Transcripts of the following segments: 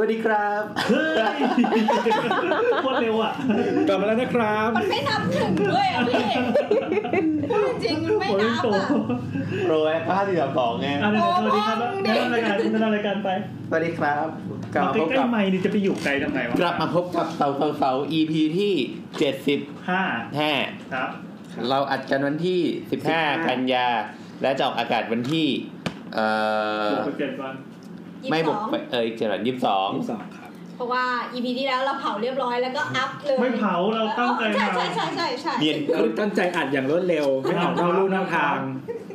วัสดีครับ เฮ้ยโคตรเร็วอ่ะ กลับมาแล้วนะครับ มันไม่นับถึงด้วยอ่ะพี่พูดจริงมันไม่ โอ้ย นับ โต อ่ะ โปรแอคห้าสี่สามสองไง อ่ะเดี๋ยวๆสวัสดีครับ โอ้ย แนะนำรายการแนะนำรายการไป สวัสดีครับกลับ มา มา ใก พบ ล้ กับ ๆไมค์นี่จะไปอยู่ไกลทำไมวะ กลับมาพบกับเสาเสาเสา EP ที่เจ็ดสิบ ห้า ห้า ครับ เราอัดกันวันที่สิบห้า 15 กันยา และจะออกอากาศวันที่ เอ่อ บวกไปเจ็ดวัน ไม่บ ยี่ อก สิสอง ไปเอออีกเจ็ดวันยี่สิบสอง สองสามครับ เพราะว่า EP ที่แล้วเราเผาเรียบร้อยแล้วก็อัพเลย ไม่เผาเราตั้งใจ ใช่ มา ใช่ใช่ใช่ใช่ เนียน เราตั้งใจอัดอย่างรวดเร็ว ไม่เอาเข้ารูปหน้าทาง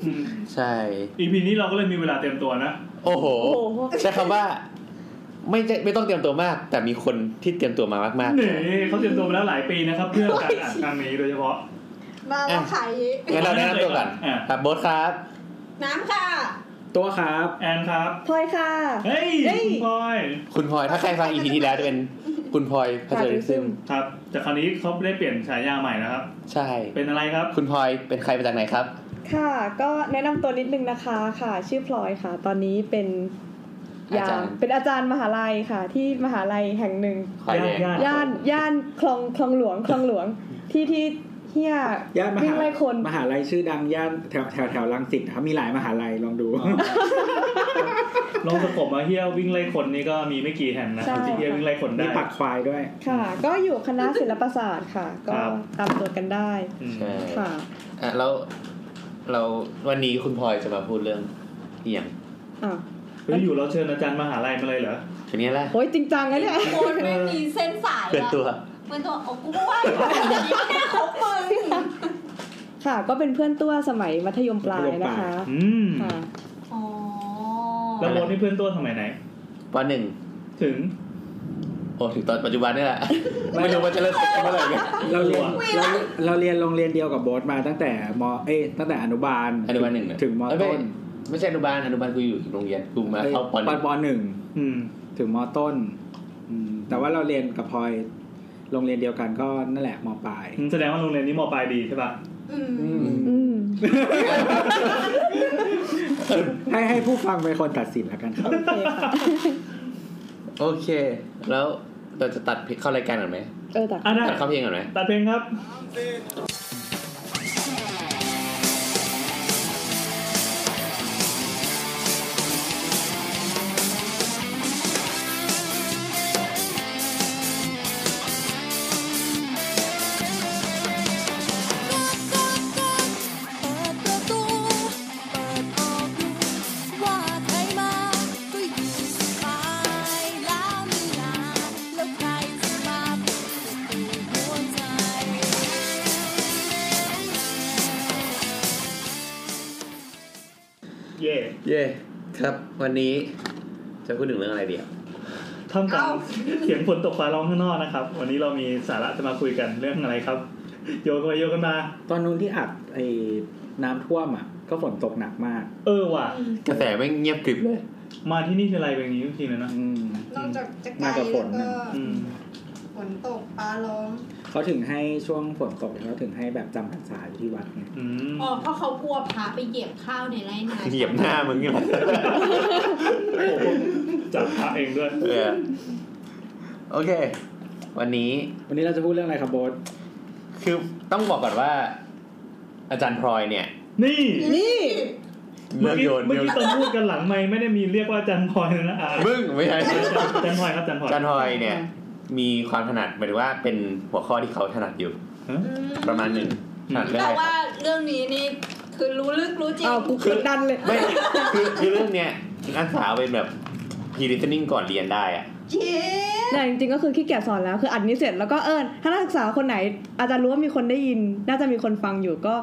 อืม ใช่ EP นี้เราก็เลยมีเวลาเตรียมตัวนะ โอ้โห ใช้คำว่า ไม่ใช่ไม่ต้องเตรียมตัวมาก แต่มีคนที่เตรียมตัวมามากๆ นี่เขาเตรียมตัวมาแล้วหลายปีนะครับ เพื่อการอัดครั้งนี้โดยเฉพาะ มา อ่ะ เราขาย งั้นเราแนะนำตัวก่อน อ่ะ ครับโบทครับ น้ำค่ะ ตัวครับ แอนครับ พลอยค่ะ เฮ้ย เฮ้ย คุณพลอย คุณพลอยถ้าใครฟังอีพีที่แล้วจะเป็นคุณพลอยพัชริซึม ครับ แต่คราวนี้เขาได้เปลี่ยนฉายาใหม่นะครับ ใช่ เป็นอะไรครับ คุณพลอยเป็นใครมาจากไหนครับ ค่ะ ก็แนะนำตัวนิดนึงนะคะค่ะ ชื่อพลอยค่ะ ตอนนี้เป็นอายาจารย์ เป็นอาจารย์มหาลัยค่ะ ที่มหาลัยแห่งหนึ่ง พลอยแดง ญาติ ย่านย่านคลองคลองหลวงคลองหลวงที่ที่เฮีย ย่านม วิ่ หาง ไล่คน มหาลัยชื่อดังย่านแถวแถวแถวรังสิตนะครับมีหลายมหาลัยลองดู ลองสะกบมาเฮี้ยววิ่งไล่คนนี่ก็มีไม่กี่แห่งนะที่เฮี้ยววิ่งไล่คน มี ได้ ปักควายด้วย ค่ะ ก็อยู่คณะศิลปศาสตร์ค่ะ ก็ ครับ ตามตัวกันได้ อืม ใช่ ค่ะ อ่ะแล้วเราวันนี้คุณพลอยจะมาพูดเรื่องเอียง อ่ะ เฮ้ยอยู่เราเชิญอาจารย์มหาลัยมาเลยเหรอ ทีนี้แหละ โอ้ยจริงจังเลยเนี่ย โอนไม่มีเส้นสาย เกินตัว เกินตัวโอ้กูก็ว่าอยู่อย่างนี้ไม่ได้คบมึง ค่ะ ก็เป็นเพื่อนตัวสมัยมัธยมปลายนะคะ อืม ค่ะ อ๋อ แล้วโบทนี่เพื่อนตัวสมัยไหน ปหนึ่ง ถึง โอ้ถึงตอนปัจจุบันนี่แหละ ไม่รู้ว่าจะเลิกคบกันเมื่อไหร่ไง เราเรียน อุ๊ย เราเราเรียนโรงเรียนเดียวกับโบสมาตั้งแต่มเอ้ยตั้งแต่อนุบาล อนุบาลหนึ่งเนี่ย ถึงม เยไ ต้น ไม่ใช่อนุบาลอนุบาลกูอยู่โรงเรียนกูมา เอ้ย เข้าปหนึ่ง ปหนึ่ง อืม ถึงมต้นอืมแต่ว่าเราเรียนกับพลอยโรงเรียนเดียวกันก็นั่นแหละมปลาย แสดงว่าโรงเรียนนี้มอปลายดีใช่ป่ะ อืม อืม ให้ให้ผู้ฟังเป็นคนตัดสินแล้วกันครับ โอเคค่ะ โอเค แล้วเราจะตัดเข้ารายการก่อนไหม เออแต่ อ่ะได้ ตัดเข้าเพลงก่อนไหม ตัดเพลงครับ เปิดประตู เปิดออกดูว่าใครมา ก็อยู่สบายแล้วมีลาแล้วใครจะมาเปิดประตูหัวใจ เย่ เย่ครับ วันนี้จะพูดถึงเรื่องอะไรดีอ่ะ ท่ามกลางเสียงฝนตกฟ้าร้องข้างนอกนะครับ วันนี้เรามีสาระจะมาคุยกันเรื่องอะไรครับ โยกกันไปโยกกันมา ตอนนู้นที่อัดไอ้น้ำท่วมอ่ะ ก็ฝนตกหนักมาก เออว่ะ กระแสไม่งเงียบกริบเลย มาที่นี่ทีไรเป็นอย่างนี้ทุกทีเลยนะ อืม นอกจากจะไกล มากับฝนแล้วก็ อืม ฝนตกฟ้าร้อง เขาถึงให้ช่วงฝนตกเนี่ยเขาถึงให้แบบจำพรรษาอยู่ที่วัดไง อืม อ๋อเพราะเขากลัวพาไปเหยียบข้าวในไร่นา เหยียบหน้ามึงนี่แหละ โอ้โหจับพระเองด้วย เออโอเค วันนี้ วันนี้เราจะพูดเรื่องอะไรครับโบส คือต้องบอกก่อนว่า อาจารย์พลอยเนี่ย นี่ นี่ เมื่อกี้ น เมื่อ เรื่ กี้ อง ตอนพูดกันหลังไม่ไม่ได้มีเรียกว่าอาจันพลอยเลยนะอ่ะ มึงไม่ใช่ อาจันพลอยครับอาจันพล ออาย จารย์พลอยเนี่ย มีความถนัดหมายถึงว่าเป็นหัวข้อที่เขาถนัดอยู่ ประมาณหนึ่งถนัดเรื่อง แต่ อะไรค ว่า รับ เรื่องนี้นี่คือรู้ลึกรู้จริง เอากูกดดันเลย ไม่คือคือเรื่องเนี้ยนักศึกษาเป็นแบบพรีดิสนิ่งก่อนเรียนได้อะ เย้ แต่จริงๆก็คือขี้เกียจสอนแล้วคืออัดนี้เสร็จแล้วก็เอิญถ้านักศึกษาคนไหน อาจารย์รู้ว่ามีคนได้ยิน น่าจะมีคนฟังอยู่ก็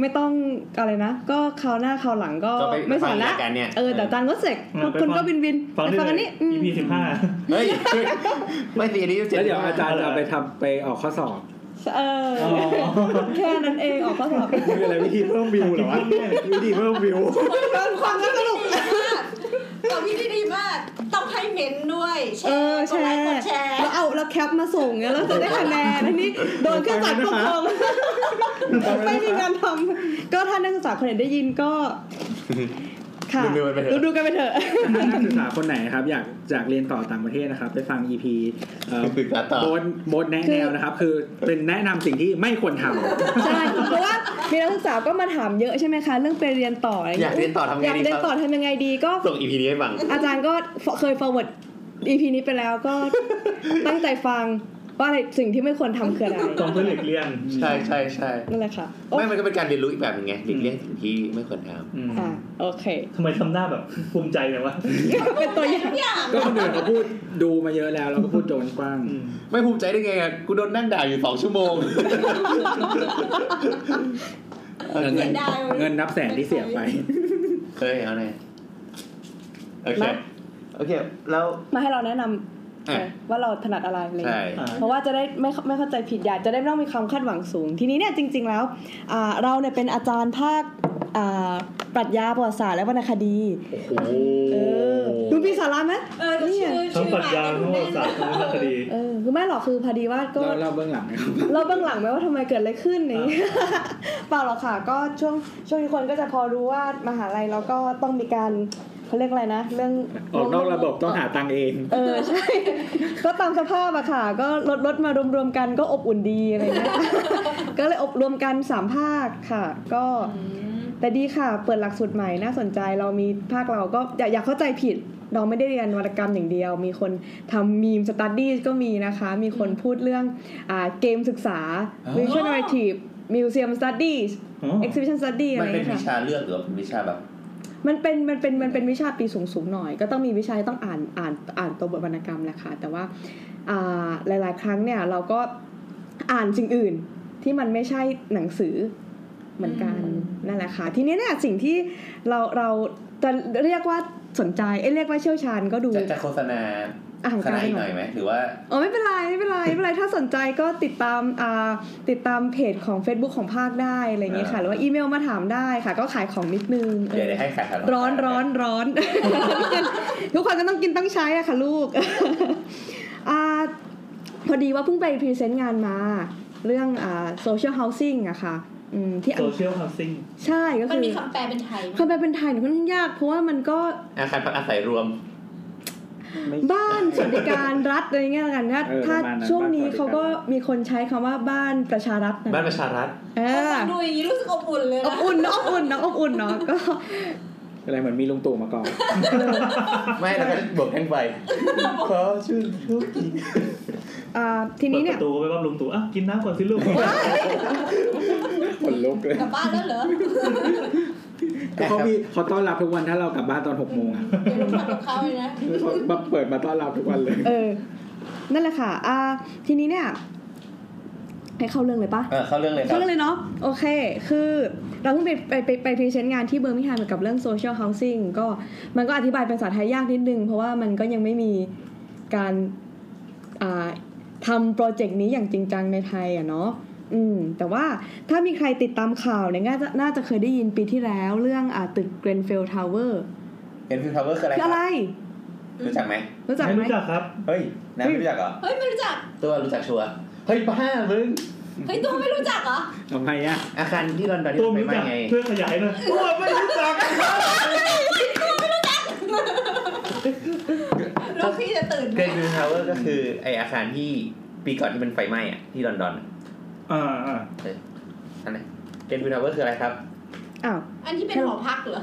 ไม่ต้องอะไรนะ ก็คราวหน้าคราวหลังก็ ก็ไป ไม่ส ฟั อง น รา ละ ยการเนี่ย เออแต่อาจารย์ก็เสก อ่ะ ทุกคนก็บินบิน ฟัง ไปฟังอันนี้อืม อีพีสิบห้า เฮ้ย ไม่สิอันนี้เจ็ด แล้วเดี๋ยวอาจารย์ เอาละ เอาไปทำไปออกข้อสอบ เอออแค่นั้นเองออกก็สอบ คืออะไรวิธีเพิ่มวิวเหรอวะวิธีเพิ่มวิว ความสนุก ตอบพี่ที่ดีมาก ต้องให้เม้นด้วย เออ แช แช ร์กดร์ไลค์กดแชร์ แล้วเอาแล้วแคปมาส่งเนี่ยแล้วจะได้คะแนนอันนี้โดนเครื่องจักรปกครองไม่มีงานทำก็ถ้านักศึกษาคนไหนได้ยินก็ ค่ะ ดูๆกันไปเถอะ ดูๆกันไปเถอะ นักศึกษาคนไหนครับ อยากอยากเรียนต่อต่างประเทศนะครับ ไปฟัง EP เอ่อ ปรึกษาต่อ โบทโบทแนะแนวนะครับ คือเป็นแนะนำสิ่งที่ไม่ควรทำ ใช่เพราะว่ามีนักศึกษาก็มาถามเยอะใช่ไหมคะ เรื่องไปเรียนต่ออะไร อยากเรียนต่อทำไง อยาก ดี เรีย คน รับ ต่อทำยังไงดีก็ ส่งอีพีนี้ให้ฟัง อาจารย์ก็เคย forward EP นี้ไปแล้วก็ ตั้งใจฟังว่าอะไรสิ่งที่ไม่ควรทำคืออะไร ต้องเพื่อหลีกเลี่ยง ใช่ใช่ใช่ นั่นแหละค่ะโอ๊ย ไม่มันก็เป็นการเรียนรู้อีกแบบหนึงไงหลีกเลี่ยงสิ่งที่ไม่ควรท อืม อ่ะโอเค ทำไมทำหน้าแบบภูมิใจเนี่ยวะ เป็นตัวอย่าง อย่าง ก็คนอื่นเขาพูดดูมาเยอะแล้วเราก็พูดโจนกว้าง อืม ำไม่ภูมิใจได้ไงอะกูโดนนั่งด่าอยู่สองชั่วโมง เสียดายว้ย เงินนับแสนที่เสียไป เคยเอาไงโอเค มา โอเคแล้ว มาให้เราแนะนำ อ่ะ ว่าเราถนัดอะไรอะไรอย่าง ใช่ เงี้ย อ่า เพราะว่าจะได้ไม่เข้าไม่เข้าใจผิดอยากจะได้ไม่ต้องมีความคาดหวังสูง ทีนี้เนี่ยจริง ๆแล้วอ่าเราเนี่ยเป็นอาจารย์ภาคอ่าปรัชญาประวัติศาสตร์และวรรณคดี โอ้โห เออดูมีสาระไหม เออชื่อ ทั้ ชื่ ง อ ปรัชญาทั้งประวัติศาสตร์ทั้งวรรณคดี เออคือไม่หรอกคือพอดีว่าก็ เราเล่าเบื้องหลังนะครับ เราเบื้องหลังไหมว่าทำไมเกิดอะไรขึ้นอย่างนี้ เปล่าหรอกค่ะ ก็ช่วงช่วงนี้คนก็จะพอรู้ว่ามหาลัยเราก็ต้องมีการเขาเรียกอะไรนะ เรื่อง ออกนอกระบบต้องหาตังค์เอง เออใช่ ก็ตามสภาพอะค่ะ ก็ลดลดมารวมๆกันก็อบอุ่นดีอะไร เงี้ย ก็เลยอบรวมกันสามภาคค่ะ ก็ อืม แต่ดีค่ะ เปิดหลักสูตรใหม่น่าสนใจเรามีภาคเราก็อย่าอย่าเข้าใจผิด เราไม่ได้เรียนวรรณกรรมอย่างเดียว มีคนทำมีมสตัดดี้ก็มีนะคะ มีคนพูดเรื่องอ่าเกมศึกษา visual narrative museum studies อ๋อ exhibition study อะ มัน ไร เป็น เงี้วิยค่ะ ชาเลือกหรือว่าเป็นวิชาแบบ มันเป็นมันเป็นมันเป็นวิชาปีสูงสูงๆหน่อย ก็ต้องมีวิชาที่ต้องอ่านอ่านอ่านตัวบทวรรณกรรมแหละค่ะแต่ว่าอ่าหลาย ๆ ครั้งเนี่ยเราก็อ่านสิ่งอื่นที่มันไม่ใช่หนังสือเหมือนกันนั่นแหละค่ะทีนี้เนี่ยสิ่งที่เราเราจะเรียกว่าสนใจเอ้ยเรียกว่าเชี่ยวชาญก็ดู จะจะโฆษณา อ่ะของ ค การ ณะอีก ห หน่น่อ อย ยไหมหรือว่า อ๋อไม่เป็นไรไม่เป็นไรไม่เป็นไรถ้าสนใจก็ติดตามอ่าติดตามเพจของ Facebook ของภาคได้อะไรอย่างเงี้ยค่ะ อ่า หรือว่าอีเมลมาถามได้ค่ะ ก็ขายของนิดนึง เดี๋ยวเดี๋ยวให้ขายขาย ร้อนร้อนร้อน ทุกคนก็ต้องกินต้องใช้อะค่ะลูก อ่าพอดีว่าเพิ่งไปพรีเซนต์งานมา เรื่องอ่า social housing อะค่ะอืมที่อั โซ ง เชียลฮา s ซิ่ง ใช่ก็ มัน คือ มีคำแปลเป็นไทยไหม คำแปลเป็นไทยเนี่ยค่อนข้างยากเพราะว่ามันก็ อาคารพักอาศัยรวม บ้านสวัสดิการรัฐอะไรเงี้ยละกันถ้า เออ ถ้า ประมาณนั้น ช่วงนี้ บ้านสวัสดิการ เขาก็มีคนใช้คำว่าบ้านประชารัฐะ บ้านประชารัฐ เออ ดูอย่างนี้รู้สึกอบอุ่นเลย อ นะ บอุ่นเนอะอบอุ่นเนอะอบอุ่นเนาะก็ อะไรเหมือนมีลุงตู่มาก่อน ไม่แล้วก็บวกแท่ง ไฟขอชื่อลูกกิน อ่าที เปิดนี้ป เนี่ย ระตูไปว่าลุงตู่อ่ะกินน้ำก่อนสิลูก ขนลุกเลย กลับบ้านแล้วเหรอ ก็เขามีเขาต้อนรับทุกวันถ้าเรากลับบ้านตอนหกโมงอ่ะ เดี๋ยวเราผัดกับข้าวเลยนะ เขามาเปิดมาต้อนรับทุกวันเลย เออนั่นแหละค่ะอ่าทีนี้เนี่ยให้เข้าเรื่องเลยปะ เออเข้าเรื่องเลยค เขา รับ เรื่องเลยเนาะโอเค คือเราเพิ่งไปไปไปไปพรีเซนต์งานที่เบอร์มิงแฮมเกี่ยวกับเรื่อง social housing ก็มันก็อธิบายเป็นภาษาไทยยากนิดนึง เพราะว่ามันก็ยังไม่มีการอ่าทำโปรเจกต์นี้อย่างจริงจังในไทยอะเนาะอืมแต่ว่าถ้ามีใครติดตามข่าวเนี่ยน่าจะน่าจะเคยได้ยินปีที่แล้วเรื่องอ่าตึกเกรนเฟลทาวเวอร์ เห็นฟิวทาวเวอร์คืออะไรครับคืออะไร รู้จักไหม รู้จัก ไม่ ไหม รู้จักครับ เฮ้ยน้ำไม่รู้จักเหรอ เฮ้ยไม่รู้จัก ตัวรู้จักชัวร์เฮ้ยบ้ามึง เฮ้ยตัวไม่รู้จักเหรอ ทำไมอ่ะ อาคารที่ลอนดอนที่ ตัว ไป รู้ ไหม้ จัก ไง เพื่อขยายหน่อยตัวไม่รู้จัก ลูกพี่จะตื่นไห เก ม รนวิวทาวเวอร์ก็คือไออาคารที่ปีก่อนที่มันไฟไหม้อะที่ลอนดอนอะ อ่าอ่า เออนั่นแหละเกรนวิวทาวเวอร์คืออะไรครับ อ้าว อันที่เป็นหอพักเหรอ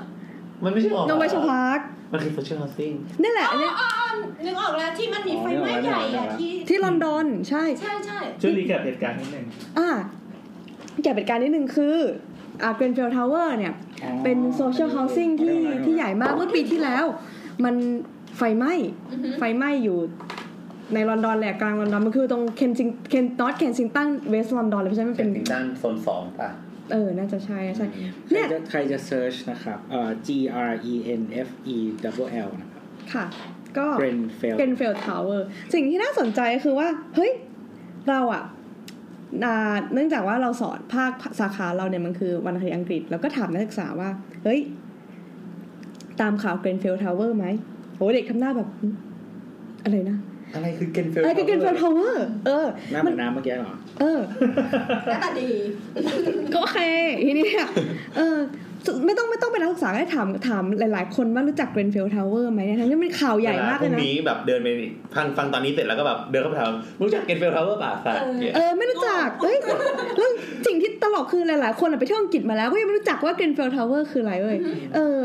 มันไม่ใช่หอ น้องใบช พัก พัก มันคือ social housing นี่แหละอันเนี้ย อ๋ออ๋อนึกออกแล้วที่มันมีไฟไหม้ใหญ่อะที่ ที่ลอนดอนใช่ ใช่ใช่ ช่วยรีแคปเหตุการณ์นิดนึง อ่าเกี่ยวกับการนิดนึงคืออ่าเกรนเฟลทาวเวอร์เนี่ย เป็นโซเชียลเฮาสิ่งที่ที่ใหญ่มากเมื่อปีที่แล้ว มันไฟไหม้ อือหือ ไฟไหม้อยู่ในลอนดอนแหละกลางลอนดอน มันคือตรงเคนซิงเคนนอตเคนซิงตันเวสต์ลอนดอนเลยเพราะฉะนั้นมัน เป็ เป็นน ติงตั้งโซนสองป่ะ เออ น่าจะใช่ใช่ ใคร เนี่ย จะใครจะเซิร์ชนะครับเอ่อ G R E N F E W L นะครับ ค่ะ ก็ Grenfell เกรนเฟลทาวเวอร์ สิ่งที่น่าสนใจคือว่า เฮ้ย เราอะอ่าเนื่องจากว่าเราสอนภาคสาขาเราเนี่ยมันคือวรรณคดีอังกฤษ แล้วก็ถามนักศึกษาว่า เฮ้ย ตามข่าวเกรนเฟลทาวเวอร์ไหมโหเด็กทำหน้าแบบหึอะไรนะ อะไรคือเกรนเฟล ไอ้เกรนเฟลทาวเวอร์ เออ หน้าเหมือนน้ำเมื่อกี้เหรอ เออ หน้าตาดี ก็โอเคทีนี้เนี่ยเออ ไม่ต้องไม่ต้องเป็นนักศึกษาก็ได้ถามถามหลาย ๆ คนว่ารู้จักเกรนเฟลทาวเวอร์ไหมเนี่ยทั้งที่มันข่าวใหญ่มาก พ เล รุ่ ย ง นะ นี้แบบเดินไปฟังฟังตอนนี้เสร็จแล้วก็แบบเดินเข้าไปถามรู้จักเกนเฟลทาวเวอร์ป่ะสัตว์เนี่ย เออไม่รู้จักเอ้ยแล้วสิ่งที่ตลกคือหลาย ๆ คนอะไปเที่ยวอังกฤษมาแล้วก็ยังไม่รู้จักว่าเกรนเฟลทาวเวอร์คืออะไรเว้ยเออ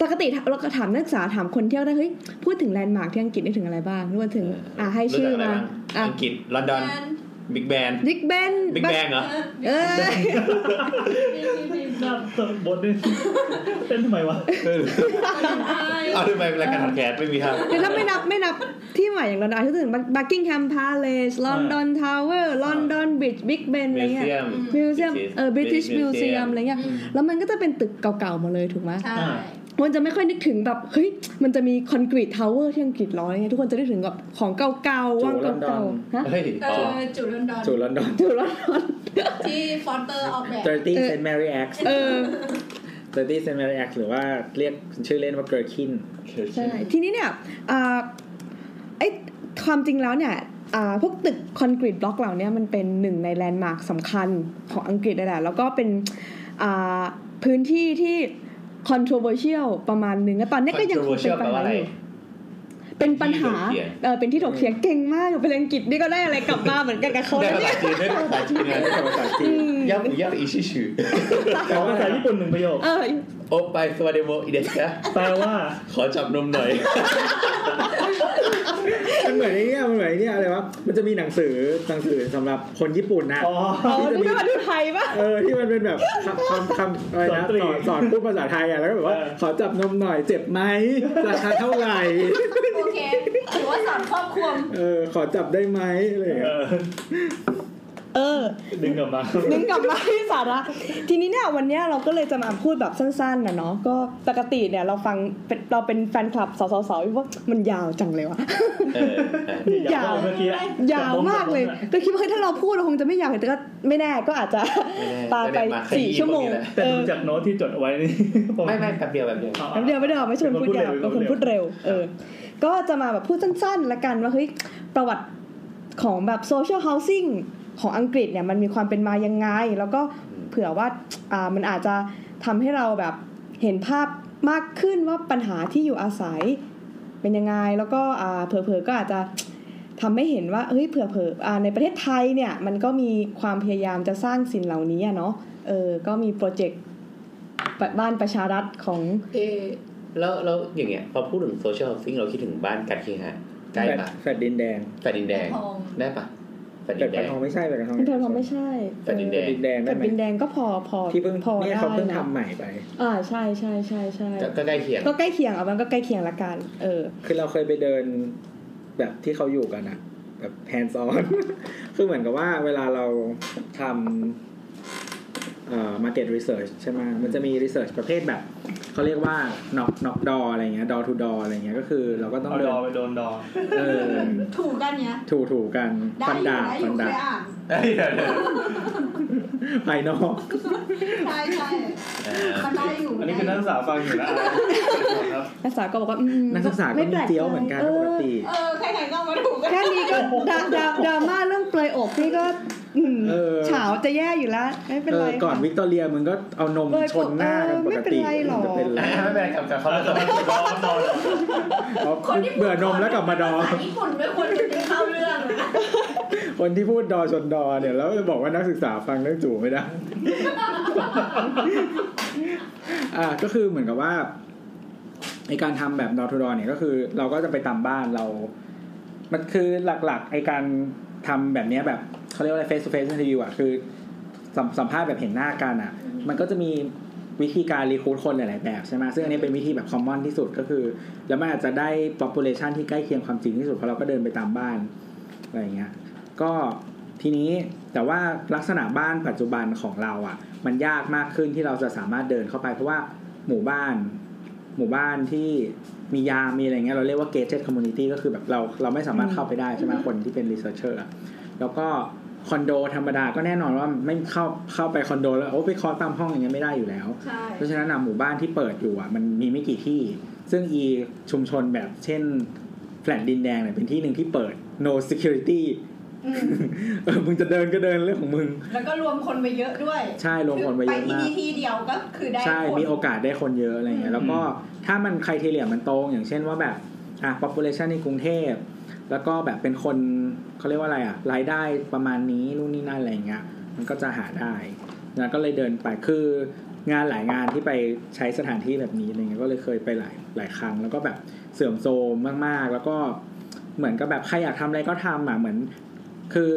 ปกติเราก็ถามนักศึกษาถามคนเที่ยวได้เฮ้ยพูดถึงแลนด์มาร์คที่อังกฤษได้ถึงอะไรบ้างรวมถึงอ่ะให้ รู้ ชื่ จั อก อะไร มา บ้าง อ่ะ อังกฤษลอนดอนบิ๊กแบ น บิ๊กเบน บิ๊กแบงเหรอ เออ หน้าตบบทเนี่ยเต้นทำไมวะ เอาทำไมเป็นรายการทำแคสไม่มีทาง คือถ้าไม่นับไม่นับที่ใหม่อย่างลอนดอนที่ถึงบักกิงแฮมพาเลสลอนดอนทาวเวอร์ลอนดอนบริดจ์บิ๊กเบนอะไรเงี้ย Museum มิวเซียมเออบริติช British มิวเซีย Museum มอะไรเงี้ยแล้วมันก็จะเป็นตึกเก่าๆหมดเลยถูกไหม ใช่ มันจะไม่ค่อยนึกถึงแบบเฮ้ยมันจะมีคอนกรีตทาวเวอร์ที่อังกฤษร้อยเงี้ยทุกคนจะนึกถึงแบบของเก่าๆว่าง จูลอนดอ เก่าน ๆฮะ เฮ้ย เอ อ๋อ อจุดลอนดอน สู่ลอนดอน ถูกลอนดอน ที่ฟอนเตอร์ออกแบบ 30 St Mary Axe เออ 30 St Mary Axe หรือว่าเรียกชื่อเล่นว่า Gherkin ใช่ทีนี้เนี่ยอ่าไอความจริงแล้วเนี่ยอ่าพวกตึกคอนกรีตบล็อกเหล่าเนี้มันเป็นหนึ่งในแลนด์มาร์คสำคัญของอังกฤษเลยแหละแล้วก็เป็นอ่าพื้นที่ที่ controversial ประมาณหนึ่งแล้วตอนนี้ก็ยังคงเป็นปัญหาอยู่ เป็นปัญหา เออ เป็นที่ถกเถียงเก่งมากอยู่เป็นอังกฤษนี่ก็ได้อะไรกลับมาเหมือนกันกับเขา ได้ แล้ว ภา เนี่ ษายจีนได้ภาษาจีนนะ ภาษาจี อื น ม ย่าหมูย่าอีชิชู ขอภาษาญี่ปุ่นหนึ่งประโยค เออ โอไปสวัสดีโมอิเดชะ แปลว่า ขอจับนมหน่อย มันเหมือนไอ้เนี่ยมันเหมือนไอ้เนี่ยอะไรวะ มันจะมีหนังสือหนังสือสำหรับคนญี่ปุ่นนะ อ๋อ อ๋อนี่ก็มาดูไทยปะ เออที่มันเป็นแบบคำคำคำอะไร สอน นะ ตรี สอนสอนพูดภาษาไทยอ่ะแล้วก็แบบว่า เออ ขอจับนมหน่อยเจ็บไหมราคาเท่าไหร่ โอเคถือว่าสอนครอบครัว เออขอจับได้ไหมอะไรอย่าง เอ เงี้ย อ เออ ดึงกลับมา นึงกลับมาที่สาระ ทีนี้เนี่ยวันเนี้ยเราก็เลยจะมาพูดแบบสั้นๆนะเนาะ ก็ปกติเนี่ยเราฟังเป็นเราเป็นแฟนคลับสาวๆๆว่ามันยาวจังเลยวะ เออ ยาวเมื่อกี้อะ ยาวมากเลย ก็คิดว่าเฮ้ยถ้าเราพูดเราคงจะไม่ยาวแต่ก็ไม่แน่ก็อาจจะ ไม่แน่ ปาไป ไม่แน่มาขยี้ สี่ชั่วโมง พวกนี้แหละ แต่ เอ ดู อ จากโน้ตที่จดเอาไว้นี่ ไม่ไม่แป๊บเดียวแป๊บเดียว อา แป๊บเดียวไม่ได้ไม่ใช่คนพูดยาว เป็ เป็คน นคน น พู พู ด ด เร็ เร็ ว ว เออ ก็จะมาแบบพูดสั้นๆละกันว่าเฮ้ยประวัติของแบบโซเชียลเฮาสิ่งของอังกฤษเนี่ยมันมีความเป็นมายังไง แล้วก็เผื่อว่าอ่ามันอาจจะทำให้เราแบบเห็นภาพมากขึ้นว่าปัญหาที่อยู่อาศัยเป็นยังไง แล้วก็อ่าเผลอๆก็อาจจะทำให้เห็นว่าเฮ้ยเผื่อๆอ่าในประเทศไทยเนี่ยมันก็มีความพยายามจะสร้างสิ่งเหล่านี้อะเนาะเออก็มีโปรเจกต์บ้านประชารัฐของ เออแล้วแล้วอย่างเงี้ยพอพูดถึงโซเชียลซิงเราคิดถึงบ้านการเคหะใกล้ แฟด ปะ แฟดดินแดง แฟลตดินแดงได้ปะแฟลต แฟ ดิ ด น แฟ แด ด ง ทองไม่ใช่แฟดแฟดทอง เป็นแผ่นทองไม่ใช่ แผ่นดินแด แฟ ง ดดินแดง แผ่ ได้ น ไหม ดินแดงก็พอพอ ที่เพิ่ง พอ เนี่ย ได้ เขาเพิ่ง นะ ทำใหม่ไป อ่าใช่ใช่ใช่ใช่ ก็ก็ใกล้เคียง ก็ใกล้เคียงเอามันก็ใกล้เคียงละกัน เออ คือเราเคยไปเดินแบบที่เขาอยู่กันอะแบบแ n d s on คือเหมือนกับว่าเวลาเราทำเอ่อ market research ใช่ไหมมันจะมี research ประเภทแบบ เขาเรียกว่า knock knock door อะไรเงี้ย door to door อะไรเงี้ยก็คือเราก็ต้อง เอา เดิ ด น อไปโดนดอ เออ ถูกกันเนี้ย ถูถูกัน ได้ ฟัน อยู่ ดาบ ได้อ ฟั ยู่ น เคอ่าน เดาย บอ้ยเดี๋ยวเดี๋ยว ภายนอก ใช่ใช่ เออ มันได้อยู่ อันนี้คือนักศึกษาฟังอยู่แล้วครับ นักศึกษาก็บอกว่าอืม นักศึกษาก็ ไม่ มี แปลใจ เตี้ยวเหมือนกัน เอ ปก อ ติ เออใครๆก็มาถูกกัน แค่นี้ก็ดราดราดราม่าเรื่องเปลอยอกนี่ก็อืม เออ เฉาวจะแย่อยู่แล้ว ไม่เป็น เอ ไร อก่อน ค่ะ วิกตอเรียมึงก็เอานม เออ ชนหน้ากันปกติ เออไม่เป็นไรหรอก จะเป็นไร ไม่เป็นไรครับกับเขาแล้วกัน เอาเบื่อนมแล้วกลับมาดอ ภษญี่ปุ่นไม่ควรจะเข้าเรื่องนะ คนที่พูดดอชนดอเนี่ยแล้วจะบอกว่านักศึกษาฟังเรื่องจู่ไม่ได้ อ่าก็คือเหมือนกับว่าไอการทำแบบดอทูดอเนี่ยก็คือ เราก็จะไปตามบ้านเรา มันคือหลักๆไอการทำแบบเนี้ยแบบเขาเรียกว่าอะไรเฟสทูเฟสรีวิวอ่ะคือสัมสัมภาษณ์แบบเห็นหน้ากันอ่ะ มันก็จะมีวิธีการรีคูดคนหลาย ๆ แบบใช่ไหมซึ่งอันนี้เป็นวิธีแบบคอมมอนที่สุดก็คือ แล้วมันอาจจะได้ population ที่ใกล้เคียงความจริงที่สุดเพราะเราก็เดินไปตามบ้านอะไรอย่างเงี้ย ก็ทีนี้แต่ว่าลักษณะบ้านปัจจุบันของเราอะ่ะ มันยากมากขึ้นที่เราจะสามารถเดินเข้าไป เพราะว่าหมู่บ้าน หมู่บ้านที่มียามมีอะไรเงี้ยเราเรียกว่า gated community ก็คือแบบเราเราไม่สามารถเข้าไปได้ใช่ไหมคนที่เป็น researcher อะแล้วก็คอนโดธรรมดาก็แน่นอนว่าไม่เข้าเข้าไปคอนโดแล้วโอ้ไปเคอตามห้องอย่างเงี้ยไม่ได้อยู่แล้ว ใช่ เพราะฉะนั้นอะหมู่บ้านที่เปิดอยู่อะมันมีไม่กี่ที่ ซึ่งอีชุมชนแบบเช่น แฟลตดินแดงเนี่ยเป็นที่หนึ่งที่เปิด no security อืม เออมึงจะเดินก็เดินเรื่องของมึง แล้วก็รวมคนไปเยอะด้วย ใช่รวมคนไปเยอะ คือ มา ที่ ก นี่ที่เดียวก็คือได้ ใช่ คน มีโอกาสได้คนเยอะอะไรเงี้ยแล้วก็ถ้ามันใครเทเลียมันตรงอย่างเช่นว่าแบบอ่ะ population ในกรุงเทพ แล้วก็แบบเป็นคนเขาเรียกว่าอะไรอ่ะรายได้ประมาณนี้นู่นนี่นั่นอะไรเงี้ยมันก็จะหาได้แล้วก็เลยเดินไปคืองานหลายงานที่ไปใช้สถานที่แบบนี้อะไรเงี้ยก็เลยเคยไปหลายหลายครั้ง แล้วก็แบบเสื่อมโทรมมากๆ แล้วก็เหมือนกับแบบใครอยากทำอะไรก็ทำอ่ะเหมือน คือ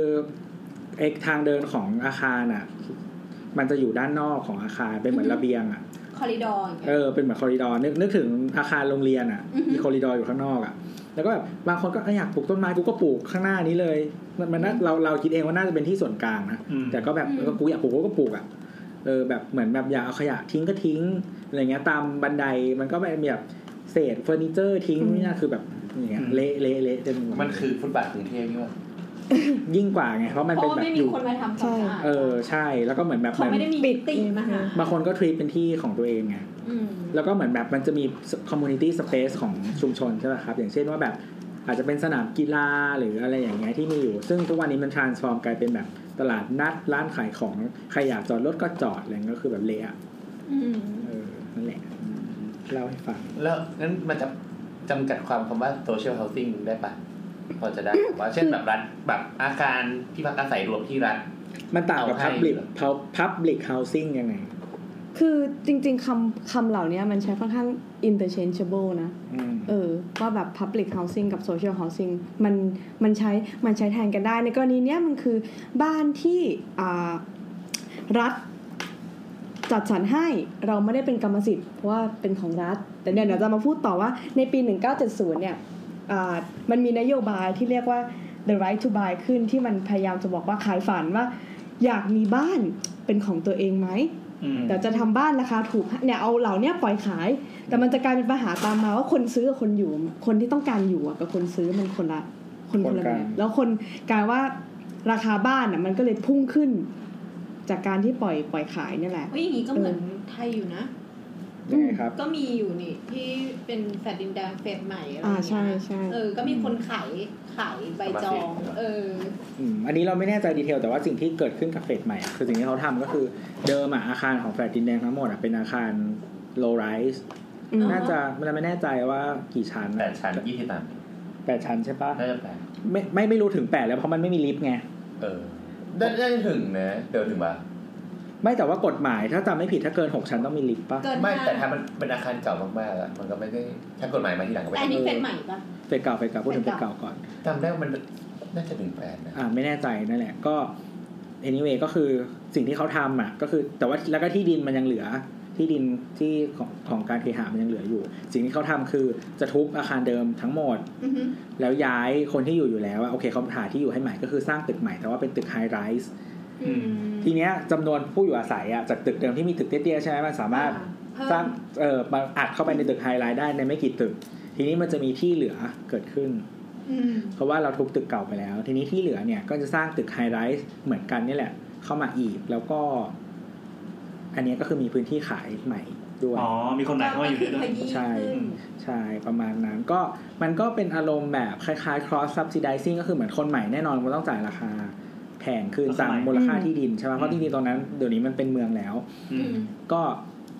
ไอทางเดินของอาคารอ่ะ มันจะอยู่ด้านนอกของอาคารเป็นเหมือนระเบียงอ่ะ คอริดอร์อย่างเงี้ย เออเป็นเหมือนคอริดอร์นึกนึกถึงอาคารโรงเรียนอ่ะ อือฮึ มีคอริดอร์อยู่ข้างนอกอ่ะ แล้วก็แบบบางคนก็เอ้ยอยากปลูกต้นไม้กูก็ปลูกข้างหน้านี้เลยมันมันน่าเราเราคิดเองว่าน่าจะเป็นที่ส่วนกลางนะ อืม แต่ก็แบบเออกูอยากปลูกกูก็ปลูกอ่ะเออแบบเหมือนแบบอยากเอาขยะทิ้งก็ทิ้งอะไรเงี้ยตามบันไดมันก็แบบมีแบบเศษเฟอร์นิเจอร์ทิ้งนี่นะคือแบบอย่างเงี้ยเละเละเละเต็มไปหมด มันคือฟุตบาทกรุงเทพนี่ว่า ยิ่งกว่าไงเพราะมัน เพ เป็น ราะว่า แบ ไม่ บอ มี ยู่ คนมาทำความสะอาด เออใช่แล้วก็เหมือนแบบ เขาไม่ได้มี ปิ ปิ ด ดติมาหา บางคนก็ทรีตเป็นที่ของตัวเองไง อืม แล้วก็เหมือนแบบมันจะมี community space ของชุมชนใช่ไหมครับ อย่างเช่นว่าแบบอาจจะเป็นสนามกีฬาหรืออะไรอย่างเงี้ยที่มีอยู่ ซึ่งทุกวันนี้มัน transform กลายเป็นแบบตลาดนัดร้านขายของ ใครอยากจอดรถก็จอดอะไรเงี้ยก็คือแบบเละอะ อืม เออนั่นแหละเล่าให้ฟัง แล้วนั้นมันจะจำกัดความคำว่า social housing ได้ปะพอจะได้ปะว่าเช่นแบบรัฐแบบอาคารที่พักอาศัยรวมที่รัฐ มันต่างกับ เอาให้ public public housing ยังไง คือจริงๆคำคำเหล่านี้มันใช้ค่อนข้าง interchangeable นะ อืม เออว่าแบบ Public Housing กับ Social Housing มันมันใช้มันใช้แทนกันได้ ในกรณีเนี้ยมันคือบ้านที่อ่ารัฐจัดสรรให้เราไม่ได้เป็นกรรมสิทธิ์เพราะว่าเป็นของรัฐ แต่เดี๋ยวเราจะมาพูดต่อว่าในปี 1970 เนี่ยอ่ามันมีนโยบายที่เรียกว่า the right to buy ขึ้นที่มันพยายามจะบอกว่าขายฝันว่า อยากมีบ้านเป็นของตัวเองไหม อืม เดี๋ยวจะทำบ้านราคาถูกเนี่ยเอาเหล่าเนี้ยปล่อยขาย แต่มันจะกลายเป็นปัญหาตามมาว่าคนซื้อกับคนอยู่ คนที่ต้องการอยู่อะกับคนซื้อมันคนละคนคนละ คนกั แบ น บแล้วคนกลายว่าราคาบ้านอ่ะมันก็เลยพุ่งขึ้น จากการที่ปล่อยปล่อยขายเนี่ยแหละ อุ้ยอย่างนี้ก็เหมือนไทยอยู่นะ ยังไงครับ ก็มีอยู่นี่ที่เป็นแฟดดินแดงเฟดใหม่อะไร อ่า เงี้ย ใช่ใช่ เออ ก็มีคนขายขายใบจอง เออ อืมอันนี้เราไม่แน่ใจดีเทลแต่ว่าสิ่งที่เกิดขึ้นกับเฟสใหม่อะคือสิ่งที่เขาทำก็คือเดิมอะอาคารของแฟลตดินแดงทั้งหมดอะเป็นอาคาร low rise อืม น่าจะมันไม่แน่ใจว่ากี่ชั้น แปดชั้นยี่สิบสาม แปดชั้นใช่ปะ น่าจะแปด ไม่ไม่ไม่รู้ถึงแปดแล้วเพราะมันไม่มีลิฟต์ไง เออได้ได้ถึงนะเดี๋ยวถึงปะ ไม่แต่ว่ากฎหมายถ้าจำไม่ผิดถ้าเกินหกชั้นต้องมีลิฟต์ปะ เกิน ไม่ ห้า แต่ถ้ามันเป็นอาคารเก่ามากๆอะมันก็ไม่ได้ถ้ากฎหมายมาทีหลังก็ แต่ ไม่ อันนี้ได้เฟดใหม่ปะ เฟสเก่าเฟสเก่าพูดถึงเฟสเก่าก่อน จำได้ว่ามันน่าจะถึงแปดนะ อ่าไม่แน่ใจนั่นแหละก็ anyway ก็คือสิ่งที่เขาทำอ่ะก็คือแต่ว่าแล้วก็ที่ดินมันยังเหลือ ที่ดินที่ของของการเคหะมันยังเหลืออยู่ สิ่งที่เขาทำคือจะทุบอาคารเดิมทั้งหมด อือฮึ แล้วย้ายคนที่อยู่อยู่แล้วอะโอเคเขาหาที่อยู่ให้ใหม่ก็คือสร้างตึกใหม่แต่ว่าเป็นตึกไฮไรส์ อืม ทีเนี้ยจำนวนผู้อยู่อาศัยอ่ะจากตึกเดิมที่มีตึกเตี้ยๆใช่ไหมมันสามารถ เพิ่ม สร้างเอ่อมาอัดเข้าไปในตึกไฮไลท์ได้ในไม่กี่ตึก ทีนี้มันจะมีที่เหลือเกิดขึ้น อืม เพราะว่าเราทุบตึกเก่าไปแล้ว ทีนี้ที่เหลือเนี่ยก็จะสร้างตึกไฮไลท์เหมือนกันนี่แหละ เข้ามาอีกแล้วก็ อันเนี้ยก็คือมีพื้นที่ขายใหม่ด้วย อ๋อ มีคนไหนเข้ามาอยู่ด้วยด้วย ก็คือขยี้ ใช่ ขึ้น ใช่ประมาณนั้นก็มันก็เป็นอารมณ์แบบคล้ายๆ cross subsidizing ก็คือเหมือนคนใหม่แน่นอนมันต้องจ่ายราคาแพงขึ้นตามมูลค่าที่ดินใช่ไหมเพราะที่ดินตรงนั้นเดี๋ยวนี้มันเป็นเมืองแล้ว อืม ก็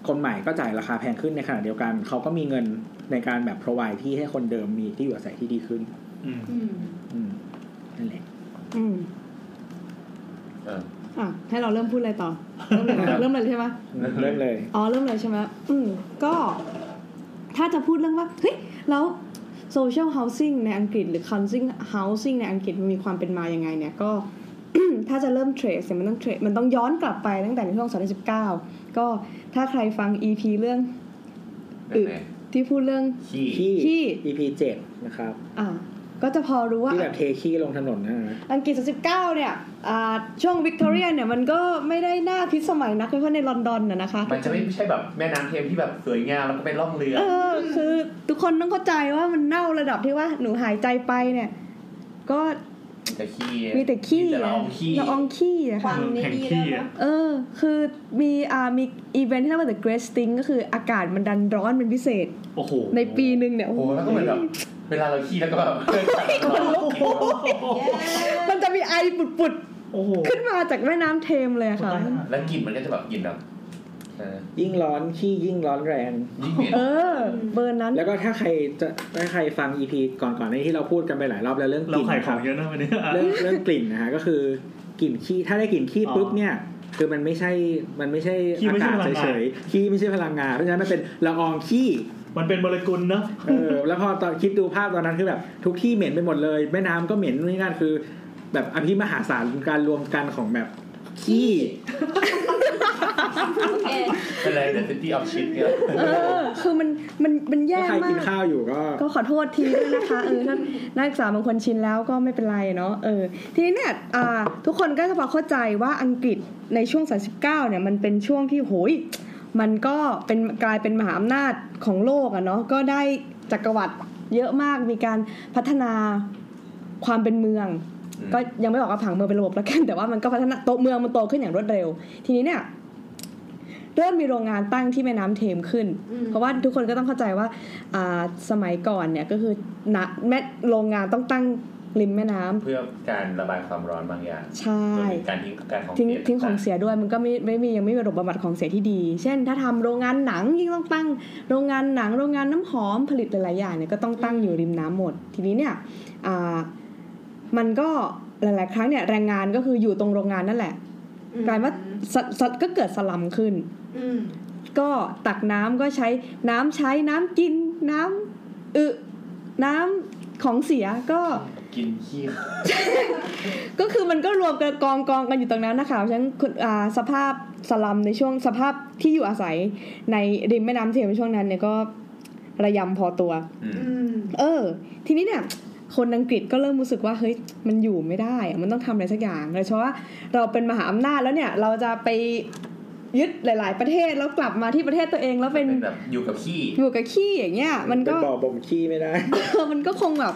คนใหม่ก็จ่ายราคาแพงขึ้นในขณะเดียวกัน เขาก็มีเงินในการแบบ provide ที่ให้คนเดิมมีที่อยู่อาศัยที่ดีขึ้น อืม อืม อืมนั่นแห ละ อืม เออ อ่ะให้เราเริ่มพูดอะไรต่อ เริ่ม เลยเริ่มเลยใช่ไหม เริ่มเลย อ๋อเริ่มเลยใช่ไหมอืมก็ถ้าจะพูดเรื่องว่าเฮ้ยแล้ว social housing ในอังกฤษหรือ housing housing ในอังกฤษมันมีความเป็นมายังไงเนี่ยก็ ถ้าจะเริ่ม trace เนี่ยมันต้อง trace มันต้องย้อนกลับไปตั้งแต่ในช่วง2019 ก็ถ้าใครฟัง EP เรื่อง เรื่องไหน ที่พูดเรื่อง ขี้ ที่ ที่ EP เจ็ดนะครับ อ่าก็จะพอรู้ว่า ที่แบบเทขี้ลงถนนนะฮะ อังกฤษ19เนี่ยอ่าช่วงวิกตอเรียเนี่ยมันก็ไม่ได้น่าพิสมัยนักเพราะในลอนดอนน่ะนะคะ มันจะไม่ใช่แบบแม่น้ำเทมที่แบบสวยงามแล้วก็ไปล่องเรือ เออคือทุกคนต้องเข้าใจว่ามันเน่าระดับที่ว่าหนูหายใจไปเนี่ย ก็ มีแต่ขี้ มีแต่ขี้ มีแต่ละอองขี้ ละอองขี้อะ ฟั ค่ะ งในนี่ได้ แห่งที่ ปะ อะ เออ คือมีอ่ามีอีเวนท์ที่เรียกว่า The Great Sting ก็คืออากาศมันดันร้อนเป็นพิเศษ โอ้โห ในปีหนึ่งเนี่ย โอ้ โอ้ โห โห แล้วก็เหมือนแบบ เวลาเราขี้แล้วก็แบบ ขนลุก มันจะมีไอปุด โอ้โห ๆ ขึ้นมาจากแม่น้ำเทมเลยค่ะ แล้วกลิ่นมันก็จะแบบกลิ่นแบบเออ ยิ่งร้อนขี้ยิ่งร้อนแรง ยิ่งเหม็น เออ เบอร์นั้น แล้วก็ถ้าใครจะถ้าใครฟังอีพีก่อนๆในที่เราพูดกันไปหลายรอบแล้วเรื่องก เรา ลิ่น ขาย นะ ข ค อง รับ เยอะนะวันนี้ เรื่องเรื่องกลิ่นนะฮะก็คือกลิ่นขี้ถ้าได้กลิ่นขี้ อ๋อ ปุ๊บเนี่ย คือมันไม่ใช่มันไม่ใช่ ขี้ อา ไม่ใช่ กาศ พลังงาน เฉยๆขี้ไม่ใช่พลังงานเพราะฉะนั้นมันเป็นละอองขี้ มันเป็นโมเลกุลเนอะ เออแล้วพอตอนคิดดูภาพตอนนั้นคือแบบทุกที่เหม็นไปหมดเลยแม่น้ำก็เหม็นนู่นนี่นั่นคือ แบบอภิมหาศาลการรวมกันของแบบขี้ เอ๊ะ เป็นอะไรเดอะซิตี้ออฟชิทเนี่ย เออ คือมันมันมันแย่ ถ้าใคร มา กิน ก ข้าวอยู่ก็ ก็ขอโทษทีด้วยนะคะ เออท่านนักศึกษาบางคนชินแล้วก็ไม่เป็นไรเนาะเออทีนี้เนี่ยอ่าทุกคนก็จะพอเข้าใจว่าอังกฤษในช่วง 39 เนี่ยมันเป็นช่วงที่โหยมันก็เป็นกลายเป็นมหาอำนาจของโลกอะเนาะก็ได้จักรวรรดิเยอะมากมีการพัฒนาความเป็นเมือง ก็ยังไม่บอกว่าผังเมืองเป็นระบบแล้วกัน แต่ว่ามันก็พัฒนาโตเมืองมันโตขึ้นอย่างรวดเร็ว ทีนี้เนี่ยเริ่มมีโรงงานตั้งที่แม่น้ำเทมขึ้น เพราะว่าทุกคนก็ต้องเข้าใจว่าอ่าสมัยก่อนเนี่ยก็คือนะแม่โรงงานต้องตั้งริมแม่น้ำ เพื่อการระบายความร้อนบางอย่าง ใช่ รวมถึงการทิ้งการของ ทิ้ง เสีย ทิ้งของเสียด้วยมันก็ไม่ไม่มียังไม่มีระบบบำบัดของเสียที่ดี เช่น ถ้าทำโรงงานหนังยิ่งต้องตั้ง โรงงานหนัง โรงงานน้ำหอมผลิตหลายๆอย่างเนี่ยก็ต้องตั้งอยู่ริมน้ำหมด ทีนี้เนี่ยอ่ามันก็หลาย ๆ ครั้งเนี่ยแรงงานก็คืออยู่ตรงโรงงานนั่นแหละกลายว่าสสก็เกิดสลัมขึ้น อืม ก็ตักน้ำก็ใช้น้ำใช้น้ำกินน้ำอึน้ำของเสียก็ กินขี้ ก็คือมันก็รวมกันกองกองกันอยู่ตรงนั้นนะคะเพราะฉะนั้นคุณอ่าสภาพสลัมในช่วงสภาพที่อยู่อาศัยในริมแม่น้ำเทมส์ในช่วงนั้นเนี่ยก็ระยำพอตัว อือืมม เออ ทีนี้เนี่ย คนอังกฤษก็เริ่มรู้สึกว่าเฮ้ยมันอยู่ไม่ได้อะมันต้องทำอะไรสักอย่างโดยเฉพาะว่าเราเป็นมหาอำนาจแล้วเนี่ยเราจะไปยึดหลาย ๆ ประเทศแล้วกลับมาที่ประเทศตัวเองแล้วเป็น เป็นแบบอยู่กับขี้ อยู่กับขี้อย่างเงี้ยมัน เป็ ก็ นบ่อบ่มขี้ไม่ได้ เออ มันก็คงแบบ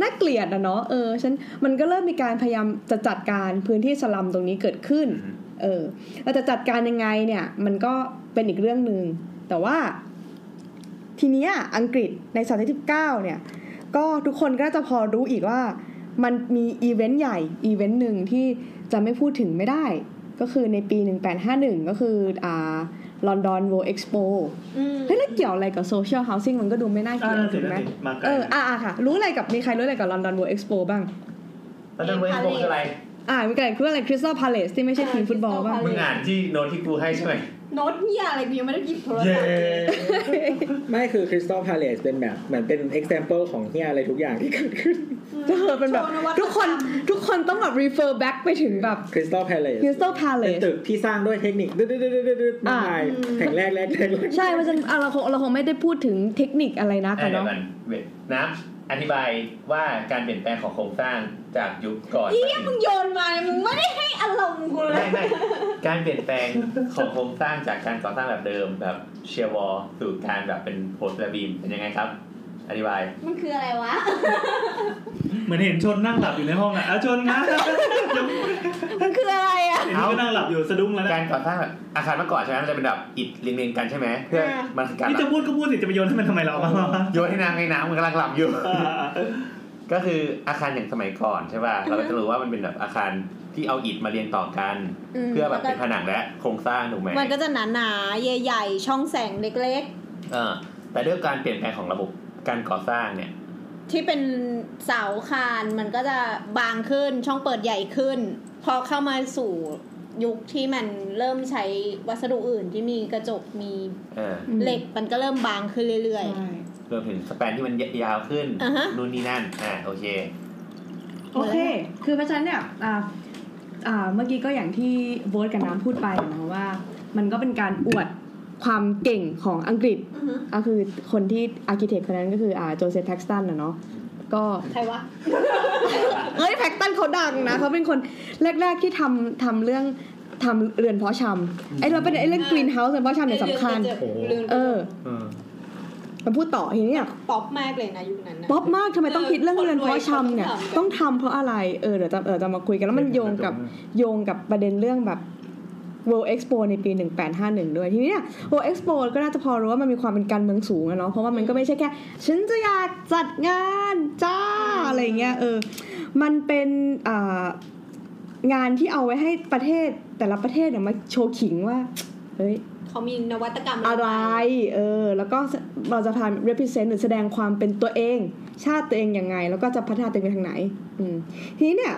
น่าเกลียดอะเนาะเออฉันมันก็เริ่มมีการพยายามจะจัดการพื้นที่สลัมตรงนี้เกิดขึ้น อืม เออเราจะจัดการยังไงเนี่ยมันก็เป็นอีกเรื่องหนึ่งแต่ว่า ทีเนี้ยอังกฤษในศตวรรษที่19เนี่ย ก็ทุกคนก็จะพอรู้อีกว่า มันมีอีเวนต์ใหญ่อีเวนต์หนึ่งที่จะไม่พูดถึงไม่ได้ ก็คือในปี 1851 ก็คืออ่าลอนดอน World Expo อืม เฮ้ยแล้วเกี่ยวอะไรกับโซเชียลเฮาสิ่งมันก็ดูไม่น่า อ่า เกี่ยว นั่นสิ ถูก นั่น ไหม สิมาไกล เอออ่าค่ะ รู้อะไรกับมีใครรู้อะไรกับลอนดอน World Expo บ้าง แล้วจะเว้นโกงอะไร อ่ามีใครรู้อะไรคริสตัลพาเลสที่ไม่ใช่ทีมฟุตบอลบ้าง มึงอ่านที่โน้ตที่กูให้ใช่ไหม โน้ตเหี้ยอะไรกูยังไม่ได้หยิบโทรศัพท์เลย ไม่คือคริสตัลพาเลสเป็นแบบเหมือนเป็น example ของเฮียอะไรทุกอย่างที่เกิดขึ้น จะเออเป็นแบบ โชวัต ทุกคน รรม ทุกคนต้องแบบ refer back ไปถึงแบบ คริสตัลพาเลส คริสตัลพาเล เป็น ส ตึกที่สร้างด้วยเทคนิคดืดๆๆๆๆมากมาย อ่า แข่งแรกแรกแรกแรก ใช่เพราะฉะนั้นอ่ะเราคงเราคงไม่ได้พูดถึงเทคนิคอะไรนะ อ่ะ ค่ะ เดี๋ยวกัเนาะนเว้ยน้ำอธิบายว่าการเปลี่ยนแปลงของโครงสร้างจากยุคก่อน เหี้ มาย ถึง มึงโยนมาเนี่ยมึงไม่ได้ให้อารมณ์กูเล ไม่ ย ไม่การเปลี่ยนแปลงของโครงสร้างจากการก่อสร้างแบบเดิมแบบเชียร์วอลสู่การแบบเป็นโพสต์และบีมเป็นยังไงครับ อธิบาย มันคืออะไรวะ เหมือนเห็นชนนั่งหลับอยู่ในห้องอ่ะเอาชนนะ มันคืออะไรอ่ะ เห็นก็นั่งหลับอยู่สะดุ้งแล้วนะ การก่อสร้างแบบอาคารเมื่อก่อนใช่ไหมมันจะเป็นแบบอิฐเรียงๆกันใช่ไหมเพื่อ อ่ามั มันคือการ นี่จะพูดก็พูดสิจะไปโยนให้มันทำไมเราวะ โยนให้น้ำให้น้ำมันกำลังหลับอยู่ อ่า ก็คืออาคารอย่างสมัยก่อนใช่ป่ะเราก็จะรู้ว่ามันเป็นแบบอาคารที่เอาอิฐมาเรียงต่อกัน เพื่อแบบเป็นผนังและโครงสร้างถูกไหม มันก็จะหนาหนาๆใหญ่ๆ ช่องแสงเล็ก เออ แต่ด้วยการเปลี่ยนแปลงของระบบการก่อสร้างเนี่ย ๆ ที่เป็นเสาคานมันก็จะบางขึ้นช่องเปิดใหญ่ขึ้น พอเข้ามาสู่ยุคที่มันเริ่มใช้วัสดุอื่นที่มีกระจกมี เออ เหล็กมันก็เริ่มบางขึ้นเรื่อย ใช่ รวมถึงสแปนที่มันยาวขึ้น อ่าฮะ นู่นนี่นั่น อ่าโอเค โอเค คือเพราะฉะนั้นเนี่ยอ่าอ่าเมื่อกี้ก็อย่างที่โบทกับน้ำพูดไปอะเนาะว่า มันก็เป็นการอวดความเก่งของอังกฤษ ๆอือฮึ ก็คือคนที่อาร์เคเต็คนนั้นก็คืออ่าโจเซฟแพ็กสตันนะเนาะก็ ใครวะ เอ้ยแพ็กตันเขาดังนะเขาเป็นคนแรก ๆที่ทำทำเรื่องทำเรือนเพาะชำไอ้เราเป็นไอ้เรื่องกรีนเฮาส์เรือนเพาะชำเนี่ยสำคัญ ลืมไป เออ เออ มาพูดต่อทีเนี้ย ป๊อปมากเลยนะยุคนั้นนะ ป๊อปมากทำไมต้องคิดเรื่องเรือนเพาะชำเนี่ย เออคนรวย ต้องทำเพราะอะไรเออเดี๋ยวจะเออจะมาคุยกันแล้วมันโยงกับโยงกับประเด็นเรื่องแบบ World Expo ในปี 1851 ด้วย ทีนี้เนี่ย World Expo ก็น่าจะพอรู้ว่ามันมีความเป็นการเมืองสูงอะเนาะเพราะว่ามันก็ไม่ใช่แค่ ฉันจะอยากจัดงานจ้า อะไรอย่างเงี้ยเออ มันเป็นอ่างานที่เอาไว้ให้ประเทศแต่ละประเทศเนี่ยมาโชว์ขิงว่า เฮ้ย เขามีนวัตกรรม อะไร เออ แล้วก็เราจะทำ represent หรือแสดงความเป็นตัวเอง ชาติตัวเองยังไง แล้วก็จะพัฒนาตัวเองไปทางไหน อืม ทีนี้เนี่ย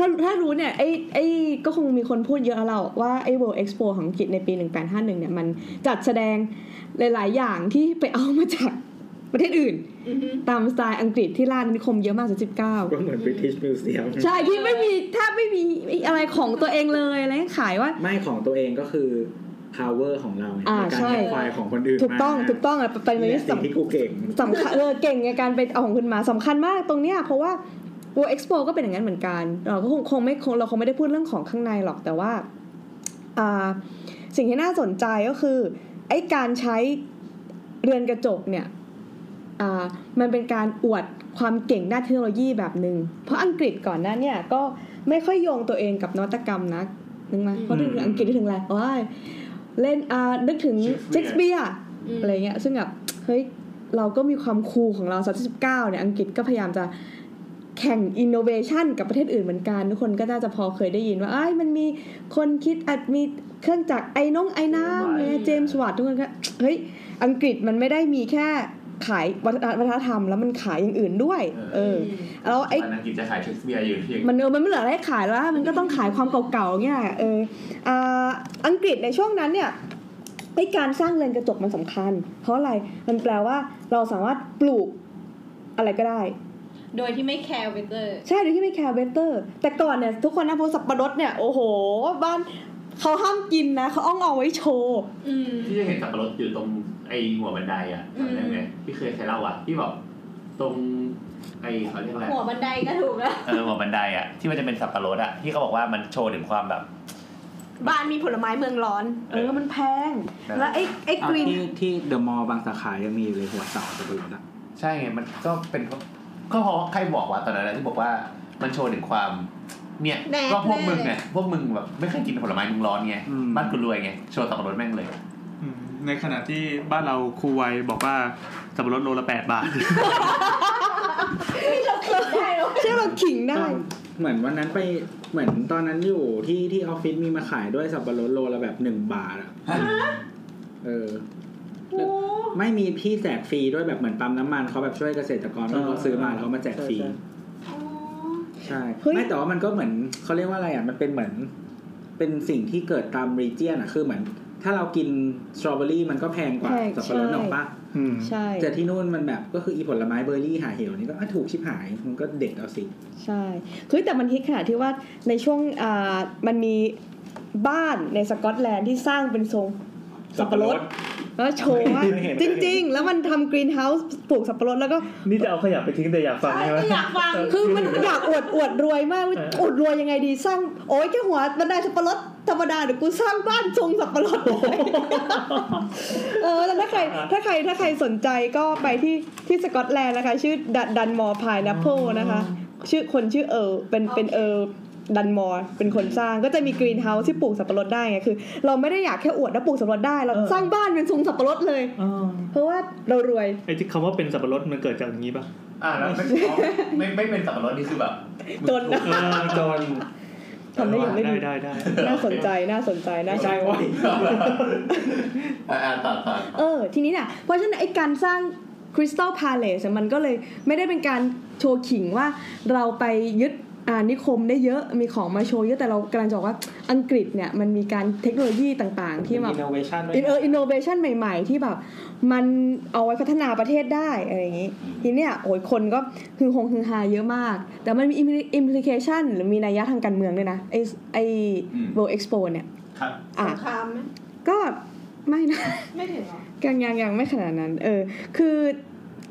ถ้าถ้ารู้เนี่ย ไอ้ไอ้ก็คงมีคนพูดเยอะแล้วเราว่า ไอ้ World Expo ของอังกฤษในปี 1851 เนี่ย มันจัดแสดงหลาย ๆ อย่างที่ไปเอามาจากประเทศอื่น อือฮึ ตามสไตล์อังกฤษที่ล่าอาณานิคมเยอะมากสิบเก้า ก็เหมือน British Museum ใช่ที่ไม่มีแทบไม่มีอะไรของตัวเองเลยอะไรให้ขายว่า ไม่ของตัวเองก็คือ power ของเราไง อ่า ในการ ใช่ แฮกไฟล์ของคนอื่น ถูกต้อง มา ถูกต้องอ่ะเป็นเรื่อง นี่แหละสิ่ที่ง สำ ที่กูเก่ง สำคัญเออเก่งในการไปเอาของคุณมาสำคัญมากตรงเนี้ยเพราะว่า World Expo ก็เป็นอย่างนั้นเหมือนกันเราก็คงคงไม่คงเราคงไม่ได้พูดเรื่องของข้างในหรอกแต่ว่าอ่าสิ่งที่น่าสนใจก็คือไอ้การใช้เรือนกระจกเนี่ยอ่ามันเป็นการอวดความเก่งด้านเทคโนโลยีแบบหนึง่งเพราะอังกฤษก่อนหน้าเนี่ยก็ไม่ค่อยโยงตัวเองกับนวัตกรรมนะนึกไหมเพราะนึกถึงอังกฤษนึกถึงอะไรโอ้ยเล่นอ่านึกถึงเชคสเปียร์ อืม อะไรเงี้ยซึ่งแบบเฮ้ย เราก็มีความคูลของเราศตวรรษที่19เนี่ยอังกฤษก็พยายามจะแข่งอินโนเวชันกับประเทศอื่นเหมือนกัน ทุกคนก็น่าจะพอเคยได้ยินว่าเอ้ยมันมีคนคิดอัดมีเครื่องจักรไอ้น้องไอ้น้ำเนี่ยเจมส์วัตทุกคนก็เฮ้ย อังกฤษมันไม่ได้มีแค่ขายวัฒนวัฒนธรรม แล้วมันขายอย่างอื่นด้วย เออแล้วไอ้ ตอนนั้นกิจจะขายเชคสเปียร์อยู่ที่ มันเออมันไม่เหลืออะไรให้ขายแล้ว มันก็ต้องขายความเก่าๆเงี้ยเอออ่าอังกฤษในช่วงนั้นเนี่ยไอการสร้างเรือนกระจกมันสำคัญ เพราะอะไรมันแปลว่าเราสามารถปลูกอะไรก็ได้ โดยที่ไม่แคร์เวเตอร์ ใช่โดยที่ไม่แคร์เวเตอร์ แต่ก่อนเนี่ย ทุกคนนะพอสับปะรดเนี่ย โอ้โห บ้านเขาห้ามกินนะเขาอ้องเอาไว้โชว์ อืม ที่จะเห็นสับปะรดอยู่ตรงไอ้หัวบันไดอ่ะจำได้ไหม อืม พี่เคยเคยเล่าอ่ะที่บอกตรงไอ้เขาเรียกอะไร หัวบันไดก็ถูกแล้ว เออหัวบันไดอ่ะที่มันจะเป็นสับปะรดอ่ะที่เขาบอกว่ามันโชว์ถึงความแบบ บ้านมีผลไม้เมืองร้อน เออมันแพง แล้วไอ้ไอ้ อ่ะ กรีน ที่ที่เดอะมอลล์บางสาขายังมีอยู่เลยหัวเสาสับปะรดอ่ะ ใช่ไงมันก็เป็นเพราะก็เพราะใครบอกว่าตอนนั้นนะที่บอกว่ามันโชว์ถึงความ เนี่ย แน่ ก็พวกมึง แน่ ไงพวกมึงแบบไม่เคยกินผลไม้มึงร้อนไงบ้านกูรวยไงโชว์สับปะรดแม่งเลย อืมในขณะที่บ้านเราครูไวยบอกว่าสับปะรดโลละแปดบาท ได้แล้ว ใช่เราขิง ตอ ได้ นเหมือนวันนั้นไปเหมือนตอนนั้นอยู่ที่ที่ออฟฟิศมีมาขายด้วยสับปะรดโลละแบบหนึ่งบาทอ่ะเออ โอ้ ไม่มีพี่แจกฟรีด้วยแบบเหมือนปั๊มน้ำมันเขาแบบช่วยเกษตรกรที่เขาซื้อมาแล้วเขามาแจกฟรี โอ้ ใช่ เฮ้ย ไม่แต่ว่ามันก็เหมือนเขาเรียกว่าอะไรอ่ะมันเป็นเหมือน เป็นสิ่งที่เกิดตามรีเจียนอ่ะคือเหมือน ถ้าเรากินสตรอเบอรี่มันก็แพงกว่า ใช่ สับปะรดหรอกปะ อืม ใช่ แต่ที่นู่นมันแบบก็คืออีผลไม้เบอร์รี่หาเหวนี่ก็อ่ะถูกชิบหายมันก็เด็ดเอาสิ ใช่คือแต่มันฮิตขนาดที่ว่าในช่วงอ่ามันมีบ้านในสกอตแลนด์ที่สร้างเป็นทรงสับปะรด แล้วโชว์ว่า เคยเห็น จริง ๆ แล้วมันทำกรีนเฮาส์ปลูกสับปะรดแล้วก็ นี่จะเอาขยะไปทิ้งแต่อยากฟัง ใช่ ใช่ก็ไหมอยากฟัง คือมันอยากอวดอวดรวยมากว่า เออ อวดรวยยังไงดีสร้าง โอ้ยแค่หัวบันไดสับปะรดธรรมดาเดี๋ยวกูสร้างบ้านทรงสับปะรดเลยเออแล้วถ้าใครถ้าใครถ้าใครสนใจก็ไปที่ที่สกอตแลนด์นะคะ ชื่อดัดันมอร์พายนัพโพนะคะ ชื่อคนชื่อเออเป็นเป็นเออดันมอร์เป็นคนสร้างก็จะมีกรีนเฮาส์ที่ปลูกสับปะรดได้ไงคือ เราไม่ได้อยากแค่อวดแล้วปลูกสับปะรดได้ เราสร้างบ้านเป็นทรงสับปะรดเลย อ๋อ เพราะว่าเรารวย ไอ้ที่คำว่าเป็นสับปะรดมันเกิดจากอย่างนี้ป่ะ อ่าแล้วไม่ไม่ไม่เป็นสับปะรดนี่คือแบบมึง จนนะ เออจอน ทำได้อย่างไม่ ได้ ดี ได้ได้ น่าสนใจน่าสนใจน่าสนใจ อ่าอ่าต่อต่อ เออ ทีนี้น่ะ เพราะฉะนั้นไอ้การสร้างคริสตัลพาเลสมันก็เลยไม่ได้เป็นการโชว์ขิงว่าเราไปยึดอานิคมได้เยอะมีของมาโชว์เยอะแต่เรากำลังจะบอกว่าอังกฤษเนี่ย มันมีการเทคโนโลยีต่างๆ ที่แบบ innovation ด้วย อินเอออินโนเวชันใหม่ๆ ที่แบบ มันเอาไว้พัฒนาประเทศได้อะไรอย่างนี้ทีเนี้ยโอ้ยคนก็ฮือฮงฮือฮาเยอะมาก แต่มันมีอิมพลิเคชันหรือมีนัยยะทางการเมืองด้วยนะไอไอ World Expo เนี่ย ครับ อ่ะ สงครามไหม ก็ไม่นะ ไม่ถึงหรอ ยังยังยังไม่ขนาดนั้น เออ คือ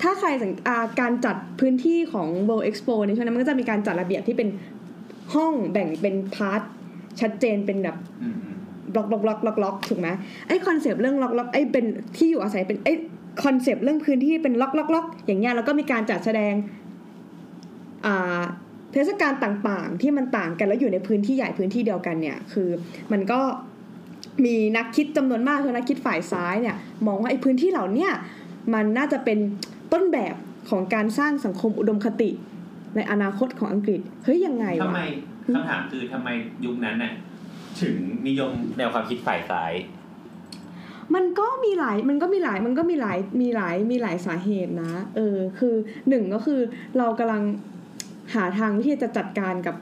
ถ้าใครสังอ่าการจัดพื้นที่ของ World Expo ในช่วงนั้นมันก็จะมีการจัดระเบียบที่เป็นห้องแบ่งเป็นพาร์ทชัดเจนเป็นแบบ อืมอืม บล็อกบล็อกบล็อกบล็อกล็อกถูกไหมไอ้คอนเซปต์เรื่องล็อกล็อกไอ้เป็นที่อยู่อาศัยเป็นไอ้คอนเซปต์เรื่องพื้นที่เป็นล็อกล็อกล็อกอย่างเงี้ยแล้วก็มีการจัดแสดงอ่า เทศกาลต่างๆ ที่มันต่างกันแล้วอยู่ในพื้นที่ใหญ่พื้นที่เดียวกันเนี่ยคือมันก็มีนักคิดจำนวนมากคือนักคิดฝ่ายซ้ายเนี่ยมองว่าไอ้พื้นที่เหล่าเนี้ยมันน่าจะเป็นต้นแบบของการสร้างสังคมอุดมคติ ในอนาคตของอังกฤษเฮ้ยยังไง ทำ วะ ไมคำถามคือทำไมยุคนั้นน่ะถึงนิยมแนวความคิดฝ่ายซ้าย มันก็มีหลาย มันก็มีหลาย มันก็มีหลาย มีหลาย มีหลายสาเหตุนะ เออ คือหนึ่งก็คือเรากำลังหาทางที่จะจัดการกับ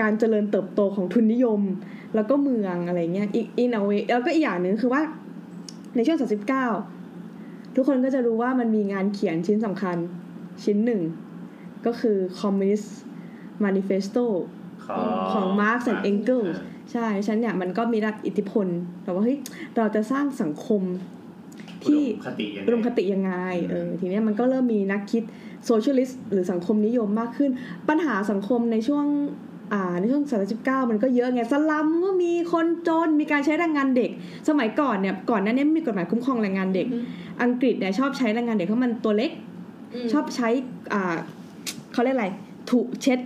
การเจริญเติบโตของทุนนิยม แล้วก็เมืองอะไรเงี้ย อีกอินเอาเวแล้วก็อีกอย่างหนึ่งคือว่าในช่วง 39 ทุกคนก็จะรู้ว่ามันมีงานเขียนชิ้นสำคัญชิ้นหนึ่ง ก็คือ Communist Manifesto ของมาร์กแอนเองเกิลใช่ฉะนันเนี่ยมันก็มีรับอิทธิพล แต่ว่าเฮ้ยเราจะสร้างสังคมที่ อุดมคติยังไง อุดมคติยังไงเออทีเนี้ยมันก็เริ่มมีนักคิดโซเชียลิสต์หรือสังคมนิยมมากขึ้น ปัญหาสังคมในช่วงอ่าในช่วงศตวรรษ19 มันก็เยอะไงสลัมก็มีคนจนมีการใช้แรงงานเด็ก สมัยก่อนเนี่ยก่อนหน้านี้ไม่มีกฎหมายคุ้มครองแรงงานเด็ก อังกฤษเนี่ยชอบใช้แรงงานเด็กเพราะมันตัวเล็ก ชอบใช้อ่าเขาเรียกอะไรถูเช็ด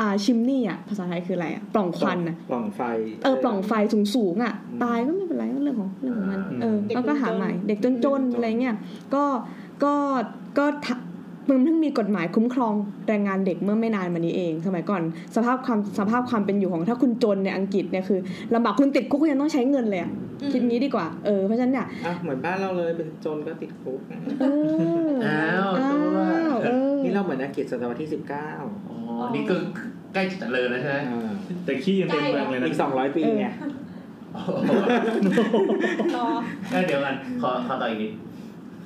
อ่าชิมนี่อ่ะ ภาษาไทยคืออะไรอ่ะ ปล่องควันอ่ะ ปล่องไฟ เออ ปล่องไฟสูงสูงๆอ่ะ ตายก็ไม่เป็นไรก็เรื่องของเรื่องของมัน เออ อืม แล้วก็หาใหม่ เด็กจนๆอะไรเงี้ย ก็ก็ก็ทะมันเพิ่งมีกฎหมายคุ้มครองแรงงานเด็กเมื่อไม่นานมานี้เอง สมัยก่อนสภาพความสภาพความเป็นอยู่ของถ้าคุณจนในอังกฤษเนี่ยคือลำบากคุณติดคุกคุณยังต้องใช้เงินเลยอะคิดงี้ดีกว่า เออ เพราะฉะนั้นเนี่ย อ่ะเหมือนบ้านเราเลยเป็นจนก็ติดคุกนะ เออ อ้าวตัว อ้าวเออ นี่เราเหมือนอังกฤษศตวรรษที่สิบเก้า อ๋อนี่ก็ใกล้จะเจริญแล้วใช่ไหม แต่ขี้ยังเป็นเมืองเลยนะ อีกสองร้อยปีไง โอ้โห รอ เอ้ยเดี๋ยวกันขอขอต่ออีกนิด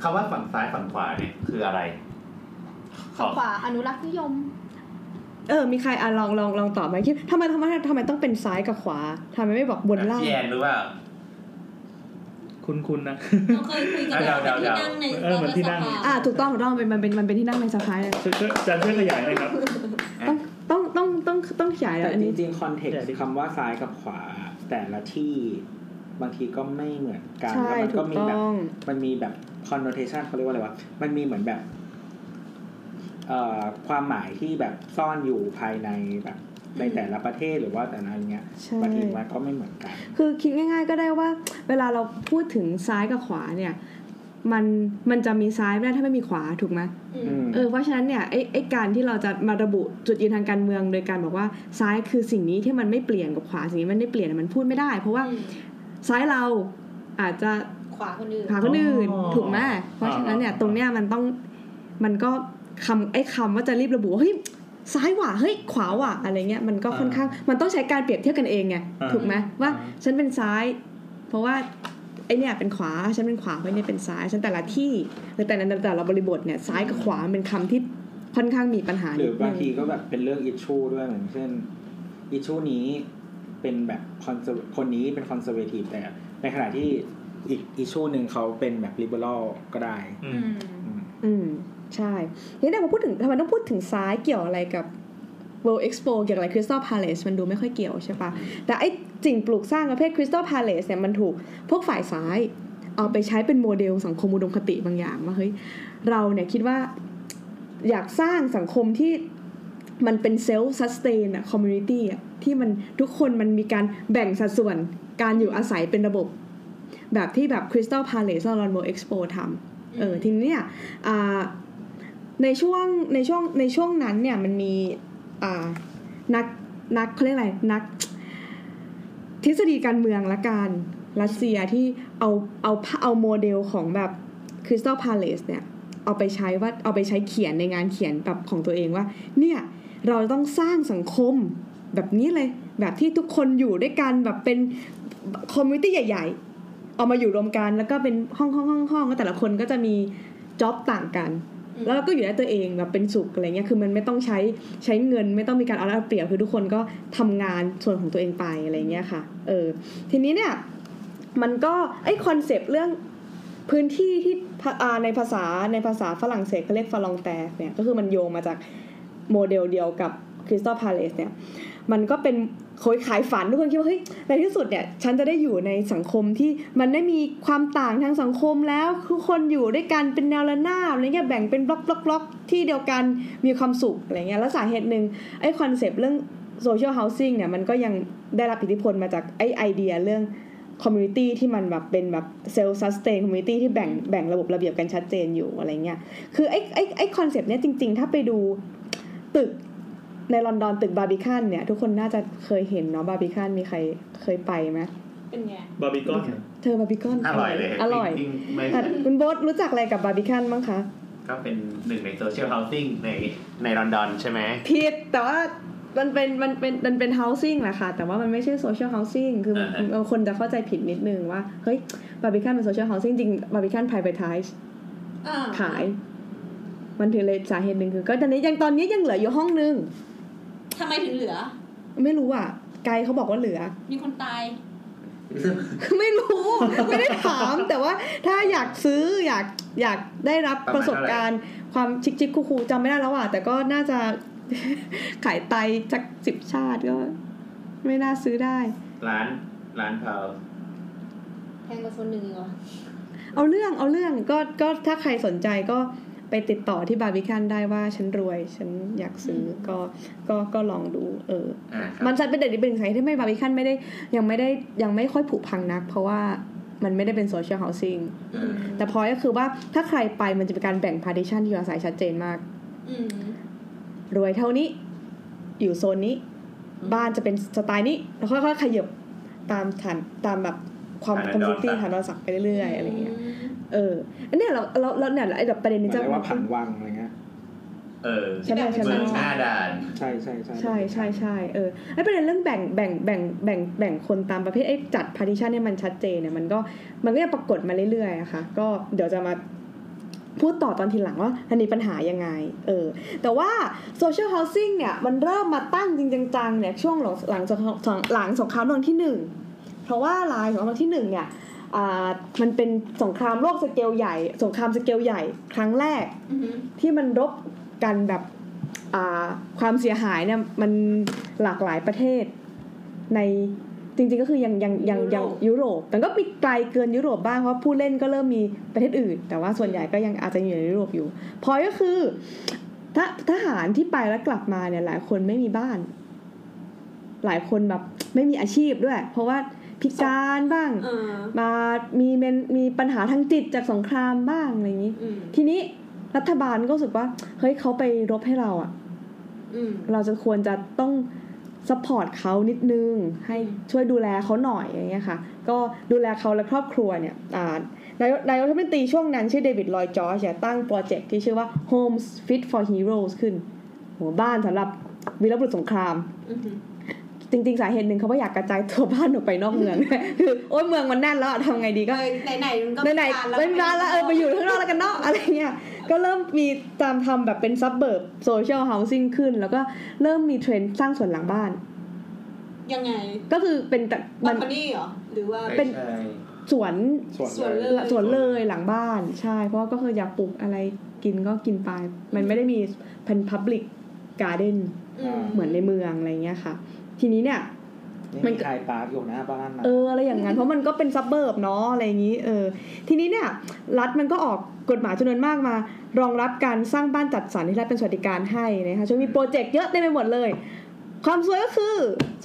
คำว่าฝั่งซ้ายฝั่งขวาเนี่ยคืออะไร ขอ ขวาอนุรักษ์นิยม เออ มีใครอ่ะลองลองลองตอบมาคิดทำไมทำไมทำไมต้องเป็นซ้ายกับขวาทำไมไม่บอกบนล่าง แยนหรือว่า คุณคุณนะ เราเคยคุยกันแล้ว เดาๆๆ ที่นั่งใน เออเหมือนที่นั่ง อ่ะถูกต้องถูกต้องมันเป็นมันเป็นมันเป็นที่นั่งในสภายเลย ช่วยช่วยอาจารย์ช่วยขยายหน่อยครับ ต้องต้องต้องต้องต้องขยายแล้ว แต่ อัน จ นี้ ริงๆคอนเทก แต่จริ ต์ ง คำว่าซ้ายกับขวา แต่ละที่บางทีก็ไม่เหมือนกัน ใช่ แล้วมัก็ถูก มี ต้ แบบ อง มันมีแบบคอนโนเทชันเขาเรียกว่าอะไรวะ มันมีเหมือนแบบเอ่อความหมายที่แบบซ่อนอยู่ภายในแบบในแต่ละประเทศหรือว่าแต่ละอะไรเงี้ย ใช่ บางทีมันก็ไม่เหมือนกัน คือคิดง่าย ๆ ก็ได้ว่า เวลาเราพูดถึงซ้ายกับขวาเนี่ย มันมันจะมีซ้ายไม่ได้ถ้าไม่มีขวาถูกไหม อืม เออเพราะฉะนั้นเนี่ยไอ้ไอ้การที่เราจะมาระบุจุดยืนทางการเมืองโดยการบอกว่าซ้ายคือสิ่งนี้ที่มันไม่เปลี่ยนกับขวาสิ่งนี้มันไม่เปลี่ยนมันพูดไม่ได้ เพราะว่าซ้ายเราอาจจะ ขวาคนอื่น พาคนอื่น อ๋อ ถูกไหมเพราะฉะนั้นเนี่ย อ่า ตรงเนี้ยมันต้องมันก็คำไอ้คำว่าจะรีบระบุว่าเฮ้ยซ้ายว่ะเฮ้ยขวาว่ะอะไรเงี้ยมันก็ค่อนข้างมันต้องใช้การเปรียบเทียบกันเองไงถูกไหมว่าฉันเป็นซ้าย เพราะว่าไอเนี่ยเป็นขวาฉันเป็นขวาไอเนี่ยเป็นซ้ายฉันแต่ละที่หรือแต่ละแต่ละบริบทเนี่ยซ้ายกับขวามันเป็นคำที่ค่อนข้างมีปัญหา หรื นิ อ ด บางที นึง ก็แบบเป็นเรื่องอิชชูด้วยเหมือนเช่นอิชชูนี้เป็นแบบคอนคนนี้เป็นคอนเซอร์เวทีฟแต่ในขณะที่อีกอิชชูหนึ่งเขาเป็นแบบลิเบอรัลก็ได้ อื อื ม ม อืม อืมใช่ทีนี้เราพูดถึงทำไมต้องพูดถึงซ้ายเกี่ยวอะไรกับ World Expo เกี่ยวกับอะไร Crystal Palace มันดูไม่ค่อยเกี่ยวใช่ปะแต่ไอ้สิ่งปลูกสร้างประเภท Crystal Palace เนี่ยมันถูกพวกฝ่ายซ้าย เอาไปใช้เป็นโมเดลสังคมอุดมคติบางอย่างว่าเฮ้ยเราเนี่ยคิดว่าอยากสร้างสังคมที่มันเป็นเซลฟ์ซัสเตนอะคอมมูนิตี้อะที่มันทุกคนมันมีการแบ่งสัดส่วนการอยู่อาศัยเป็นระบบ แบบที่แบบ Crystal Palace ลอน World Expo ทำเออทีนี้เนี่ยอ่าในช่วงในช่วงในช่วงนั้นเนี่ยมันมี อ่านักนักเขาเรียกอะไรนัก ทฤษฎีการเมืองละกันรัสเซียที่เอาเอาเอาโมเดลของแบบคริสตัลพาเลสเนี่ย เอาไปใช้ว่าเอาไปใช้เขียนในงานเขียนแบบของตัวเองว่า เนี่ย เราต้องสร้างสังคมแบบนี้เลย แบบที่ทุกคนอยู่ด้วยกันแบบเป็นคอมมูนิตี้ใหญ่ ๆ เอามาอยู่รวมกันแล้วก็เป็นห้องห้องห้องห้องแล้วแต่ละคนก็จะมีจ็อบต่างกัน อืม แล้วเราก็อยู่ได้ตัวเองแบบเป็นสุขอะไรเงี้ยคือมันไม่ต้องใช้ใช้เงินไม่ต้องมีการเอารัดเอาเปรียบคือทุกคนก็ทำงานส่วนของตัวเองไปอะไรเงี้ยค่ะเออทีนี้เนี่ยมันก็ไอคอนเซปต์เรื่องพื้นที่ที่พะอ่าในภาษาในภาษาฝรั่งเศสเขาเรียกฟาลองแตกเนี่ยก็คือมันโยงมาจากโมเดลเดียวกับคริสตัลพาเลสเนี่ยมันก็เป็น โคยขายฝันทุกคนคิดว่าเฮ้ยในที่สุดเนี่ยฉันจะได้อยู่ในสังคมที่มันได้มีความต่างทางสังคมแล้วทุกคนอยู่ด้วยกันเป็นแนวระนาบอะไรเงี้ยแบ่งเป็นบล็อกบล็อกบล็อกที่เดียวกันมีความสุขอะไรเงี้ยแล้วสาเหตุหนึ่งไอ้คอนเซปต์เรื่องโซเชียลเฮาสิ่งเนี่ยมันก็ยังได้รับอิทธิพลมาจากไอ้ไอเดียเรื่องคอมมูนิตี้ที่มันแบบเป็นแบบเซลล์ซัสเตนคอมมูนิตี้ที่แบ่งแบ่งระบบระเบียบกันชัดเจนอยู่อะไรเงี้ยคือไอ้ไอ้ไอ้คอนเซปต์เนี้ยจริง ๆ ถ้าไปดูตึก ในลอนดอนตึกบาร์บิคันเนี่ย ทุกคนน่าจะเคยเห็นเนาะบาร์บิคันมีใครเคยไปไหม เป็นไง บาร์บีคอน เธอบาร์บิคัน อร่อยเลย อร่อย จริงๆไม่ แต่คุณโบ๊ทรู้จักอะไรกับบาร์บิคันบ้างคะ ก็เป็นหนึ่งในโซเชียลเฮาสิ่งในในลอนดอนใช่ไหม ผิดแต่ว่ามันเป็นมันเป็นมันเป็นเฮาสิ่งแหละค่ะ แต่ว่ามันไม่ใช่โซเชียลเฮาสิ่งคือ อ่าฮะ บางคนจะเข้าใจผิดนิดนึงว่า เฮ้ยบาร์บิคันเป็นโซเชียลเฮาสิ่งจริงบาร์บิคันพายไปทายขาย มันถือเลยสาเหตุหนึ่งคือ ก็ตอนนี้ยังตอนนี้ยังเหลืออยู่ห้องนึง ทำไมถึงเหลือ ไม่รู้อ่ะไกด์เขาบอกว่าเหลือ มีคนตาย ไม่รู้ ไม่ได้ถามแต่ว่าถ้าอยากซื้ออยากอยากได้รับ ประมาณ ประสบการณ์ ความชิคชิคคูคูลๆจำไม่ได้แล้วอ่ะแต่ก็น่าจะ ขายไตจากสิบชาติก็ ไม่น่าซื้อได้ ร้านร้านเขา แพงกว่าคนหนึ่งอีกเหรอ เอาเรื่องเอาเรื่องก็ก็ถ้าใครสนใจก็ไปติดต่อที่บาร์บิคันได้ว่าฉันรวย ฉันอยากซื้ออ ม ก็ก็ก็ลองดู เออ อ่าครับ มันจะเป็นเด็ดเป็นสายที่ไม่บาร์บิคันไม่ได้ยังไม่ได้ยังไม่ค่อยผุพังนัก เพราะว่ามันไม่ได้เป็นโซเชียลเฮาสิ่ง อืม แต่พอยก็คือว่าถ้าใครไปมันจะเป็นการแบ่งพาร์ติชันที่อยู่อาศัยชัดเจนมาก อืม รวยเท่านี้ อยู่โซนนี้ อืม บ้านจะเป็นสไตล์นี้ แล้วค่อยๆขยับตามฐานตามแบบความ ฐานะคอมมูนิตี้ ดอนสัก ฐานดอนสักไปเรื่อยๆอะไรอย่างเงี้ยเอออันเนี้ยเราเราเราเนี่ยไอ้แบบประเด็น เหมือ นี้ น จะ เรียกว่าผังวังอะไรเงี้ย เออ ใช่ไหมใช่ไหม เมืองหน้าด่าน ใช่ใช่ใช่ ใช่ใช่ใช่เออไอ้ประเด็นเรื่องแบ่งแบ่งแบ่งแบ่งแบ่งคนตามประเภทไอ้จัดพาร์ติชันให้มันชัดเจนเนี่ยมันก็มันก็จะปรากฏมาเรื่อยๆนะคะก็เดี๋ยวจะมาพูดต่อตอนทีหลังว่ามันมีปัญหายังไงเออแต่ว่าโซเชียลเฮาสิ่งเนี่ยมันเริ่มมาตั้งจริงๆจังๆเนี่ยช่วงหลังหลังสงครามหลังสงครามโลกครั้งที่หนึ่งเพราะว่าลายของโลกครั้งที่หนึ่งเนี่ยอ่ามันเป็นสงครามโลกสเกลใหญ่ สงครามสเกลใหญ่ครั้งแรก อืม ที่มันรบกันแบบอ่าความเสียหายเนี่ยมันหลากหลายประเทศในจริงๆก็คือยังยังยังยังยุโรปแต่ก็มีไกลเกินยุโรปบ้างเพราะผู้เล่นก็เริ่มมีประเทศอื่น แต่ว่าส่วนใหญ่ก็ยังอาจจะอยู่ในยุโรปอยู่พอยก็คือทหทหารที่ไปแล้วกลับมาเนี่ยหลายคนไม่มีบ้าน หลายคนแบบไม่มีอาชีพด้วย เพราะว่าพิการบ้าง เออ มามีเมนมีปัญหาทางจิตจากสงครามบ้างอะไรอย่างนี้ อืม ทีนี้รัฐบาลก็รู้สึกว่าเฮ้ยเขาไปรบให้เราอะ อืม เราจะควรจะต้องซัพพอร์ตเขานิดนึง ให้ช่วยดูแลเขาหน่อยอย่างเงี้ยค่ะ ก็ดูแลเขาและครอบครัวเนี่ยอ่านายนายกรัฐมนตรีช่วงนั้นชื่อเดวิดลอยจอร์จเนี่ยตั้งโปรเจกต์ที่ชื่อว่า Homes Fit for Heroes ขึ้นโหัวบ้านสำหรับวีรบุรุษสงคราม อืม จริง ๆ สาเหตุหนึ่งเขาก็อยากกระจายตัวบ้านออกไปนอกเมือง คือโอ้ยเมืองมันแน่นแล้วอะทำไงดีก็ ไหนไหนๆมันก็ ไหน กรแล้ๆว ไม่มีร้านแล้วเออไปอยู่ข้างนอกแล้วกันเนาะ อะไรเงี้ยก็เริ่มมีตามทำแบบเป็นซับเบิร์บโซเชียลเฮาสิ่งขึ้น แล้วก็เริ่มมีเทรนด์สร้างสวนหลังบ้าน ยังไง ก็คือเป็นแต่ บั มั ล น คอนี่เหรอ หรือว่า เป็น ใช่ สวน ส่วน ส่วน เล เลย ย สวนเลยหลังบ้าน ใช่ เพราะว่าก็คืออยากปลูกอะไรกินก็กินไป มันไม่ได้มีเป็นพับลิกการ์เด้น อืม เหมือนในเมืองอะไรเงี้ยค่ะ ทีนี้เนี่ย นี่ มัน มีชายปาร์คอยู่หน้าบ้านนะ เอออะไรอย่างนั้น เพราะมันก็เป็นซับเบิร์บเนาะอะไรอย่างนี้เออทีนี้เนี่ยรัฐมันก็ออกกฎหมายจำนวนมากมา รองรับการสร้างบ้านจัดสรรที่รัฐเป็นสวัสดิการให้นะคะช่วงมีโปรเจกต์เยอะเต็มไปหมดเลย ความสวยก็คือ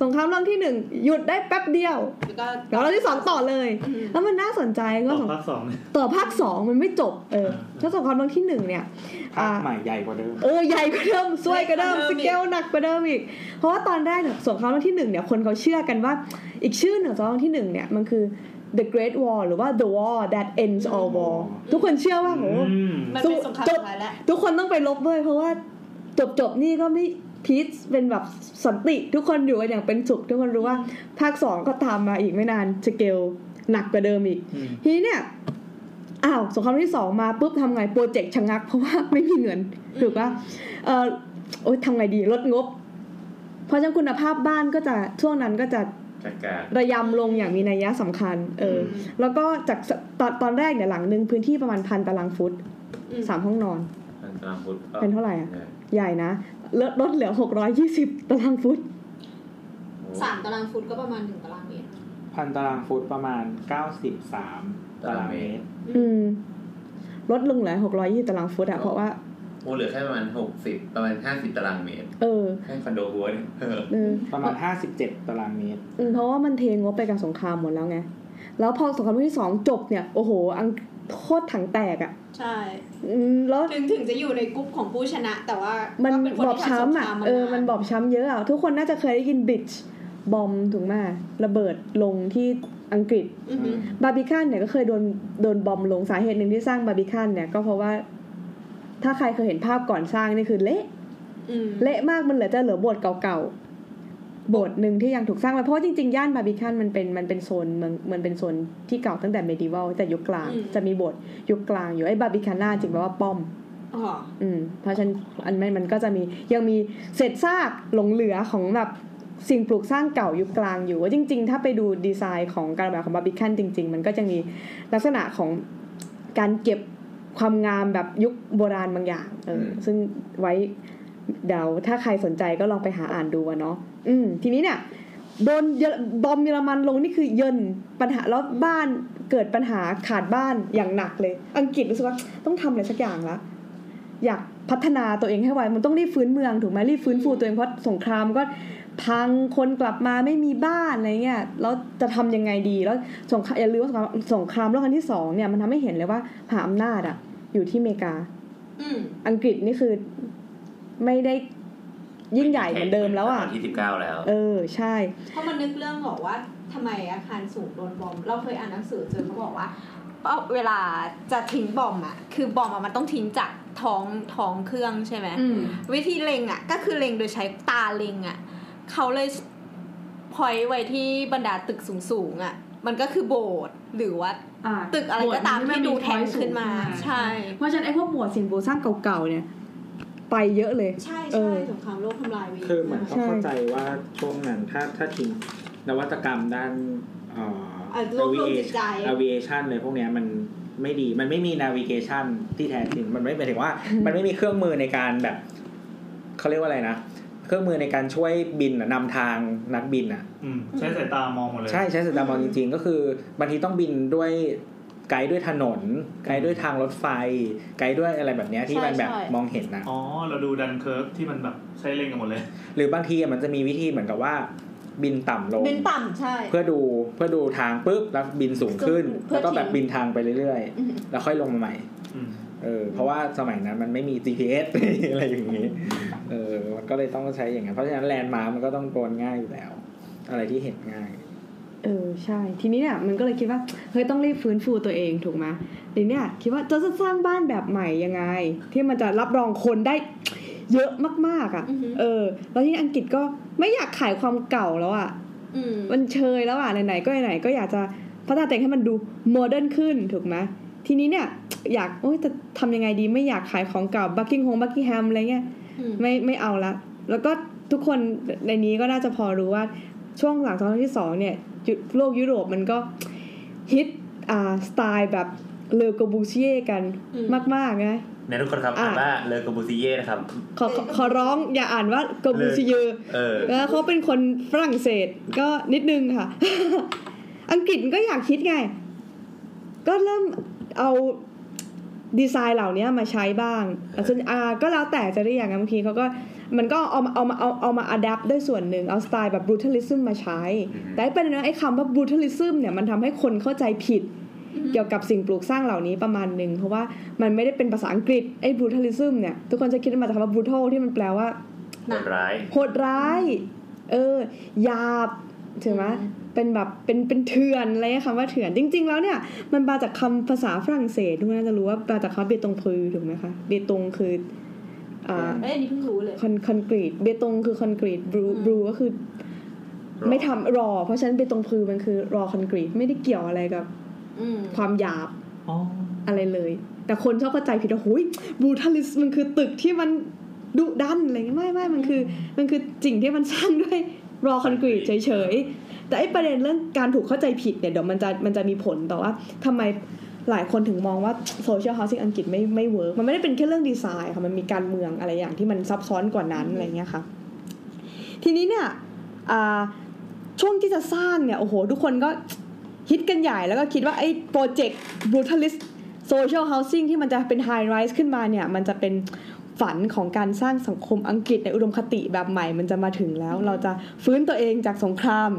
สงครามโลกที่หนึ่งหยุดได้แป๊บเดียว แล้วก็ เดี๋ยวเราที่สองต่อเลย อืม แล้วมันน่าสนใจ ต่ ก็ อ สง ภาคสอง ต่อภาคสองมันไม่จบเออแล้วสงครามโลกที่หนึ่งเนี่ย ภาคใหม่ใหญ่กว่าเดิม เออใหญ่กว่าเดิมซวยกว่าเดิมสเกลหนักกว่าเดิมอีก เพราะว่าตอนแรกเนี่ยสงครามโลกที่หนึ่งเนี่ยคนเขาเชื่อกันว่า อีกชื่อหนึ่งของสงครามโลกที่หนึ่งเนี่ยมันคือ the great war หรือว่า the war that ends all war ทุกคนเชื่อว่าโห อืม มันเป็นสงคราม จ สุ บ ดท้ายแล้ว ทุกคนต้องไปลบด้วยเพราะว่าจบจบๆนี่ก็ไม่พีชเป็นแบบสันติ ทุกคนอยู่กันอย่างเป็นสุข ทุกคนรู้ว่าภาคสองก็ตามมาอีกไม่นานสเกลหนักกว่าเดิมอีก อืม ทีนี้เนี่ย อ้าวสงครามโลกที่สองมาปุ๊บทำไงโปรเจกต์ชะงัก เพราะว่าไม่มีเงินถูกปะเออโอ๊ยทำไงดีลดงบ เพราะฉะนั้นคุณภาพบ้านก็จะช่วงนั้นก็จะ จัดการ ระยำลงอย่างมีนัยสำคัญ เอออแล้วก็จากสตอนตอนแรกเนี่ยหลังหนึ่งพื้นที่ประมาณพันตารางฟุต อืม สามห้องนอน ทางตารางพุทธก็ เป็นเท่าไหร่อะ เนี่ย ใหญ่นะลดลดเหลือ 620 ตารางฟุต โอ้ สามตารางฟุตก็ประมาณหนึ่งตารางเมตร พันตารางฟุตประมาณ 93 ตารางเมตร อืมลดลงเหลือหกร้อยี่ตารางฟุตอะเพราะว่า โมเหลือแค่ประมาณหกสิบประมาณห้าสิบตารางเมตร เออ แค่คอนโดหัวเนี่ยเออ เออ ประมาณ 57 ตารางเมตร อืมเพราะว่ามันเทงบไปกับสงครามหมดแล้วไง แล้วพอสงครามโลกที่สองจบเนี่ย โอ้โห อังโคตรถังแตกอะ่ะ ใช่ อืมแล้ว ถึงถึงจะอยู่ในกลุ่มของผู้ชนะ แต่ว่า มั มัน เป็นคน บอบ ที่ผ่านสงคช้ำอะ่ะ รามมา เออ มัน นาน บอบช้ำเยอะอะ่ะ ทุกคนน่าจะเคยได้ยินบิชบอมถูกไหมยระเบิดลงที่อังกฤษ อือฮึ บาร์บิคันเนี่ยก็เคยโดนโดนบอมลงสาเหตุหนึ่งที่สร้างบาร์บิคันเนี่ยก็เพราะว่า ถ้าใครเคยเห็นภาพก่อนสร้างนี่คือเละ อืม เละมากมันเหลือจะเหลือโบสถ์เก่าๆ โบสถ์หนึ่งที่ยังถูกสร้างไว้เพราะว่าจริงๆ ย่านบาร์บิคันมันเป็นมันเป็นโซนเมืองมันเป็นโซนที่เก่าตั้งแต่เมดิวัลแต่ยุคกลาง จะมีโบสถ์ยุคกลางอยู่ไอ้บาร์บิคาน่าจึงแปลว่าป้อม อ๋อ อืมเพราะฉะนันอันนั้นมันก็จะมียังมีเศษซากหลงเหลือของแบบสิ่งปลูกสร้างเก่ายุคกลางอยู่ว่าจริง ๆ ถ้าไปดูดีไซน์ของการแบบของบาร์บิคันจริง ๆ มันก็จะมีลักษณะของการเก็บความงามแบบยุคโบราณบางอย่างเออซึ่งไว้เดี๋ยวถ้าใครสนใจก็ลองไปหาอ่านดูอะเนาะอืมทีนี้เนี่ยโดนเยอรบอมเยอรมันลงนี่คือเยินปัญหาแล้วบ้านเกิดปัญหาขาดบ้านอย่างหนักเลย อังกฤษรู้สึกว่าต้องทำอะไรสักอย่างละ อยากพัฒนาตัวเองให้ไว มันต้องรีบฟื้นเมืองถูกไหมรีบฟื้นฟูตัวเองเพราะสงครามก็พังคนกลับมาไม่มีบ้านอะไรเงี้ยแล้วจะทำยังไงดีแล้วสงครามอย่าลืมว่าสงครามสงครามโลกครั้งที่สองเนี่ยมันทำให้เห็นเลยว่ามหาอำนาจอะอยู่ที่อเมริกา อืม อังกฤษนี่คือไม่ได้ยิ่งใหญ่เหมือนเดิมแล้วอะ ตนที่สิบเก้าแล้ว เออใช่ เพราะมันนึกเรื่องบอกว่าทำไมอาคารสูงโดนบอม เราเคยอ่านหนังสือเจอเขาบอกว่าเอ้าเวลาจะทิ้งบอมอ่ะ คือบอมอะมันต้องทิ้งจากท้องท้องเครื่องใช่ไหม อืม วิธีเล็งอ่ะ ก็คือเล็งโดยใช้ตาเล็งอ่ะ เขาเลยพอยไว้ที่บรรดาตึกสูงๆอ่ะ มันก็คือโบสถ์หรือว่า อ่า ตึกอะไรก็ตามที่ดูแทนขึ้นมา ใช่ เพราะฉะนั้นไอ้พวกโบสถ์สิ่งปลูกสร้างเก่าๆเนี่ย ไปเยอะเลย ใช่ เอ ใช่ อ สงครามโลกทำลายไป คือเหมือน ใช่ ต้องเข้าใจว่าช่วงนั้นถ้าถ้าทิ้งนวัตกรรมด้านเอ่อ อ่ะโลกโลกจิตใจ aviation aviation เลยพวกเนี้ยมันไม่ดีมันไม่มี navigation ที่แท้จริง มันไม่หมายถึงว่า มันไม่มีเครื่องมือในการแบบเขาเรียกว่าอะไรนะ เครื่องมือในการช่วยบินน่ะนำทางนักบินอ่ะ อืมใช้สายตามองหมดเลย ใช่ใช้สายตามองจริง ๆ ก็คือบางทีต้องบินด้วยไกด์ด้วยถนน ไกด์ด้วยทางรถไฟ ไกด์ด้วยอะไรแบบเนี้ยที่มันแบบ ใช่ใช่ มองเห็นนะ อ๋อเราดูดันเคิร์ฟที่มันแบบใช้เล่นกันหมดเลย หรือบางทีอะมันจะมีวิธีเหมือนกับว่า บินต่ำลง เป็นต่ำใช่ เพื่อดูเพื่อดูทางปุ๊บแล้วบินสูงขึ้น เพื่อ แล้วก็แบบ ทิ้ง บินทางไปเรื่อย อืม ๆ แล้วค่อยลงมาใหม่ อืม เออเพราะว่าสมัยนั้นมันไม่มี GPS อะไรอย่างนี้เออมันก็เลยต้องใช้อย่างนั้นเพราะฉะนั้นแลนด์มาร์มันก็ต้องโกนง่ายอยู่แล้ว อะไรที่เห็นง่าย เออใช่ ทีนี้เนี่ยมันก็เลยคิดว่าเฮ้ยต้องรีบฟื้นฟูตัวเองถูกไหมทีเนี้ยคิดว่าจะสร้างบ้านแบบใหม่ยังไง ที่มันจะรับรองคนได้เยอะมากๆอ่ะ อือหือ เออ แล้วทีนี้อังกฤษก็ไม่อยากขายความเก่าแล้วอ่ะ อืม มันเชยแล้วอ่ะไหนๆก็ไหนๆก็อยากจะพัฒนาตัวเองให้มันดูโมเดิร์นขึ้นถูกไหมทีนี้เนี่ยอยากโอ้ยจะทำยังไงดีไม่อยากขายของเก่าบักกิ้งโฮมบักกิ้งแฮมอะไรเงี้ย อืม ไม่ไม่เอาละ แล้วก็ทุกคนในนี้ก็น่าจะพอรู้ว่าช่วงหลังสงครามโลกที่สองเนี่ยยุโลกยุโรปมันก็ฮิตอ่าสไตล์แบบเลอกบูเชียกันมากๆนะ นะทุกคนครับ อ่ะ อ่านว่าเลอกบูซิเย่นะครับ ขอขอขอร้องอย่าอ่านว่ากบูเชีย เออ แล้วเขาเป็นคนฝรั่งเศสก็นิดนึงค่ะ อังกฤษก็อยากคิดไง ก็เริ่มเอาดีไซน์เหล่านี้มาใช้บ้างแต่ส่วนอาก็แล้วแต่จะเรียกนะบางทีเขาก็มันก็เอามาเอามาเอาเอามาอัดแอปด้วยส่วนหนึ่ง เอาสไตล์แบบบรูทัลิซึมมาใช้ อืม แต่เป็นนะไอ้คำว่าบรูทัลิซึมเนี่ยมันทำให้คนเข้าใจผิด เกี่ยวกับสิ่งปลูกสร้างเหล่านี้ประมาณหนึ่ง เพราะว่ามันไม่ได้เป็นภาษาอังกฤษไอ้บรูทัลิซึมเนี่ย ทุกคนจะคิดมาจากคำว่าบรูทัลที่มันแปลว่า คนร้าย โหดร้าย เออหยาบถือไหมเป็นแบบ เป็น เป็นเถื่อนอะไรเงี้ยคำว่าเถื่อน จริง ๆ แล้วเนี่ย มันมาจากคำภาษาฝรั่งเศสทุกคนน่าจะรู้ว่ามาจากคำว่าเบตงพือถูกไหมคะ เบตงคืออ่า เอ้ยอันนี้เพิ่งรู้เลย คอนคอนกรีต เบตงคือคอนกรีต บรู อืม บรูก็คือ raw ไม่ทำรอ เพราะฉะนั้นเบตงพือมันคือรอคอนกรีต ไม่ได้เกี่ยวอะไรกับ อืม ความหยาบ อ๋อ อะไรเลย แต่คนชอบเข้าใจผิดว่าหุยบูทัลิสมันคือตึกที่มันดุดันอะไรเงี้ยไม่ไม่มันคือ มันคือสิ่งที่มันสร้างด้วยรอคอนกรีตเฉยๆ แต่ไอ้ประเด็นเรื่องการถูกเข้าใจผิดเนี่ยเดี๋ยวมันจะมันจะมีผลต่อว่าทำไมหลายคนถึงมองว่าโซเชียล o u ส i n g อังกฤษไม่ไม่เวิร์กมันไม่ได้เป็นแค่เรื่องดีไซน์ค่ะมันมีการเมืองอะไรอย่างที่มันซับซ้อนกว่านั้นอะไรเงี้ยค่ะ ทีนี้เนี่ยอ่า ช่วงที่จะสร้างเนี่ย โอ้โห ทุกคนก็ฮิตกันใหญ่แล้วก็คิดว่าไอ้โปรเจกต์ brutalist social housing ที่มันจะเป็น high rise ขึ้นมาเนี่ย มันจะเป็นฝันของการสร้างสังคมอังกฤษในอุดมคติแบบใหม่มันจะมาถึงแล้ว เราจะฟื้นตัวเองจากสงคราม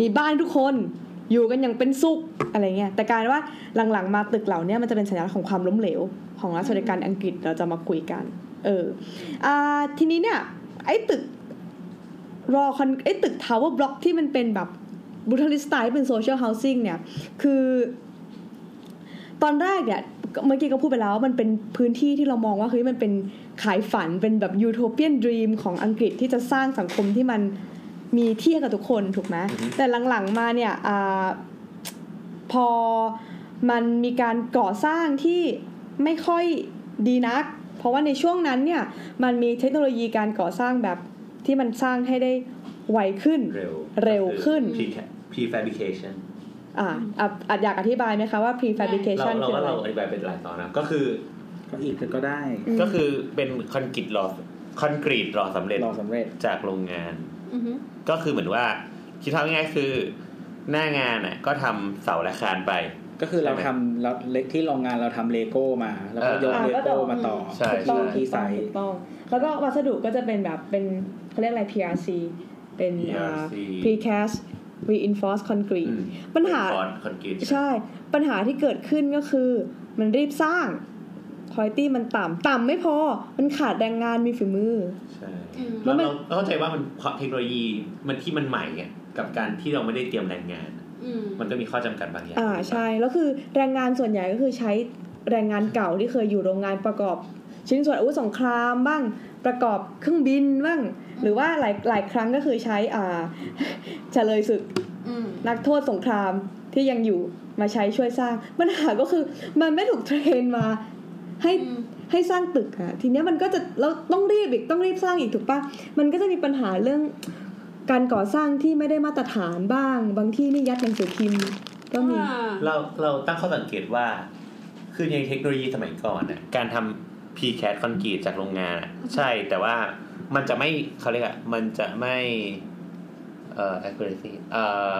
มีบ้านทุกคนอยู่กันอย่างเป็นสุขอะไรเงี้ยแต่กลารว่าหลังๆมาตึกเหล่าเนี้มันจะเป็นสัญลักษณ์ของความล้มเหลว ของรัฐสวัสดิการอังกฤษเราจะมาคุยกัน เอออ่าทีนี้เนี่ย ไอ้ตึก รอคอนไอ้ตึกทาวเวอร์บล็อกที่มันเป็นแบบบูทลิสไตล์เป็นโซเชียลเฮาสิ่งเนี่ย คือ ตอนแรกเนี่ย เมื่อกี้ก็พูดไปแล้วว่ามันเป็นพื้นที่ที่เรามองว่าเฮ้ยมันเป็นขายฝันเป็นแบบยูโทเปียนดรีมของอังกฤษที่จะสร้างสังคมที่มันมีเที่ยงกับทุกคนถูกไหมแต่หลังๆมาเนี่ยอาพอมันมีการก่อสร้างที่ไม่ค่อยดีนัก เพราะว่าในช่วงนั้นเนี่ยมันมีเทคโนโลยีการก่อสร้างแบบที่มันสร้างให้ได้ไวขึ้น เร็ว เร็วขึ้น พี prefabrication อ่าอ่ะอาจอยากอธิบายไหมคะว่า เรา prefabrication เรา คือ ว่า อะไร เราอธิบายเป็นหลายตอนนะก็คือ ก็อีกก็ได้ อืม ก็คือเป็นคอนกรีตหล่อคอนกรีตหล่อสำเร็จ ลองสำเร็จ จากโรงงาน อือฮึ ก็คือเหมือนว่าคิดทำง่ายๆคือ หน้างานน่ะก็ทำเสาและคานไป ก็คือเรา ใช่ไหม ทำเราที่โรงงานเราทำเลโก้มา แล้วก็ยก อ่า เลโก้มาต่อ ใช่ ถูกต้ ใช่ อง ที่ไซ ถู ต์ กต้อง แล้วก็วัสดุก็จะเป็นแบบเป็นเขาเรียกอะไร PRC เป็นอ่า precast reinforced concrete ปัญหา คอนกรีต ใช่ ปัญหาที่เกิดขึ้นก็คือมันรีบสร้างคุณภาพมันต่ำต่ำไม่พอ มันขาดแรงงานมีฝีมือ ใช่ อืม แล้ว แล้วมัน เราเข้าใจว่ามันเพราะเทคโนโลยีมันที่มันใหม่อะกับการที่เราไม่ได้เตรียมแรงงาน อืม มันก็มีข้อจำกัดบางอย่าง อ่าใช่แล้วคือแรงงานส่วนใหญ่ก็คือใช้แรงงานเก่าที่เคยอยู่โรงงานประกอบ ชิ้นส่วนอาวุธสงครามบ้างประกอบเครื่องบินบ้างหรือว่าหลายหลายครั้งก็คือใช้อ่า เฉลยศึก อืม นักโทษสงครามที่ยังอยู่มาใช้ช่วยสร้างปัญหาก็คือมันไม่ถูกเทรนมาให้ อืม ให้สร้างตึกอะทีเนี้ยมันก็จะเราต้องรีบอีกต้องรีบสร้างอีกถูกปะมันก็จะมีปัญหาเรื่องการก่อสร้างที่ไม่ได้มาตรฐานบ้าง บางที่นี่ยัดหนังสือพิมพ์ก็มี เราเราตั้งข้อสังเกตว่า คือในเทคโนโลยีสมัยก่อนน่ะการทำ p c a t คอนกรีตจากโรงงานน่ะใช่แต่ว่ามันจะไม่เขาเรียกอะมันจะไม่เอ่อ accuracy เอ่อ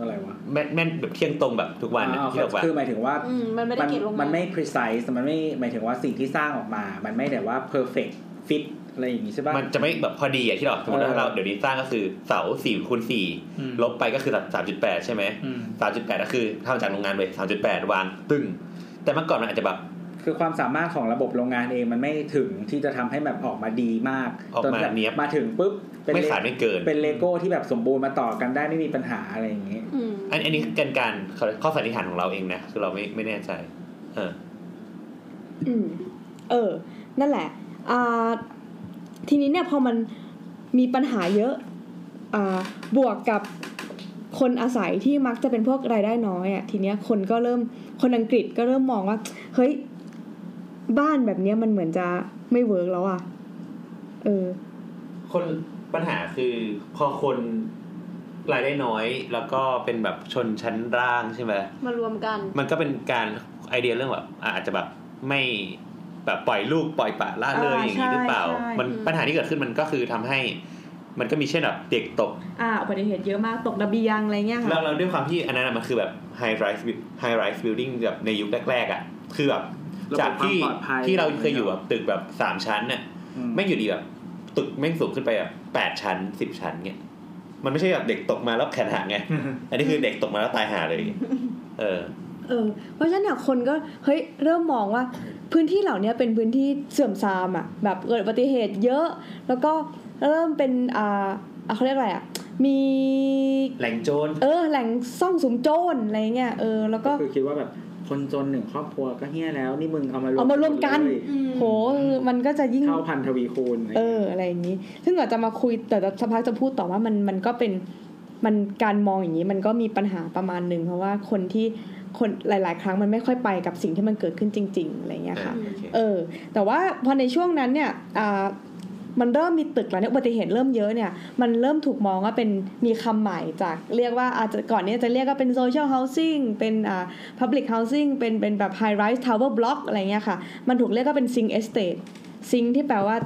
อะไรวะ แม่นแม่นแบบเที่ยงตรงแบบทุกวันน่ะ อ่า ที่เราว่า คือหมายถึงว่า อืมมันไม่ได้ มัน เก็บลง มั มา นไม่ precise มันไม่หมายถึงว่าสิ่งที่สร้างออกมา มันไม่แต่ว่า perfect fit อะไรอย่างงี้ใช่ป่ะ มันจะไม่แบบพอดีอะที่เราสมมติว่า เออ เราเดี๋ยวนี้สร้างก็คือเสาสี่คูณสี่ อืม ลบไปก็คือสามจุดแปดใช่ไหม อืม สามจุดแปดก็คือทำจากโรงงานเลยสามจุดแปดวางตึ้งแต่เมื่อก่อนมันอาจจะแบบ คือความสามารถของระบบโรงงานเองมันไม่ถึงที่จะทำให้แบบออกมาดีมาก ออกมา จนแบบ เนี๊ยบ มาถึงปุ๊บเป็น ไม่ เล ขาดไม่เกิน เป็นเลโก้ที่แบบสมบูรณ์มาต่อกันได้ไม่มีปัญหาอะไรอย่างงี้ อืม อันอันนี้กันการเขาข้อสันนิษฐานของเราเองนะคือเราไม่ไม่แน่ใจเออ อืมเออ นั่นแหละอ่าทีนี้เนี่ยพอมันมีปัญหาเยอะอ่าบวกกับคนอาศัยที่มักจะเป็นพวกรายได้น้อยอะ่ะทีเนี้ยคนก็เริ่มคนอังกฤษก็เริ่มมองว่า เฮ้ย บ้านแบบเนี้ยมันเหมือนจะไม่เวิร์กแล้วอะ่ะ เออ คนปัญหาคือพอคนรายได้น้อยแล้วก็เป็นแบบชนชั้นล่างใช่ไหม มารวมกัน มันก็เป็นการไอเดียเรื่องแบบอ่ะอาจจะแบบไม่แบบปล่อยลูกปล่อยปละละเลย อ่า อย่างนี้หรือเปล่า ใช่ใช่ มัน อืม ปัญหาที่เกิดขึ้นมันก็คือทำให้ มันก็มีเช่นแบบเด็กตก อ่าอุบัติเหตุเยอะมากตกระเบียงอะไรเงี้ย เรา ค่ะ เราด้วยความที่อันนั้นอะมันคือแบบ high rise buil- high rise building แบบในยุคแรกๆอ่ะคือแบบ ระบบ จากที่ ความปลอดภัย ที่เราเคยอยู่แบบตึกแบบสามชั้นเนี่ย อืม แม่งอยู่ดีแบบตึกแม่งสูงขึ้นไปแบบแปดชั้นสิบชั้นเนี่ยมันไม่ใช่แบบเด็กตกมาแล้วแขนหักไง อันนี้คือเด็กตกมาแล้วตายหาเลย เออ เออเพราะฉะนั้นเนี่ยคนก็เฮ้ยเริ่มมองว่าพื้นที่เหล่าเนี้ยเป็นพื้นที่เสื่อมทรามอะ่ะแบบเกิดอุบัติเหตุเยอะ แล้วก็เริ่มเป็นอ่าอ่ะเขาเรียกอะไรอะ่ะมี แหล่งโจร เออแหล่งซ่องสุมโจรอะไรเงี้ยเออแล้วก็ ก็คือคิดว่าแบบคนจนหนึ่งครอบครัวก็เฮี้ยแล้ว นี่มึงเอามารวม เอามารวมกัน เลย อืม โหมันก็จะยิ่ง เท่าพันทวีคูณ เอออะไรอย่างนี้ ซึ่งก่อนจะมาคุยแต่สักพักจะพูดต่อว่ามันมันก็เป็นมันการมองอย่างนี้มันก็มีปัญหาประมาณหนึ่งเพราะว่าคนที่คนหลาย ๆ ครั้งมันไม่ค่อยไปกับสิ่งที่มันเกิดขึ้นจริง ๆอะไรเงี้ยค่ะ โอเค เออ แต่ว่าพอในช่วงนั้นเนี่ยอ่ามันเริ่มมีตึกแล้วเนี่ยอุบัติเหตุเริ่มเยอะเนี่ย มันเริ่มถูกมองว่าเป็นมีคำใหม่จากเรียกว่าอาจจะก่อนเนี้จะเรียกว่าเป็นโซเชียลเฮาสิ่งเป็นอ่าพับลิกเฮาสิ่งเป็นเป็นแบบไฮไรส์ทาวเวอร์บล็อกอะไรเงี้ยค่ะ มันถูกเรียกว่าเป็นซิงเอสเต e ซิงที่แปลว่า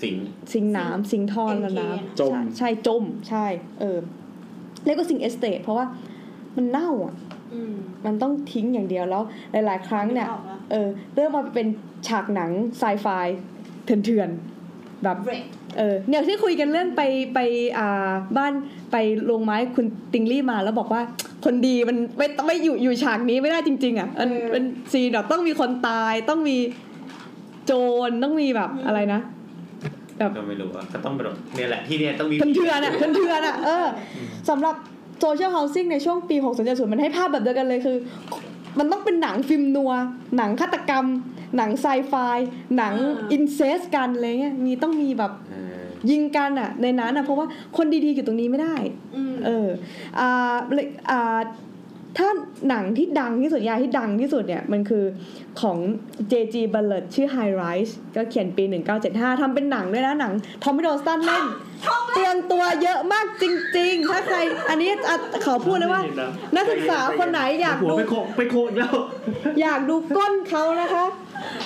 สิงห์ สิงน้ำสิงทอนแล้ว NK น้ อะ ำ จม ใช่ใช่จมใช่เออแล้วก็สิงเอสเตทเพราะว่ามันเน่าอ่ะ อืม มันต้องทิ้งอย่างเดียวแล้ว หลาย ๆ ครั้งเนี่ย ออกแล้ว เออเริ่มมาเป็นฉากหนังไซไฟเถื่อนๆแบบ Red เออเนี่ยที่คุยกันเรื่องไปไปอ่าบ้านไปโรงไม้คุณติงลี่มาแล้วบอกว่าคนดีมันไม่ไม่อยู่อยู่ฉากนี้ไม่ได้จริง ๆ อ่ะมัน เออ เป็นซีนแบบต้องมีคนตายต้องมีโจรต้องมีแบบอะไรนะ แบบ ก็ไม่รู้ว่าก็ต้องเป็นเนี่ยแหละที่เนี่ยต้องมี เถื่อนๆอ่ะเถื่อนๆอ่ะเออสำหรับโซเชียลเฮาสิ่งในช่วงปี 6 0 7 0มันให้ภาพแบบเดียวกันเลยคือ มันต้องเป็นหนังฟิล์มนัว หนังฆาตกรรม หนังไซไฟหนัง อ่า อินเซสกันอะไรเงี้ยมีต้องมีแบบ เออ ยิงกันอ่ะในนั้นอ่ะเพราะว่าคนดีๆอยู่ตรงนี้ไม่ได้ อืม เอออ่าเลยอ่าถ้าหนังที่ดังที่สุดยาที่ดังที่สุดเนี่ยมันคือของ J.G. Ballard ชื่อ High Rise ก็เขียนปี 1975ทำเป็นหนังด้วยนะหนังทอมมี่โดสตันเล่นเตรียมตัวเยอะมากจริง ๆ ถ้าใครอันนี้อ่ะขอพูดเลยว่า นักศึกษาคนไหนอยาก หัว ดู ไปโคไปโคอีกแล้ว อยากดูก้นเขานะคะ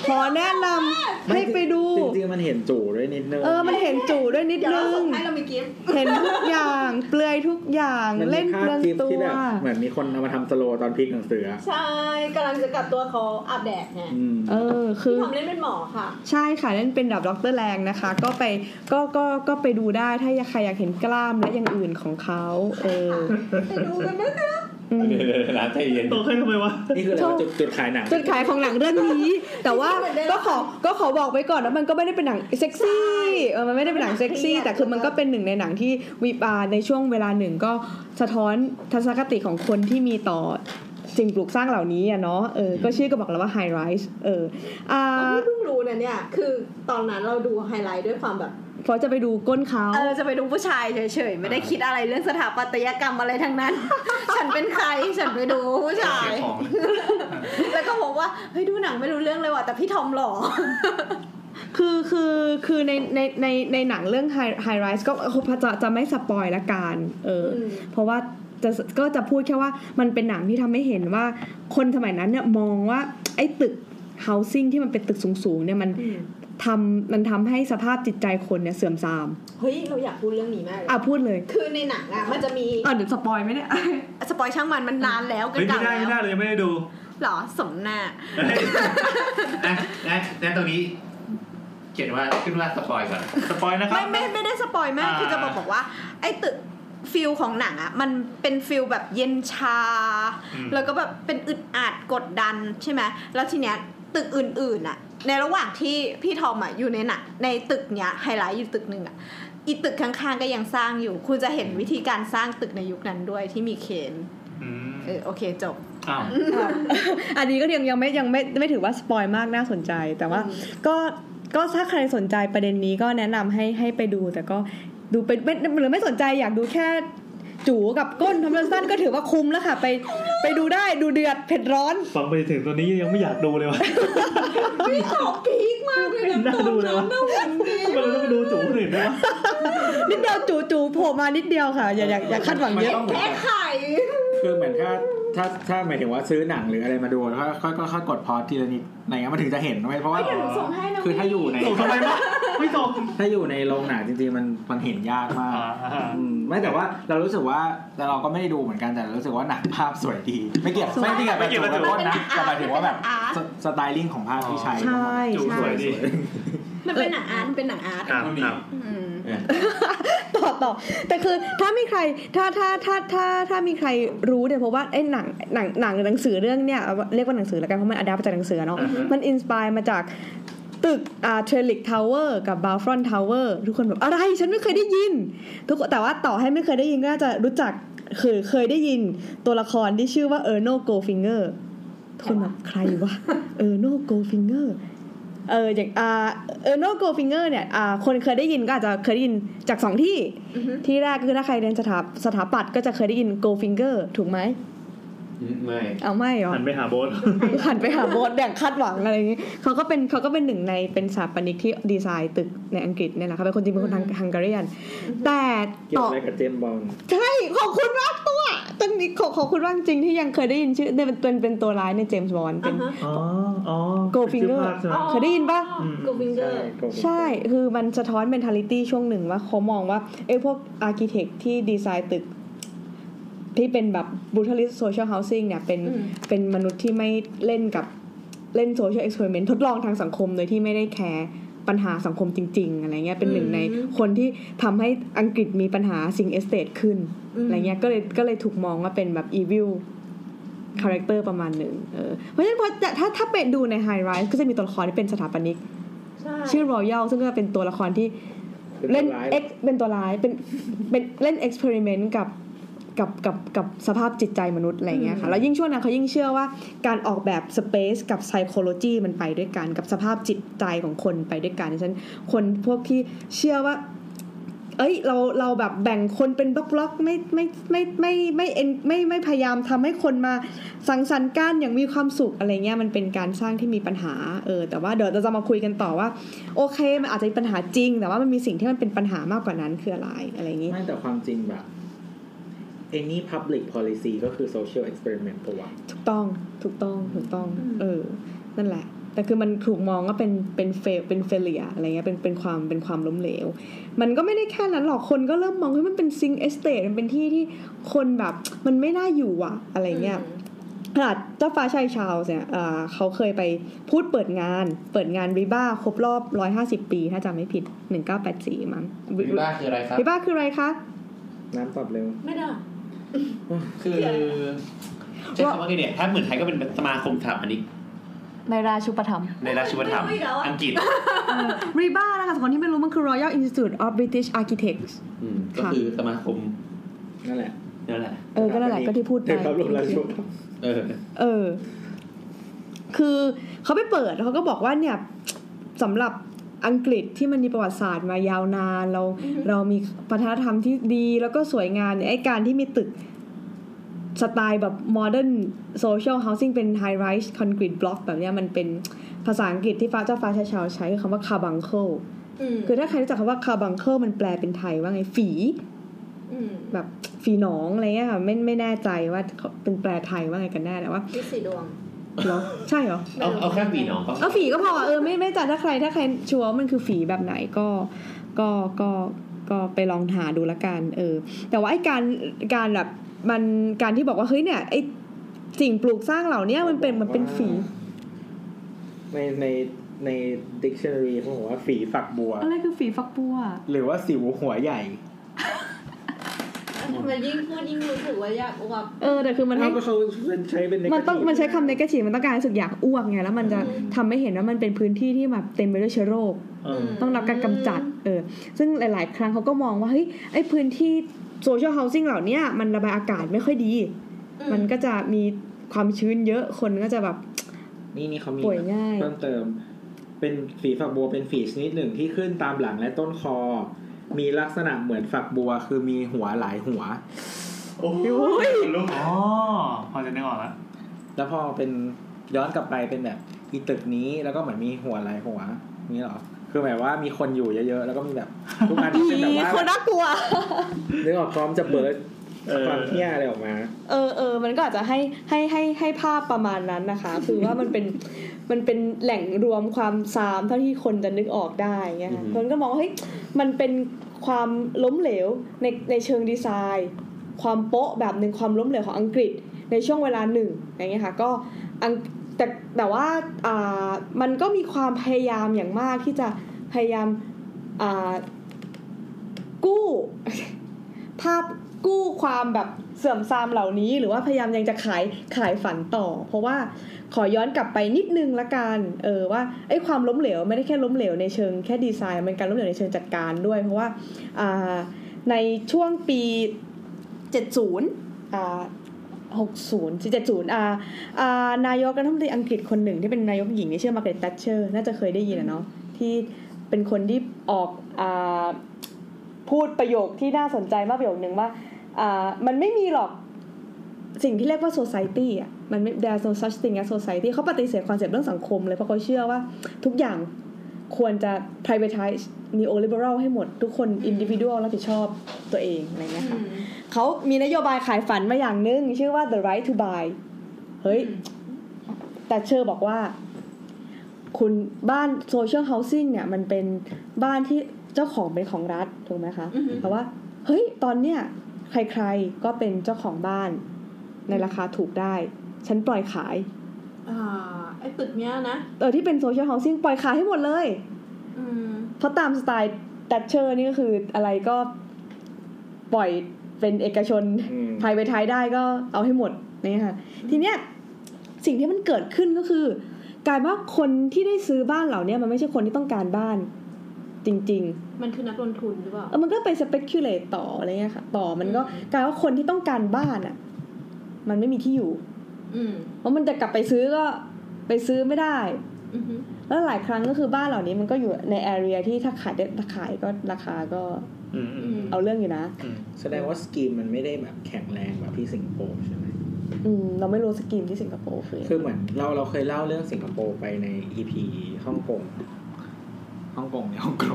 ขอแนะนำให้ไปดู จริงๆมันเห็นจู่ด้วยนิดนึง เออมันเห็นจู่ด้วยนิด เดี๋ยว นึ เราส่ ง งให้เรามีกิฟต์ เห็นทุกอย่าง เปลือยทุกอย่าง มันมี เล่น ภา เป พ ลือง คลิป ตั ที่ ว แบบเหมือนมีคนเอามาทำสโลว์ตอนพลิกหนังสืออะ ใช่กำลังจะกลับตัวเขาอาบแดดไง อืม เออ คื พี่ อ ทอมเล่นเป็นหมอค่ะ ใช่ค่ะนั่นเป็นดับด็อกเตอร์แรงนะคะ ก็ไปก็ก็ก็ไปดูได้ถ้าอยากใครอยากเห็นกล้ามและอย่างอื่นของเขาเออ ไปดูกันนะคะ อืม เดี๋ยวๆร้านใจเย็น ตกให้ทำไมวะ นี่คืออะไรวะจุดจุดขายหนัง จุดขายของหนังเรื่องนี้ แต่ว่า เหมือนเดิม ก็ขอก็ขอบอกไว้ก่อนว่ามันก็ไม่ได้เป็นหนังเซ็กซี่ ใช่ เออมันไม่ได้เป็นหนังเซ็กซี่ แต่คือมันก็เป็นหนึ่งในหนังที่วีปาในช่วงเวลาหนึ่งก็สะท้อนทัศนคติของคนที่มีต่อสิ่งปลูกสร้างเหล่านี้อะเนาะเออก็ชื่อก็บอกแล้วว่าไฮไรส์เอออ่า าเพิ่งรู้นะเนี่ย คือตอนนั้นเราดูไฮไลท์ด้วยความแบบ เพราะจะไปดูก้นเขา เออจะไปดูผู้ชายเฉยๆ ไม่ได้คิดอะไรเรื่องสถาปัตยกรรมอะไรทั้งนั้น ฉันเป็นใครฉันไปดูผู้ชาย แล้วก็บอกว่าเฮ้ยดูหนังไม่รู้เรื่องเลยว่ะแต่พี่ทอมหล่อ คือคือคือในในในในหนังเรื่อง High High Rise ก็จะจะไม่สปอยละกันเอออ ม เพราะว่าจะก็จะพูดแค่ว่ามันเป็นหนังที่ทำให้เห็นว่าคนสมัยนั้นเนี่ยมองว่าไอ้ตึก housing ที่มันเป็นตึกสูงๆเนี่ยมัน อ ทำมันทำให้สภาพจิตใจคนเนี่ยเสื่อมทราม เฮ้ยเราอยากพูดเรื่องนี้มากเลย อ่ะพูดเลย คือในหนังอะมันจะมี อ่ะเดี๋ยวสปอยไหมเนี่ย สปอยช่างมันมันนานแล้วกัน เฮ้ยไม่ เก่า ได้ไม่ได้ แล้ว เลยยังไม่ได้ดู หรอสมหน้า นะนะนะตรงนี้ เขียนว่าขึ้นว่าสปอยก่อน สปอยนะครั ไม่ บ ไม่ไม่ได้สปอยมาก อ่า คือจะบอกบอกว่า ไอ้ตึกฟิลของหนังอะมันเป็นฟิลแบบเย็นชา แล้วก็แบบเป็นอึดอัดกดดันใช่ไหม แล้วทีเนี้ยตึกอื่นๆอะในระหว่างที่พี่ทอมอะอยู่ในหนักในตึกเนี้ยไฮไลท์อยู่ตึกหนึ่งอะอีตึกข้างๆก็ยังสร้างอยู่ คุณจะเห็นวิธีการสร้างตึกในยุคนั้นด้วยที่มีเคน อืม เออโอเคจบ อ้าว อันนี้ก็ยังยังไม่ยังไม่ไม่ถือว่าสปอยมากน่าสนใจ แต่ว่า อืม ก็ก็ถ้าใครสนใจประเด็นนี้ก็แนะนำให้ให้ไปดู แต่ก็ดูไปไม่หรือไม่สนใจอยากดูแค่จูกับก้นทอมเดนสันก็ถือว่าคุ้มแล้วค่ะ ไปไปดูได้ดูเดือดเผ็ดร้อน ฟังไปถึงตอนนี้ยังไม่อยากดูเลยวะ พี่ทอมพีคมากเลยนะ น่าดูเลยวะมันเลยต้องไปดูจู่คนอื่นด้วยวะ นิดเดียวจูจูโผล่มานิดเดียวค่ะ อย่าอย่าอย่าคาดหวังเยอะ แค่ไข่ คือเหมือนถ้าถ้าถ้าหมายถึงว่าซื้อหนังหรืออะไรมาดูแล้วก็ค่อยก็ค่อยกดพอสทีละนิดอะไรเงี้ยมันถึงจะเห็นไว้ยเพราะว่า เดี๋ยวหนูส่งให้นะ คือถ้าอยู่ใน ส่งทำไมวะไม่ส่ง ถ้าอยู่ในโรงหนังจริงๆมันมันเห็นยากมาก อ่า อืมไม่แต่ว่าเรารู้สึกว่าแต่เราก็ไม่ได้ดูเหมือนกันแต่เรารู้สึกว่าหนังภาพสวยดี ไม่เกี่ยวไม่ไม่เกี่ยวกับจุดกับต้นนะแต่หมายถึงว่าแบบสสไตลิ่งของภาพที่ใช้ ใช่ จู่ส ใช่ วยดี มันเป็นหนังอาร์ตมันเป็นหนังอาร์ต ครับครับ อืม ต่อต่อแต่คือถ้ามีใครถ้าถ้าถ้าถ้าถ้ามีใครรู้เนี่ยเพราะว่าไอ้หนังหนังหนังหรือหนังสือเรื่องเนี่ยเอาเรียกว่าหนังสือแล้วกันเพราะมันอดาปจากหนังสือเนาะ อ่าฮะ มันอินสปายมาจากตึกอ่าเทรลิกทาวเวอร์กับบาฟรอนทาวเวอร์ทุกคนแบบอะไรฉันไม่เคยได้ยิน ทุกคนแต่ว่าต่อให้ไม่เคยได้ยินก็น่าจะรู้จักคือเคยได้ยินตัวละครที่ชื่อว่าเออร์โนโกฟิงเกอร์ทุกคนแบบใครวะเออร์โนโกฟิงเกอร์เอออย่างอ่าเออร์โนโกฟิงเกอร์เนี่ยอ่าคนเคยได้ยินก็อาจจะเคยได้ยินจากสองที่ อือฮึ ที่แรกคือถ้าใครเรียนสถาสถาปัตย์ก็จะเคยได้ยินโกฟิงเกอร์ถูกไหม ไม่ เอาไม่เหรอ หันไปหาโบ๊ท หันไปหาโบสอย่างคาดหวังอะไรอย่างนี้เขาก็เป็นเขาก็เป็นหนึ่งในเป็นสถาปนิกที่ดีไซน์ตึกในอังกฤษเนี่ยแหละเขาเป็นคนจริงเป็นคนฮังฮังการียน แต่ เกี่ยว ต่อ อะไรกับเจมส์บอล ใช่ขอบคุณมากตัว ไป ต้นนี้ขอขอบคุณว่ากจริงที่ยังเคยได้ยินชื่อเนี่ยเป็นตัวเป็นตัวร้ายในเจมส์บอนด์เป็น อ๋ออ๋อ Goldfinger ชื่ภาพใช่ไหม เคยได้ยินปะ กูฟิงเกอร์ ใช่ คือมันสะท้อน mentality ช่วงหนึ่งว่าเขามองว่าไอ้พวก architect ที่ดีไซน์ตึก ที่เป็นแบบ brutalist social housing เนี่ย เป็น เป็นมนุษย์ที่ไม่เล่นกับเล่น social experiment ทดลองทางสังคมโดยที่ไม่ได้แคร์ปัญหาสังคมจริง ๆ อะไรเงี้ย เป็นหนึ่งในคนที่ทำให้อังกฤษมีปัญหาสิ่งเอสเต e ขึ้น อะไรเงี้ย ก็เลย ก็เลยถูกมองว่าเป็นแบบ evil คาแรคเตอร์ประมาณหนึ่งเออ เพราะฉะนั้นพอจะถ้าถ้าไปดูใน High Rise ก็จะมีตัวละครที่เป็นสถาปนิก ใช่ ชื่อรอยัลซึ่งก็เป็นตัวละครที่เล่นเอ็กเป็นตัวร้ายเป็นเป็นเล่นเอ็กซ์เพร์เมนต์กับกับกับกับสภาพจิตใจมนุษย์อะไรอย่างเงี้ยค่ะแล้วยิ่งช่วงนั้นเขายิ่งเชื่อว่าการออกแบบสเปซกับไซโคโลจีมันไปด้วยกันกับสภาพจิตใจของคนไปด้วยกันฉะนันคนพวกที่เชื่อว่า เอ้ยเราเราแบบแบ่งคนเป็นบล็อกๆไม่ไม่ไม่ไม่ไม่เอ็นไม่ไม่พยายามทำให้คนมาสังสรรค์กันอย่างมีความสุขอะไรเงี้ยมันเป็นการสร้างที่มีปัญหาเออแต่ว่าเดี๋ยวเราจะมาคุยกันต่อว่า โอเคมันอาจจะมีปัญหาจริง แต่ว่ามันมีสิ่งที่มันเป็นปัญหามากกว่านั้นคืออะไรอะไรอย่างงี้ ไม่แต่ความจริงแบบ any public policy ก็คือ social experiment ตัวะ ถูกต้องถูกต้องถูกต้อง เออ นั่นแหละ แต่คือมันถูกมองว่าเป็นเป็นเฟลเป็นเฟลเลียอะไรเงี้ยเป็นเป็นความเป็นความล้มเหลว มันก็ไม่ได้แค่นั้นหรอกคนก็เริ่มมองว่ามันเป็นซิงเอสเต e มันเป็นที่ที่คนแบบมันไม่น่าอยู่อะอะไรเงี้ย ขนาดเจ้าฟ้าชายชาวส์เนี่ยเอ่อเขาเคยไปพูดเปิดงาน เปิดงานริบ้าครบรอบ 150 ปี ถ้าจำไม่ผิด 1984 มั้ง วิบ้าคืออะไรครับ ริบ้าคืออะไรคะ น้ำตอบเร็ว ไม่ได้ คือใช้คำว่าไงเนี่ยถ้าเหมือนไทยก็เป็นสมาคมสถาปนิก ในราชุปธรรม ในราชวัฒน อั อังกฤษ รีบ้านะคะสำหรับคนที่ไม่รู้มันคือ Royal Institute of British Architects อืมก็คือสมาคม นั่นแหละ นั่นแหละ เออ ก็นั่นแหละก็ที่พูดไป ในภาพรวมแล้วชุด เออ เออ คือเขาไปเปิดแล้วเขาก็บอกว่าเนี่ยสำหรับอังกฤษที่มันมีประวัติศาสตร์มายาวนานเรา เรามีวัฒนธรรมที่ดีแล้วก็สวยงามเนี่ยไอ้การที่มีตึกสไตล์แบบโมเดิร์นโซเชียลเฮาสิ่งเป็นไฮไรส์คอนกรีตบล็อกแบบเนี้ยมันเป็นภาษาอังกฤษที่ฟ้าเจ้าฟ้าชายชาวใช้คือคำว่าคาบังเคิลคือถ้าใครรู้จักคำว่าคาบังเคิลมันแปลเป็นไทยว่าไงฝี แบบฝีหนองอะไรเงี้ยค่ะไม่ไม่แน่ใจว่าเขาเป็นแปลไทยว่าไงกันแน่แต่ว่า มีสีดวง เหรอใช่เหรอ เอาเอาแค่ปีหนองก็ เอาฝีก็พอเออไม่ไม่จัดถ้าใครถ้าใครชัวร์ว่ามันคือฝีแบบไหนก็ก็ก็ก็ไปลองหาดูละกันเออ แต่ว่าไอ้การการแบบมันการที่บอกว่าเฮ้ยเนี่ยไอ้สิ่งปลูกสร้างเหล่าเนี้ยมันเป็นมันเป็นฝี ในในใน dictionary เขาบอกว่าฝีฝักบัว อะไรคือฝีฟักบัว หรือว่าสิวหัวใหญ่ มันยิ่งพูดยิ่งรู้สึกว่าอยากอ้วก เออแต่คือมันให้ เขาก็เขาใช้เป็น มันต้อง negative มันใช้คำในกระฉีมันต้องการให้รู้สึกอยากอ้วกไงแล้วมันจะทำให้เห็นว่ามันเป็นพื้นที่ที่แบบเต็มไปด้วยเชื้อโรค เออ ต้องรับการกำจัด เออ ซึ่งหลาย ๆ ครั้งเขาก็มองว่า เฮ้ย ไอ้พื้นที่โซเชียลเฮาสิ่งเหล่าเนี้ยมันระบายอากาศไม่ค่อยดี มันก็จะมีความชื้นเยอะ คนก็จะแบบ นี่นี่เขามี ป่วยง่าย เพิ่มเติม เป็นฝีฝักบัวเป็นฝีชนิดหนึ่งที่ขึ้นตามหลังและต้นคอ มีลักษณะเหมือนฝักบัว คือมีหัวหลายหัว โอ้ยลุกอ๋อพอจะนึกออกแล้ว แล้วพอเป็นย้อนกลับไปเป็นแบบอีตึกนี้แล้วก็เหมือนมีหัวหลายหัวนี่เหรอ คือหมายว่ามีคนอยู่เยอะๆ แล้วก็มีแบบทุกอันที่เป็นแบบว่า คนน่ากลัว นึกออกพร้อมจะเบิร์ด เออ ความเที่ยอะไรออกมา เออเออ มันก็อาจจะให้ให้ให้ให้ภาพประมาณนั้น นะคะ คือว่ามันเป็น มันเป็นแหล่งรวมความซามเท่าที่คนจะนึกออกได้เงี้ยค่ะคนก็มองว่าเฮ้ย มันเป็นความล้มเหลวในในเชิงดีไซน์ ความโป๊ะแบบหนึ่งความล้มเหลวของอังกฤษในช่วงเวลาหนึ่งอย่างเงี้ยค่ะ ก็อังแต่แต่ว่าอ่ามันก็มีความพยายามอย่างมากที่จะพยายามอ่ากู้ ภาพกู้ความแบบเสื่อมทรามเหล่านี้ หรือว่าพยายามยังจะขายขายฝันต่อ เพราะว่าขอย้อนกลับไปนิดนึงละกันเออว่าไอ้ความล้มเหลวไม่ได้แค่ล้มเหลวในเชิงแค่ดีไซน์มันเป็นการล้มเหลวในเชิงจัดการด้วย เพราะว่าอ่าในช่วงปี 70อ่า60 70อ่าอ่านายกรัฐมนตรีอังกฤษคนหนึ่งที่เป็นนายกหญิงที่ชื่อมาร์ก r ร็ต t ั t เชอร์น่าจะเคยได้ยินนะเนาะที่เป็นคนที่ออกอ่า พูดประโยคที่น่าสนใจมากประโยคนึงว่าอ่า มันไม่มีหรอกสิ่งที่เรียกว่า society อ่ะ มันไม่ there's no such thing as society เขาปฏิเสธคอนเซปต์เรื่องสังคมเลยเพราะเขาเชื่อว่าทุกอย่างควรจะ privatize neoliberal ให้หมด ทุกคน individual รับผิดชอบตัวเองอะไรเงี้ยค่ะ เขามีนโยบายขายฝันมาอย่างหนึง ชื่อว่า the right to buy เฮ้ย แต่เชอร์บอกว่า คุณบ้าน social housing เนี่ย มันเป็นบ้านที่เจ้าของเป็นของรัฐ ถูกไหมคะ อือฮึ แต่ว่า เฮ้ย ตอนเนี้ยใครๆก็เป็นเจ้าของบ้าน ในราคาถูกได้ ฉันปล่อยขาย อ่าไอ้ตึกเนี้ยนะ เออที่เป็น social housing ปล่อยขายให้หมดเลย อืม เพราะตามสไตล์ดัตเชอร์นี่ก็คืออะไรก็ปล่อยเป็นเอกชน อืม ภายไปท้ายได้ก็เอาให้หมดเนี่ยค่ะทีเนี้ยสิ่งที่มันเกิดขึ้นก็คือกลายว่าคนที่ได้ซื้อบ้านเหล่าเนี้ยมันไม่ใช่คนที่ต้องการบ้านจริง มันคือนักลงทุนหรือเปล่า ๆ เออมันก็ไป speculate ต่ออะไรเงี้ยค่ะ ต่อมันก็ อืม กลายว่าคนที่ต้องการบ้านอ่ะ มันไม่มีที่อยู่ อืม เพราะมันจะกลับไปซื้อก็ไปซื้อไม่ได้ อือฮึ แล้วหลายครั้งก็คือบ้านเหล่านี้มันก็อยู่ในแอเรียที่ถ้าขายได้ถ้าขายก็ราคาก็ อืมอืม เอาเรื่องอยู่นะ แสดงว่าสกีมมันไม่ได้แบบแข็งแรงแบบที่สิงคโปร์ใช่ไหม อืม เราไม่รู้สกิมที่สิงคโปร์คือ คือเหมือนเราเราเคยเล่าเรื่องสิงคโปร์ไปใน EP ฮ่องกงฮ่องกงเนี่ยฮ่องกง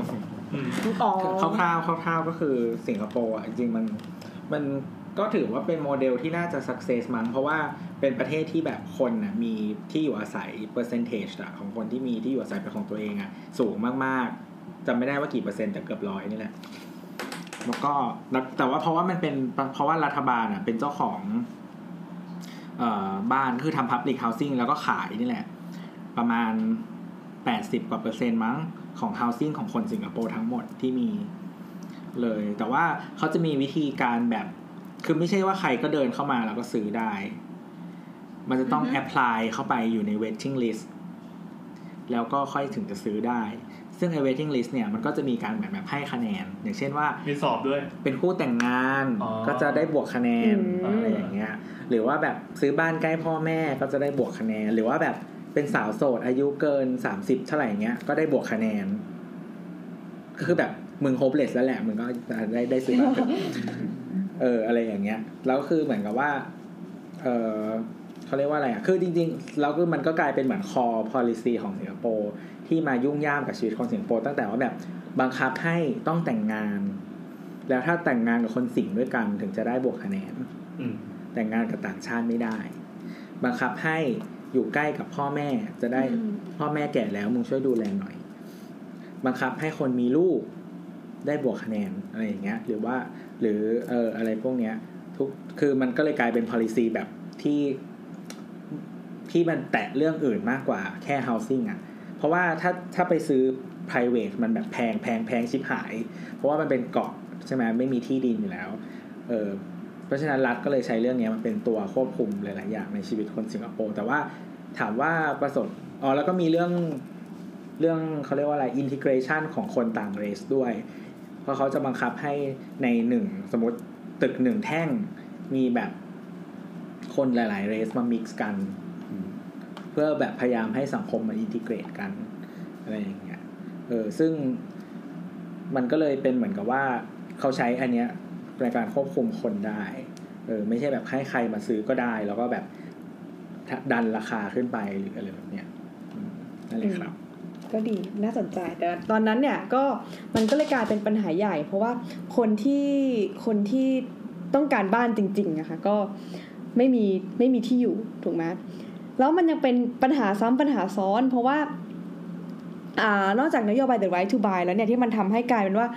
อ๋อ คร่าวๆคร่าวๆก็คือสิงคโปร์อ่ะจริงๆมันมันก็ถือว่าเป็นโมเดลที่น่าจะ success มั้งเพราะว่าเป็นประเทศที่แบบคนน่ะมีที่อยู่อาศัย percentage อะของคนที่มีที่อยู่อาศัยเป็นของตัวเองอะสูงมากๆจำไม่ได้ว่ากี่เปอร์เซ็นต์แต่เกือบร้อยนี่แหละ แล้วก็แล้วแต่ว่าเพราะว่ามันเป็นเพราะว่ารัฐบาลอ่ะเป็นเจ้าของ เอ่อบ้านคือทำพับลิกเฮาสิ่งแล้วก็ขายนี่แหละ ประมาณ 80 กว่าเปอร์เซ็นต์มั้งของเฮาสิ่งของคนสิงคโปร์ทั้งหมดที่มีเลย แต่ว่าเขาจะมีวิธีการแบบ คือไม่ใช่ว่าใครก็เดินเข้ามาแล้วก็ซื้อได้ มันจะต้องแอพพลายเข้าไปอยู่ใน waiting list แล้วก็ค่อยถึงจะซื้อได้ ซึ่งไอ้ waiting list เนี่ยมันก็จะมีการแบบแบบให้คะแนน อย่างเช่นว่า มีสอบด้วย เป็นคู่แต่งงาน อ๋อ ก็จะได้บวกคะแนน อืม อะไรอย่างเงี้ย หรือว่าแบบซื้อบ้านใกล้พ่อแม่ก็จะได้บวกคะแนน หรือว่าแบบเป็นสาวโสดอายุเกิน 30 เท่าไหร่เงี้ยก็ได้บวกคะแนน คือแบบมึงโฮปเลสแล้วแหละมึงก็ได้ได้ซื้อบ้านเถอะเอออะไรอย่างเงี้ยแล้วคือเหมือนกับว่า เออเขาเรียกว่าอะไรอ่ะคือจริงๆแล้วคือมันก็กลายเป็นเหมือนคอ policy ของสิงคโปร์ที่มายุ่งย่ามกับชีวิตคนสิงคโปร์ตั้งแต่ว่าแบบบังคับให้ต้องแต่งงาน แล้วถ้าแต่งงานกับคนสิงห์ด้วยกันถึงจะได้บวกคะแนน อืม แต่งงานกับต่างชาติไม่ได้ บังคับให้อยู่ใกล้กับพ่อแม่จะได้พ่อแม่แก่แล้วมึงช่วยดูแลหน่อย บังคับให้คนมีลูกได้บวกคะแนนอะไรอย่างเงี้ย หรือว่าหรือเอออะไรพวกเนี้ยทุกคือมันก็เลยกลายเป็น policy แบบที่ที่มันแตะเรื่องอื่นมากกว่าแค่ housing อะ่ะ เพราะว่าถ้าถ้าไปซื้อ private มันแบบแพงแพงแพงชิบหาย เพราะว่ามันเป็นเกาะใช่ไหมไม่มีที่ดินอยู่แล้วเออ เพราะฉะนั้นรัฐก็เลยใช้เรื่องเนี้ยมันเป็นตัวควบคุมหลาย ๆ อย่างในชีวิตคนสิงคโปร์แต่ว่าถามว่าประสบอ๋อแล้วก็มีเรื่องเรื่องเขาเรียกว่าอะไร integration ของคนต่างเรสด้วย เพราะเขาจะบังคับให้ในหนึ่งสมมติตึกหนึ่งแท่งมีแบบคนหลาย ๆ เรสมา mix กัน เพื่อแบบพยายามให้สังคมมันอินทิเกรตกันอะไรอย่างเงี้ยเออซึ่งมันก็เลยเป็นเหมือนกับว่าเขาใช้อันเนี้ยในการควบคุมคนได้เออไม่ใช่แบบให้ใครมาซื้อก็ได้ แล้วก็แบบดันราคาขึ้นไปหรืออะไรแบบเนี้ยอืมนั่นแหละครับ ก็ดีน่าสนใจ แต่ตอนนั้นเนี่ยก็มันก็เลยกลายเป็นปัญหาใหญ่ เพราะว่าคนที่คนที่ต้องการบ้านจริงๆนะคะก็ไม่มีไม่มีที่อยู่ถูกไหมแล้วมันยังเป็นปัญหาซ้ำปัญหาซ้อน เพราะว่าอ่านอกจากนโยบาย the right to buy แล้วเนี่ยที่มันทำให้กลายเป็นว่า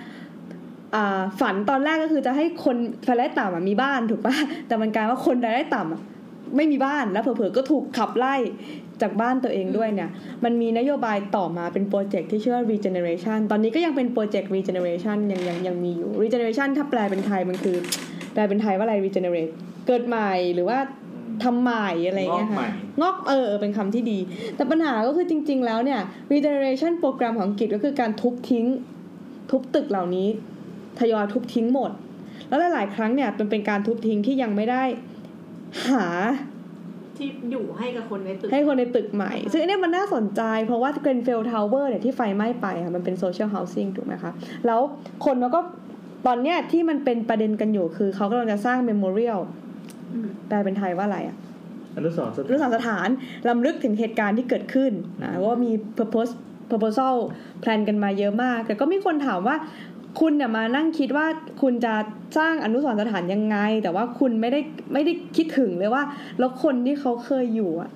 อ่าฝันตอนแรกก็คือจะให้คนรายได้ต่ำอะมีบ้านถูกปะแต่มันกลายว่าคนรายได้ต่ำอะไม่มีบ้านแล้วเผลอๆก็ถูกขับไล่จากบ้านตัวเองด้วยเนี่ย มันมีนโยบายต่อมาเป็นโปรเจกต์ที่ชื่อว่า regeneration ตอนนี้ก็ยังเป็นโปรเจกต์ regeneration ยังยังยังมีอยู่ regeneration ถ้าแปลเป็นไทยมันคือแปลเป็นไทยว่าอะไร regenerate เกิดใหม่หรือว่าทำใหม่อะไรอย่างเงี้ย งอกใหม่ ค่ะงอกเออเออเป็นคำที่ดี แต่ปัญหาก็คือจริง ๆ แล้วเนี่ย regeneration โปรแกรมของอังกฤษก็คือการทุบทิ้ง ทุบตึกเหล่านี้ทยอยทุบทิ้งหมด แล้วหลายๆครั้งเนี่ยมันเป็นการทุบทิ้งที่ยังไม่ได้หา ที่อยู่ให้กับคนในตึก ให้คนในตึกใหม่ ซึ่งอันเนี้ยมันน่าสนใจ เพราะว่าเกรนเฟลทาวเวอร์เนี่ยที่ไฟไหม้ไปค่ะ มันเป็นโซเชียลเฮาสิ่งถูกไหมคะ แล้วคนแล้วก็ตอนเนี้ยที่มันเป็นประเด็นกันอยู่คือเขากำลังจะสร้างเมมโมเรียล อืม แปลเป็นไทยว่าอะไรอะ อนุสรณ์ส อนุสรณ์สถานลำลึกถึงเหตุการณ์ที่เกิดขึ้นนะว่ามี purpose proposal แพลนกันมาเยอะมาก แต่ก็มีคนถามว่า คุณเนี่ยมานั่งคิดว่าคุณจะสร้างอนุสรณ์สถานยังไง แต่ว่าคุณไม่ได้ไม่ได้คิดถึงเลยว่า แล้วคนที่เขาเคยอยู่อะ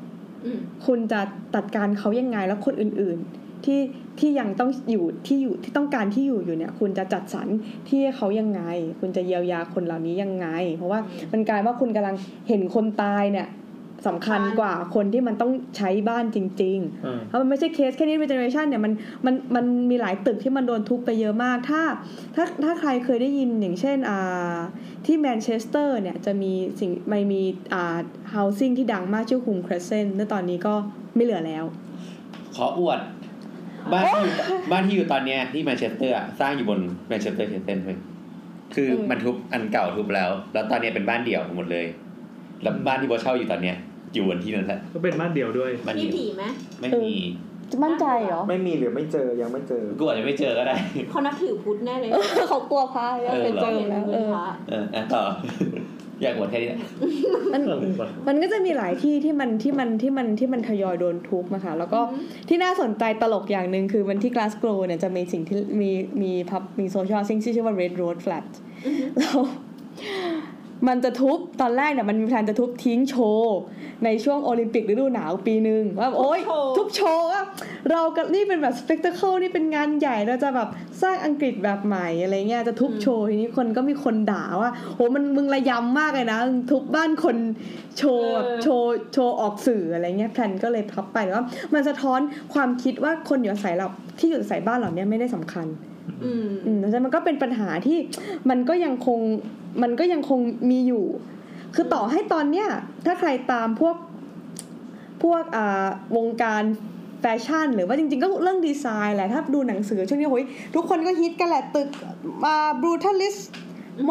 อืม คุณจะตัดการเขายังไงแล้วคนอื่นๆ ที่ที่ยังต้องอยู่ที่อยู่ที่ต้องการที่อยู่อยู่เนี่ย คุณจะจัดสรรที่ให้เขายังไง คุณจะเยียวยาคนเหล่านี้ยังไง เพราะว่ามันกลายว่าคุณกำลังเห็นคนตายเนี่ยสำคัญกว่าคนที่มันต้องใช้บ้านจริง ๆ อืม เพราะมันไม่ใช่เคสแค่นี้เป็นเจเนอเรชันเนี่ยมันมันมันมีหลายตึกที่มันโดนทุบไปเยอะมากถ้าถ้าถ้าใครเคยได้ยินอย่างเช่นอ่าที่แมนเชสเตอร์เนี่ยจะมีสิ่งไม่มีอ่า housing ที่ดังมากชื่อคุมครสเซนและตอนนี้ก็ไม่เหลือแล้ว ขออวด บ้านที่อยู่บ้านที่อยู่ตอนเนี้ยที่แมนเชสเตอร์อะสร้างอยู่บนแมนเชสเตอร์เชสเตนเลยคือ เออ มันทุบอันเก่าทุบแล้ว แล้วตอนเนี้ยเป็นบ้านเดี่ยวหมดเลย แล้วบ้านที่โบเช่าอยู่ตอนเนี้ย อยู่บนที่นั้นแหละ ก็เป็นบ้านเดียวด้วย บ้าน มี เดี่ยว ผีไหม ไม่มี มั่นใจเหรอ ไม่มีหรือไม่เจอยังไม่เจอ กูอาจจะไม่เจอก็ได้ เขานับถือพุทธแน่เลย เขากลัวพายแล้ว เออ เป็นเจอแล้ว เอ เอ อ อ เอออ่ะต่อ อยากอวดแค่นี้แหละ มัน อะไรวะ มันก็จะมีหลายที่ที่มันที่มันที่มันที่มันทยอยโดนทุบมาค่ะ แล้วก็ที่น่าสนใจตลกอย่างหนึ่งคือมันที่กลาสโกวเนี่ยจะมีสิ่งที่มีมีพับมีโซเชียลซิงที่ชื่อว่า Red Road Flat แล้วมันจะทุบตอนแรกเนี่ยมันมีแผนจะทุบทิ้งโชว์ ในช่วงโอลิมปิกฤดูหนาวปีหนึ่งว่าโอ๊ยทุบโชว์ว่าเรากับนี่เป็นแบบสเปกเตอร์เคิลนี่เป็นงานใหญ่เราจะแบบสร้างอังกฤษแบบใหม่อะไรเงี้ยจะทุบโชว์ทีนี้คนก็มีคนด่าว่าโหมันมึงระยำมากเลยนะมึงทุบบ้านคนโชว์แบบโชว์โชว์ออกสื่ออะไรเงี้ยแพลนก็เลยพับไปแต่ว่ามันสะท้อนความคิดว่าคนอยู่อาศัยเราที่อยู่อาศัยบ้านเหล่านี้ไม่ได้สำคัญ อืม อืมแล้วมันก็เป็นปัญหาที่มันก็ยังคงมันก็ยังคงมีอยู่ คือต่อให้ตอนเนี้ยถ้าใครตามพวกพวกอ่าวงการแฟชั่น หรือว่าจริงๆ ก็เรื่องดีไซน์แหละ ถ้าดูหนังสือช่วงนี้โอ้ยทุกคนก็ฮิตกันแหละ ตึกอ่าบรูทัลิสม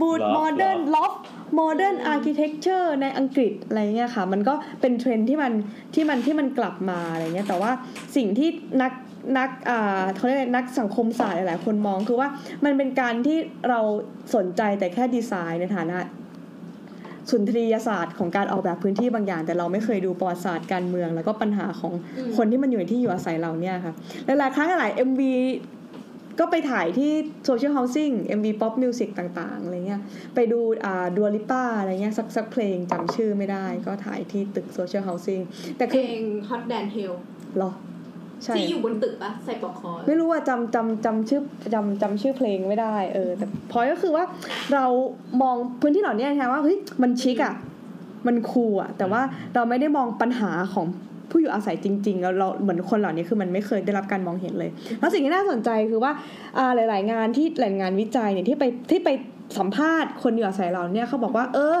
บูโมเดิร์นลอฟโมเดิร์นอาร์เคเต็กเจอร์ในอังกฤษอะไรเงี้ยค่ะ มันก็เป็นเทรนด์ที่มันที่มันที่มันกลับมาอะไรเงี้ยแต่ว่าสิ่งที่นัก นักอ่าเขาเรียกอะไรนักสังคมศาสตร์หลายๆคนมองคือว่ามันเป็นการที่เราสนใจแต่แค่ดีไซน์ในฐานะ สุนทรียศาสตร์ของการออกแบบพื้นที่บางอย่าง แต่เราไม่เคยดูประวัติศาสตร์การเมือง แล้วก็ปัญหาของคนที่มันอยู่ในที่อยู่อาศัยเราเนี่ยค่ะหลายๆครั้งหลาย MV ก็ไปถ่ายที่โซเชียลเฮาสิ่ง MV Pop Music ต่างๆอะไรเงี้ยไปดูอ่าดัวลิป้าอะไรเงี้ยสักสักเพลงจำชื่อไม่ได้ ก็ถ่ายที่ตึกโซเชียลเฮาสิ่งแต่ เพ คื ล อง Hot Dan Hill เหรอใช่ ที่อยู่บนตึกปะใส่ปลอกคอ ไม่รู้ว่าจำจำจำชื่อจำจำชื่อเพลงไม่ได้เออแต่พอยก็คือว่าเรามองพื้นที่เหล่านี้นะคะว่าเฮ้ยมันชิคอะมันคูลอะแต่ว่าเราไม่ได้มองปัญหาของผู้อยู่อาศัยจริงๆแล้วเราเหมือนคนเหล่านี้คือมันไม่เคยได้รับการมองเห็นเลย แล้วสิ่งที่น่าสนใจคือว่าอ่าหลาย ๆ งานที่หลายงานวิจัยเนี่ยที่ไปที่ไปสัมภาษณ์คนอยู่อาศัยเราเนี่ยเขาบอกว่า เออ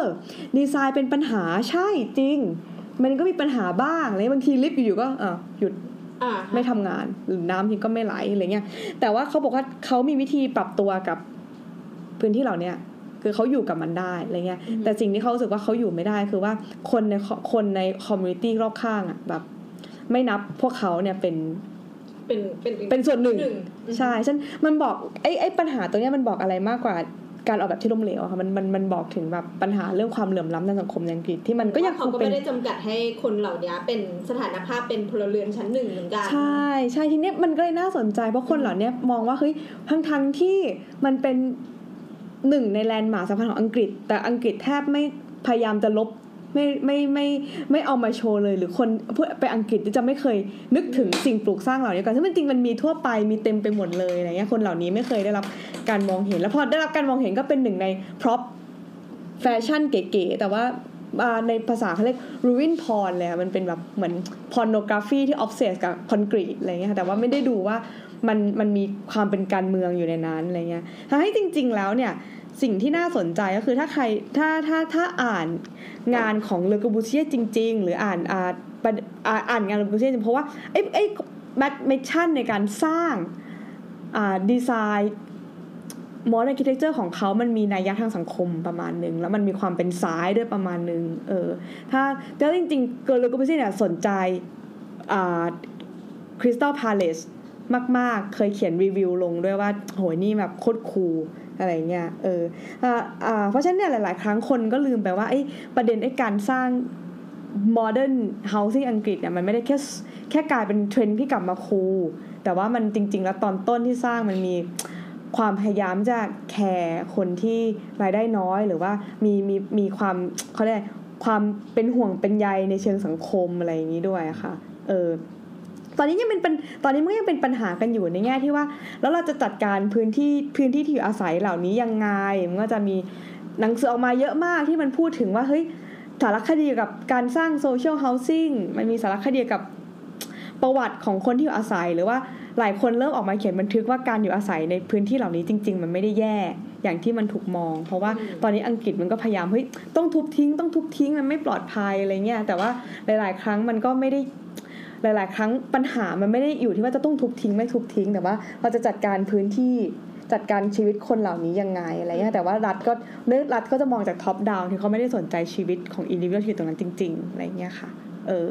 ดีไซน์เป็นปัญหาใช่จริง มันก็มีปัญหาบ้างเลยบางทีลิฟต์อยู่ๆก็เออหยุด อ่า ไม่ทำงานหรือน้ำทิ้งก็ไม่ไหลอะไรเงี้ยแต่ว่าเขาบอกว่าเขามีวิธีปรับตัวกับพื้นที่เหล่าเนี้ยคือเขาอยู่กับมันได้อะไรเงี้ยแต่สิ่งที่เขารู้สึกว่าเขาอยู่ไม่ได้คือว่าคนในคนในคอมมูนิตี้รอบข้างอ่ะแบบ ไม่นับพวกเขาเนี่ยเป็น เป็นเป็น เป็นส่วนหนึ่ง หนึ่งอืม ใช่ฉันมันบอกไอ้ไอ้ปัญหาตัวเนี้ยมันบอกอะไรมากกว่าการออกแบบที่ล้มเหลวอะค่ะมันมันมันบอกถึงแบบปัญหาเรื่องความเหลื่อมล้ำทางสังคมในอังกฤษที่มันก็ยังค เขา ง ก็ เป็น ไม่ได้จำกัดให้คนเหล่านี้เป็นสถานภาพเป็นพลเรือนชั้นหนึ่งเหมือนกัน ใช่ใช่ทีเนี้ยมันก็เลยน่าสนใจเพราะคนเหล่าเนี้ยมองว่าเฮ้ยทั้งทั้งที่มันเป็นหนึ่งในแลนด์มาร์คสำคัญของอังกฤษ แต่อังกฤษแทบไม่พยายามจะลบไม่ไม่ไม่ไม่เอามาโชว์เลยหรือคนเพื่อไปอังกฤษจะไม่เคยนึกถึงสิ่งปลูกสร้างเหล่านี้กันซึ่งมันจริงมันมีทั่วไปมีเต็มไปหมดเลยอะไรเงี้ยคนเหล่านี้ไม่เคยได้รับการมองเห็น แล้วพอได้รับการมองเห็นก็เป็นหนึ่งในพร็อพ แฟชั่นเก๋ๆแต่ว่าอ่าในภาษาเขาเรียก ruin porn เลยอะมันเป็นแบบเหมือน pornography ที่ obsess กับคอนกรีตอะไรเงี้ยค่ะแต่ว่าไม่ได้ดูว่ามันมันมีความเป็นการเมืองอยู่ในนั้นอะไรเงี้ยทั้งที่จริง ๆ แล้วเนี่ย สิ่งที่น่าสนใจก็คือถ้าใครถ้าถ้าถ้าอ่านงานของเลอกบูเชียจริง ๆ หรืออ่านอ่าประอ่าอ่านงานเลอกบูเชียจริงเพราะว่าไอ้ไอ้แมทเมชั่นในการสร้างอ่าดีไซน์ มอสอาร์คิเทคเจอร์ของเขามันมีนัยยะทางสังคมประมาณหนึ่งแล้วมันมีความเป็นซ้ายด้วยประมาณหนึ่งเออ ถ้าแล้วจริงๆเกิร์ลโลโกบิซี่เนี่ยสนใจอ่าคริสตัลพาเลสมาก ๆ เคยเขียนรีวิวลงด้วยว่า โหยนี่แบบโคตรคูลอะไรเงี้ยเอออ่าอ่าเพราะฉะนั้นเนี่ยหลาย ๆ ครั้งคนก็ลืมไปว่าไอ้ประเด็นไอ้การสร้าง modern housing อังกฤษเนี่ยมันไม่ได้แค่แค่กลายเป็นเทรนด์ที่กลับมาคูลแต่ว่ามันจริง ๆ แล้วตอนต้นที่สร้างมันมี ความพยายามจะแคร์คนที่รายได้น้อยหรือว่ามีมีมีความเขาเรียกอะไรความเป็นห่วงเป็นใยในเชิงสังคมอะไรอย่างนี้ด้วยอะค่ะ เออ ตอนนี้ยังเป็นปัญตอนนี้มันก็ยังเป็นปัญหากันอยู่ในแง่ที่ว่า แล้วเราจะจัดการพื้นที่พื้นที่ที่อยู่อาศัยเหล่านี้ยังไงมันก็จะมีหนังสือออกมาเยอะมากที่มันพูดถึงว่าเฮ้ยสารคดีเกี่ยวกับการสร้างโซเชียลเฮาสิ่งมันมีสารคดีเกี่ยวกับประวัติของคนที่อยู่อาศัยหรือว่าหลายคนเริ่มออกมาเขียนบันทึกว่าการอยู่อาศัยในพื้นที่เหล่านี้จริง ๆ มันไม่ได้แย่อย่างที่มันถูกมอง เพราะว่าตอนนี้อังกฤษมันก็พยายามเฮ้ยต้องทุบทิ้งต้องทุบทิ้งมันไม่ปลอดภัยอะไรเงี้ยแต่ว่าหลาย ๆ ครั้งมันก็ไม่ได้ หลาย ๆ ครั้งปัญหามันไม่ได้อยู่ที่ว่าจะต้องทุบทิ้งไม่ทุบทิ้ง แต่ว่าเราจะจัดการพื้นที่จัดการชีวิตคนเหล่านี้ยังไงอะไรเงี้ยแต่ว่ารัฐก็เนื้อรัฐก็จะมองจากท็อปดาวที่เขาไม่ได้สนใจชีวิตของอินดิวิวที่อยู่ตรงนั้นจริง ๆ อะไรเงี้ยค่ะ เออ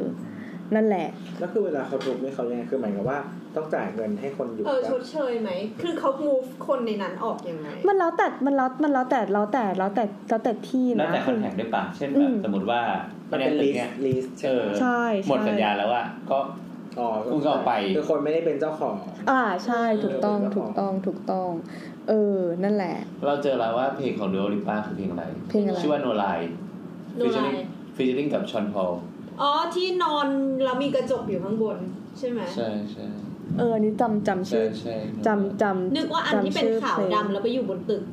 นั่นแหละ แล้วคือเวลาเขาทุบนี่เขายังไงคือหมายกับว่าต้องจ่ายเงินให้คนอยู่ เออชดเชยไหม คือเขา move คนในนั้นออกยังไง มันแล้วแต่มันแล้วมันแล้วแต่แล้วแต่แล้วแต่แล้วแต่ที่ แล้ว นะ แต่คอนแทคด้วยป่ะเช่นแบ อื บ ม สมมติว่า มันเป็น ตึ ลี ก ส เนี่ย ลีส เออ ใช่ใช่ หมดสัญญาแล้วอ่ะก็ อ๋อ คุณก็เอาไป คือคนไม่ได้เป็นเจ้าของ อ่าใช่ถูกต้อง เออ ถูกต้องถูกต้อง เออ นั่นแหละ เราเจอแล้วว่าเพลงของเดโอลิป้าคือเพลงอะไร เพลงอะไร ชื่อว่าโนไล No Lie ฟีเจอริงกับชอนพอล อ๋อที่นอนแล้วมีกระจกอยู่ข้างบน ใช่ไหม ใช่ใช่ เอออันนี้จำจำ ใช่ ชื่อ ใช่ จำจำ นึกว่าอันที่เป็น จำชื่ ขาว พลง ดำแล้วไปอยู่บนตึก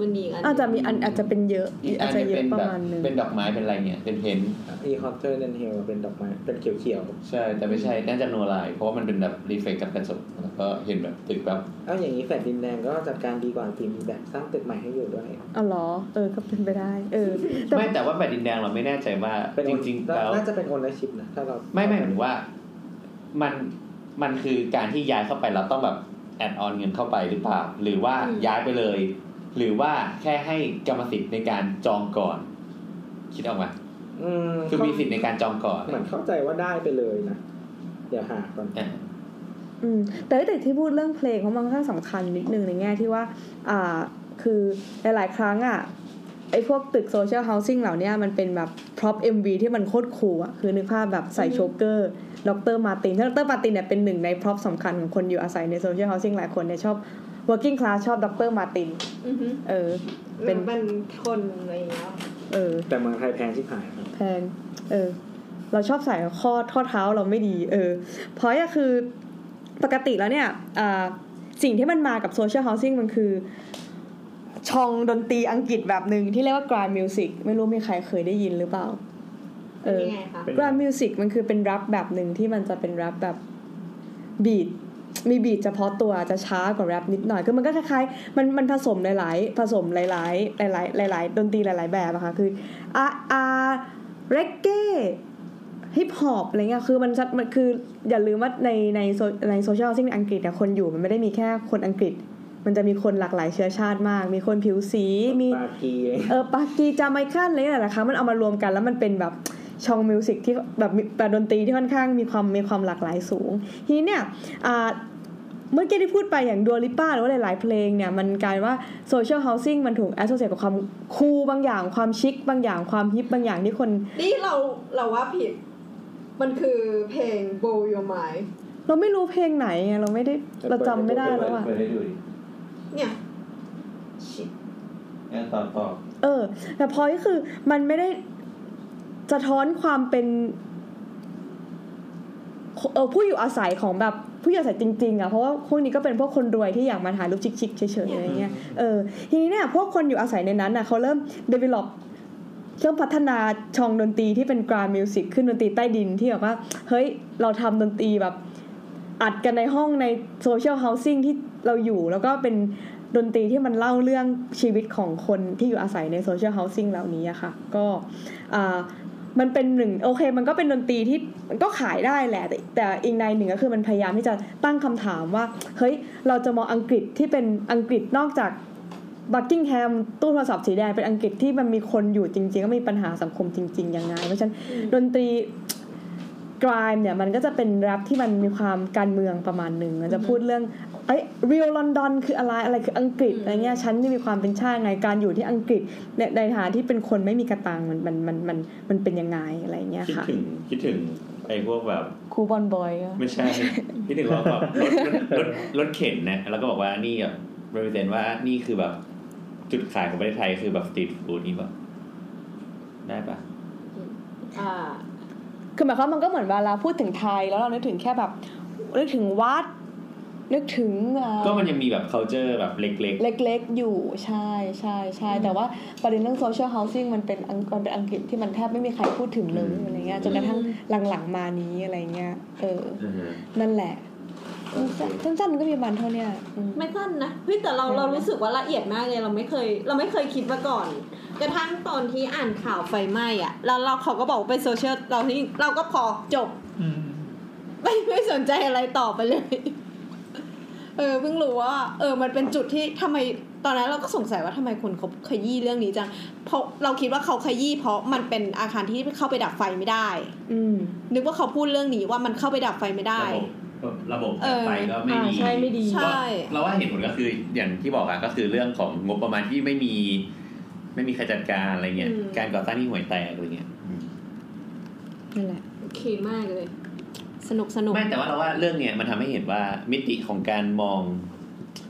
มันมีอีกอันหนึ่ง อาจจะมีอันอาจจะเป็นเยอะ อีกอั อาจ น จะ จะ เย เป็นอะประ แบบ มาณหนึง เป็นดอกไม้เป็นอะไรเนี่ยเป็นเพนท์ อีคอนเทอร์เนนเฮลเป็นดอกไม้เป็นเขียว ใช่แต่ไม่ใช่น่าจะโนไลน์เพราะว่ามันเป็นแบบรีเฟกกับกระจกแล้วก็เห็นแบบตึกแบบ ๆเอ้าอย่างนี้แฟลตดินแดงก็จัดการดีกว่าพิมพ์แบบสร้างตึกใหม่ให้อยู่ด้วย อ๋อเหรอ เออ ก็เป็นไปได้ เออ แต่ ไม่แต่ว่าแบบดินแดงเราไม่แน่ใจว่า เป็น จ โอน ริงๆ น่า แล้ว น่าจะเป็นโอนชิพนะถ้าเรา ไม่ไม่หมายถึงว่ามันมันคือการที่ย้ายเข้าไปเราต้องแบบแอดออนเงินเข้าไปหรือเปล่า หรือว่าย้ายไปเลย หรือว่าแค่ให้กรรมสิทธิ์ในการจองก่อน คิดออกมา อืม คือมีสิทธิ์ในการจองก่อน เหมือนเข้าใจว่าได้ไปเลยนะ เดี๋ยวหาก่อน อ่ะ อืมแต่แต่ที่พูดเรื่องเพลงเพราะมันค่อนข้างสำคัญนิดนึงในแง่ที่ว่า อ่า คือหลายๆครั้งอ่ะ ไอ้พวกตึกโซเชียลเฮาสิ่งเหล่าเนี้ยมันเป็นแบบ พร็อพเอ็มวีที่มันโคตรคูลอ่ะ คือนึกภาพแบบใส่โชกเกอร์ ดรมาตินถ้าดรมาตินเนี่ยเป็นหนึ่งในพร็อพสำคัญของคนอยู่อาศัยในโซเชียลเฮาสิ่งหลายคนเนี่ยชอบ working class ชอบดรมาติน อือฮึ เออ เป็ เป็น นมันคนอะไรอย่างเงี้ย เออ แต่เมืองไทยแพงชิบหายครับ แพง เออ เราชอบใส่ข้อข้อเท้าเราไม่ดี เออ เพราะก็คือปกติแล้วเนี่ยอ่าสิ่งที่มันมากับโซเชียลเฮาสิ่งมันคือ ชองดนตรีอังกฤษแบบหนึ่งที่เรียกว่ากรา m มิวสิกไม่รู้มีใครเคยได้ยินหรือเปล่า เอ เป็น อ ยังไงคะ เป็น กรามิวสิกมันคือเป็นแรปแบบหนึ่งที่มันจะเป็นแรปแบบบีทมีบีทเฉพาะตัวจะช้ากว่าแรปนิดหน่อยคือมันก็คล้ายๆมันมันผสมหลายๆ ผสมหลายๆ หลายๆหลายๆดนตรีหลาย ๆ แบบอะค่ะคืออาอาเรกเก้ฮิปฮอปอะไรเงี้ยคือมันชัดมันคืออย่าลืมว่าในในโซในโซเชียลซิ่งอังกฤษเนี่ยคนอยู่มันไม่ได้มีแค่คนอังกฤษ มันจะมีคนหลากหลายเชื้อชาติมาก มีคนผิวสีมี ปากี เออปากีจาไมคันอะไรหลายๆครั้งมันเอามารวมกันแล้วมันเป็นแบบชองมิวสิกที่แบบมีแบบดนตรีที่ค่อนข้างมีความมีความหลากหลายสูง ทีนี้เนี่ยอ่าเมื่อกี้ที่พูดไปอย่างดัวลิป้าหรือว่าหลาย ๆ เพลงเนี่ยมันกลายว่าโซเชียลเฮาสิ่งมันถูกแอสโซเ t e กับความคูลบางอย่าง ความชิคบางอย่างความฮิปบางอย่างที่คน นี่เราเราว่าผิด มันคือเพลง Blow Your Mind เราไม่รู้เพลงไหนไงเราไม่ได้เราจำไม่ได้แล้วอะ เปิดให้ดูดิ เนี่ย งั้นตอนต่อ เออ แต่พอยก็คือมันไม่ได้สะท้อนความเป็นเออผู้อยู่อาศัยของแบบผู้อยู่อาศัยจริงๆอะเพราะว่าพวกนี้ก็เป็นพวกคนรวยที่อยากมาถ่ายรูปชิคๆเฉยๆอะไรเงี้ยเออทีนี้เนี่ยพวกคนอยู่อาศัยในนั้นอะเขาเริ่ม develop เริ่มพัฒนาช่องดนตรีที่เป็นกรา m มิวสิกขึ้นดนตรีใต้ดินที่แบบว่า เฮ้ย เราทำดนตรีแบบ อัดกันในห้องในโซเชียลเฮาสิ่งที่เราอยู่แล้วก็เป็นดนตรีที่มันเล่าเรื่องชีวิตของคนที่อยู่อาศัยในโซเชียลเฮาสิ่งเหล่านี้อะค่ะ ก็อ่ามันเป็นหนึ่งโอเค มันก็เป็นดนตรีที่มันก็ขายได้แหละ แต่แต่อีกในหนึ่งก็คือมันพยายามที่จะตั้งคำถามว่า เฮ้ย เราจะมองอังกฤษที่เป็นอังกฤษนอกจากบักกิงแฮมตู้โทรศัพท์สีแดงเป็นอังกฤษที่มันมีคนอยู่จริงๆก็มีปัญหาสังคมจริงๆยังไงเพราะฉะนั้นดนตรี กรายเนี่ยมันก็จะเป็นแรปที่มันมีความการเมืองประมาณหนึ่งมันจะพูดเรื่องเอ้ยเรียลลอนดอนคืออะไรอะไรคืออังกฤษอะไรเงี้ยฉันนี่มีความเป็นชาติไงการอยู่ที่อังกฤษในในฐานะที่เป็นคนไม่มีกระตังมันมันมันมันมันเป็นยังไงอะไรเงี้ย คิด ค่ะ ถึงคิดถึงไอ้พวกแบบ คูบอนบอยก็ ไม่ใช่ คิดถึงว่าแบบรถรถรถรถเข็นนะแล้วก็บอกว่านี่แบบ represent ว่านี่คือแบบจุดขายของประเทศไทยคือแบบสตรีทฟู้ดนี่แบบได้ปะ อ่า คือหมายความว่ามันก็เหมือนเวลาพูดถึงไทยแล้วเรานึกถึงแค่แบบนึกถึงวัด นึกถึงเอ่อ ก็มันยังมีแบบ culture แบบเล็ก เล็กๆอยู่ใช่ใช่ใช่แต่ว่าประเด็นเรื่อง social housing มันเป็นอังมันเป็นอังกฤษที่มันแทบไม่มีใครพูดถึงเลยอะไรเงี้ยจนกระทั่งหลังๆมานี้อะไรเงี้ยเออ อือฮึ นั่นแหละ โอเค สั้นๆมันก็มีประมันเท่าเนี้ยอืม ไม่สั้นนะเฮ้ยแต่เราเรารู้สึกว่าละเอียดมากเลยเราไม่เคย เราไม่เคยคิดมาก่อน กระทั่งตอนที่อ่านข่าวไฟไหม้อ่ะแล้วเราเขาก็บอกว่าเป็นโซเชียลเราที่เราก็พอจบ อืม ไม่ไม่สนใจอะไรต่อไปเลย เออเพิ่งรู้ว่า เออ มันเป็นจุดที่ทำไมตอนนั้นเราก็สงสัยว่าทำไมคนเขาขยี้เรื่องนี้จังเพราะเราคิดว่าเขาขยี้เพราะมันเป็นอาคารที่เข้าไปดับไฟไม่ได้ อืม นึกว่าเขาพูดเรื่องนี้ว่ามันเข้าไปดับไฟไม่ได้ ระบบระบบ เออ ไปก็ไม่ดี อ่าใช่ไม่ดี ใช่ ก็เราว่าเหตุผลก็คืออย่างที่บอกอะก็คือเรื่องของงบประมาณที่ไม่มี ไม่มีใครจัดการอะไรเงี้ย อืม การก่อสร้างที่ห่วยแตกอะไรเงี้ย นั่นแหละ โอเคมากเลย สนุกสนุก ไม่แต่ว่าเราว่าเรื่องเนี้ยมันทำให้เห็นว่ามิติของการมอง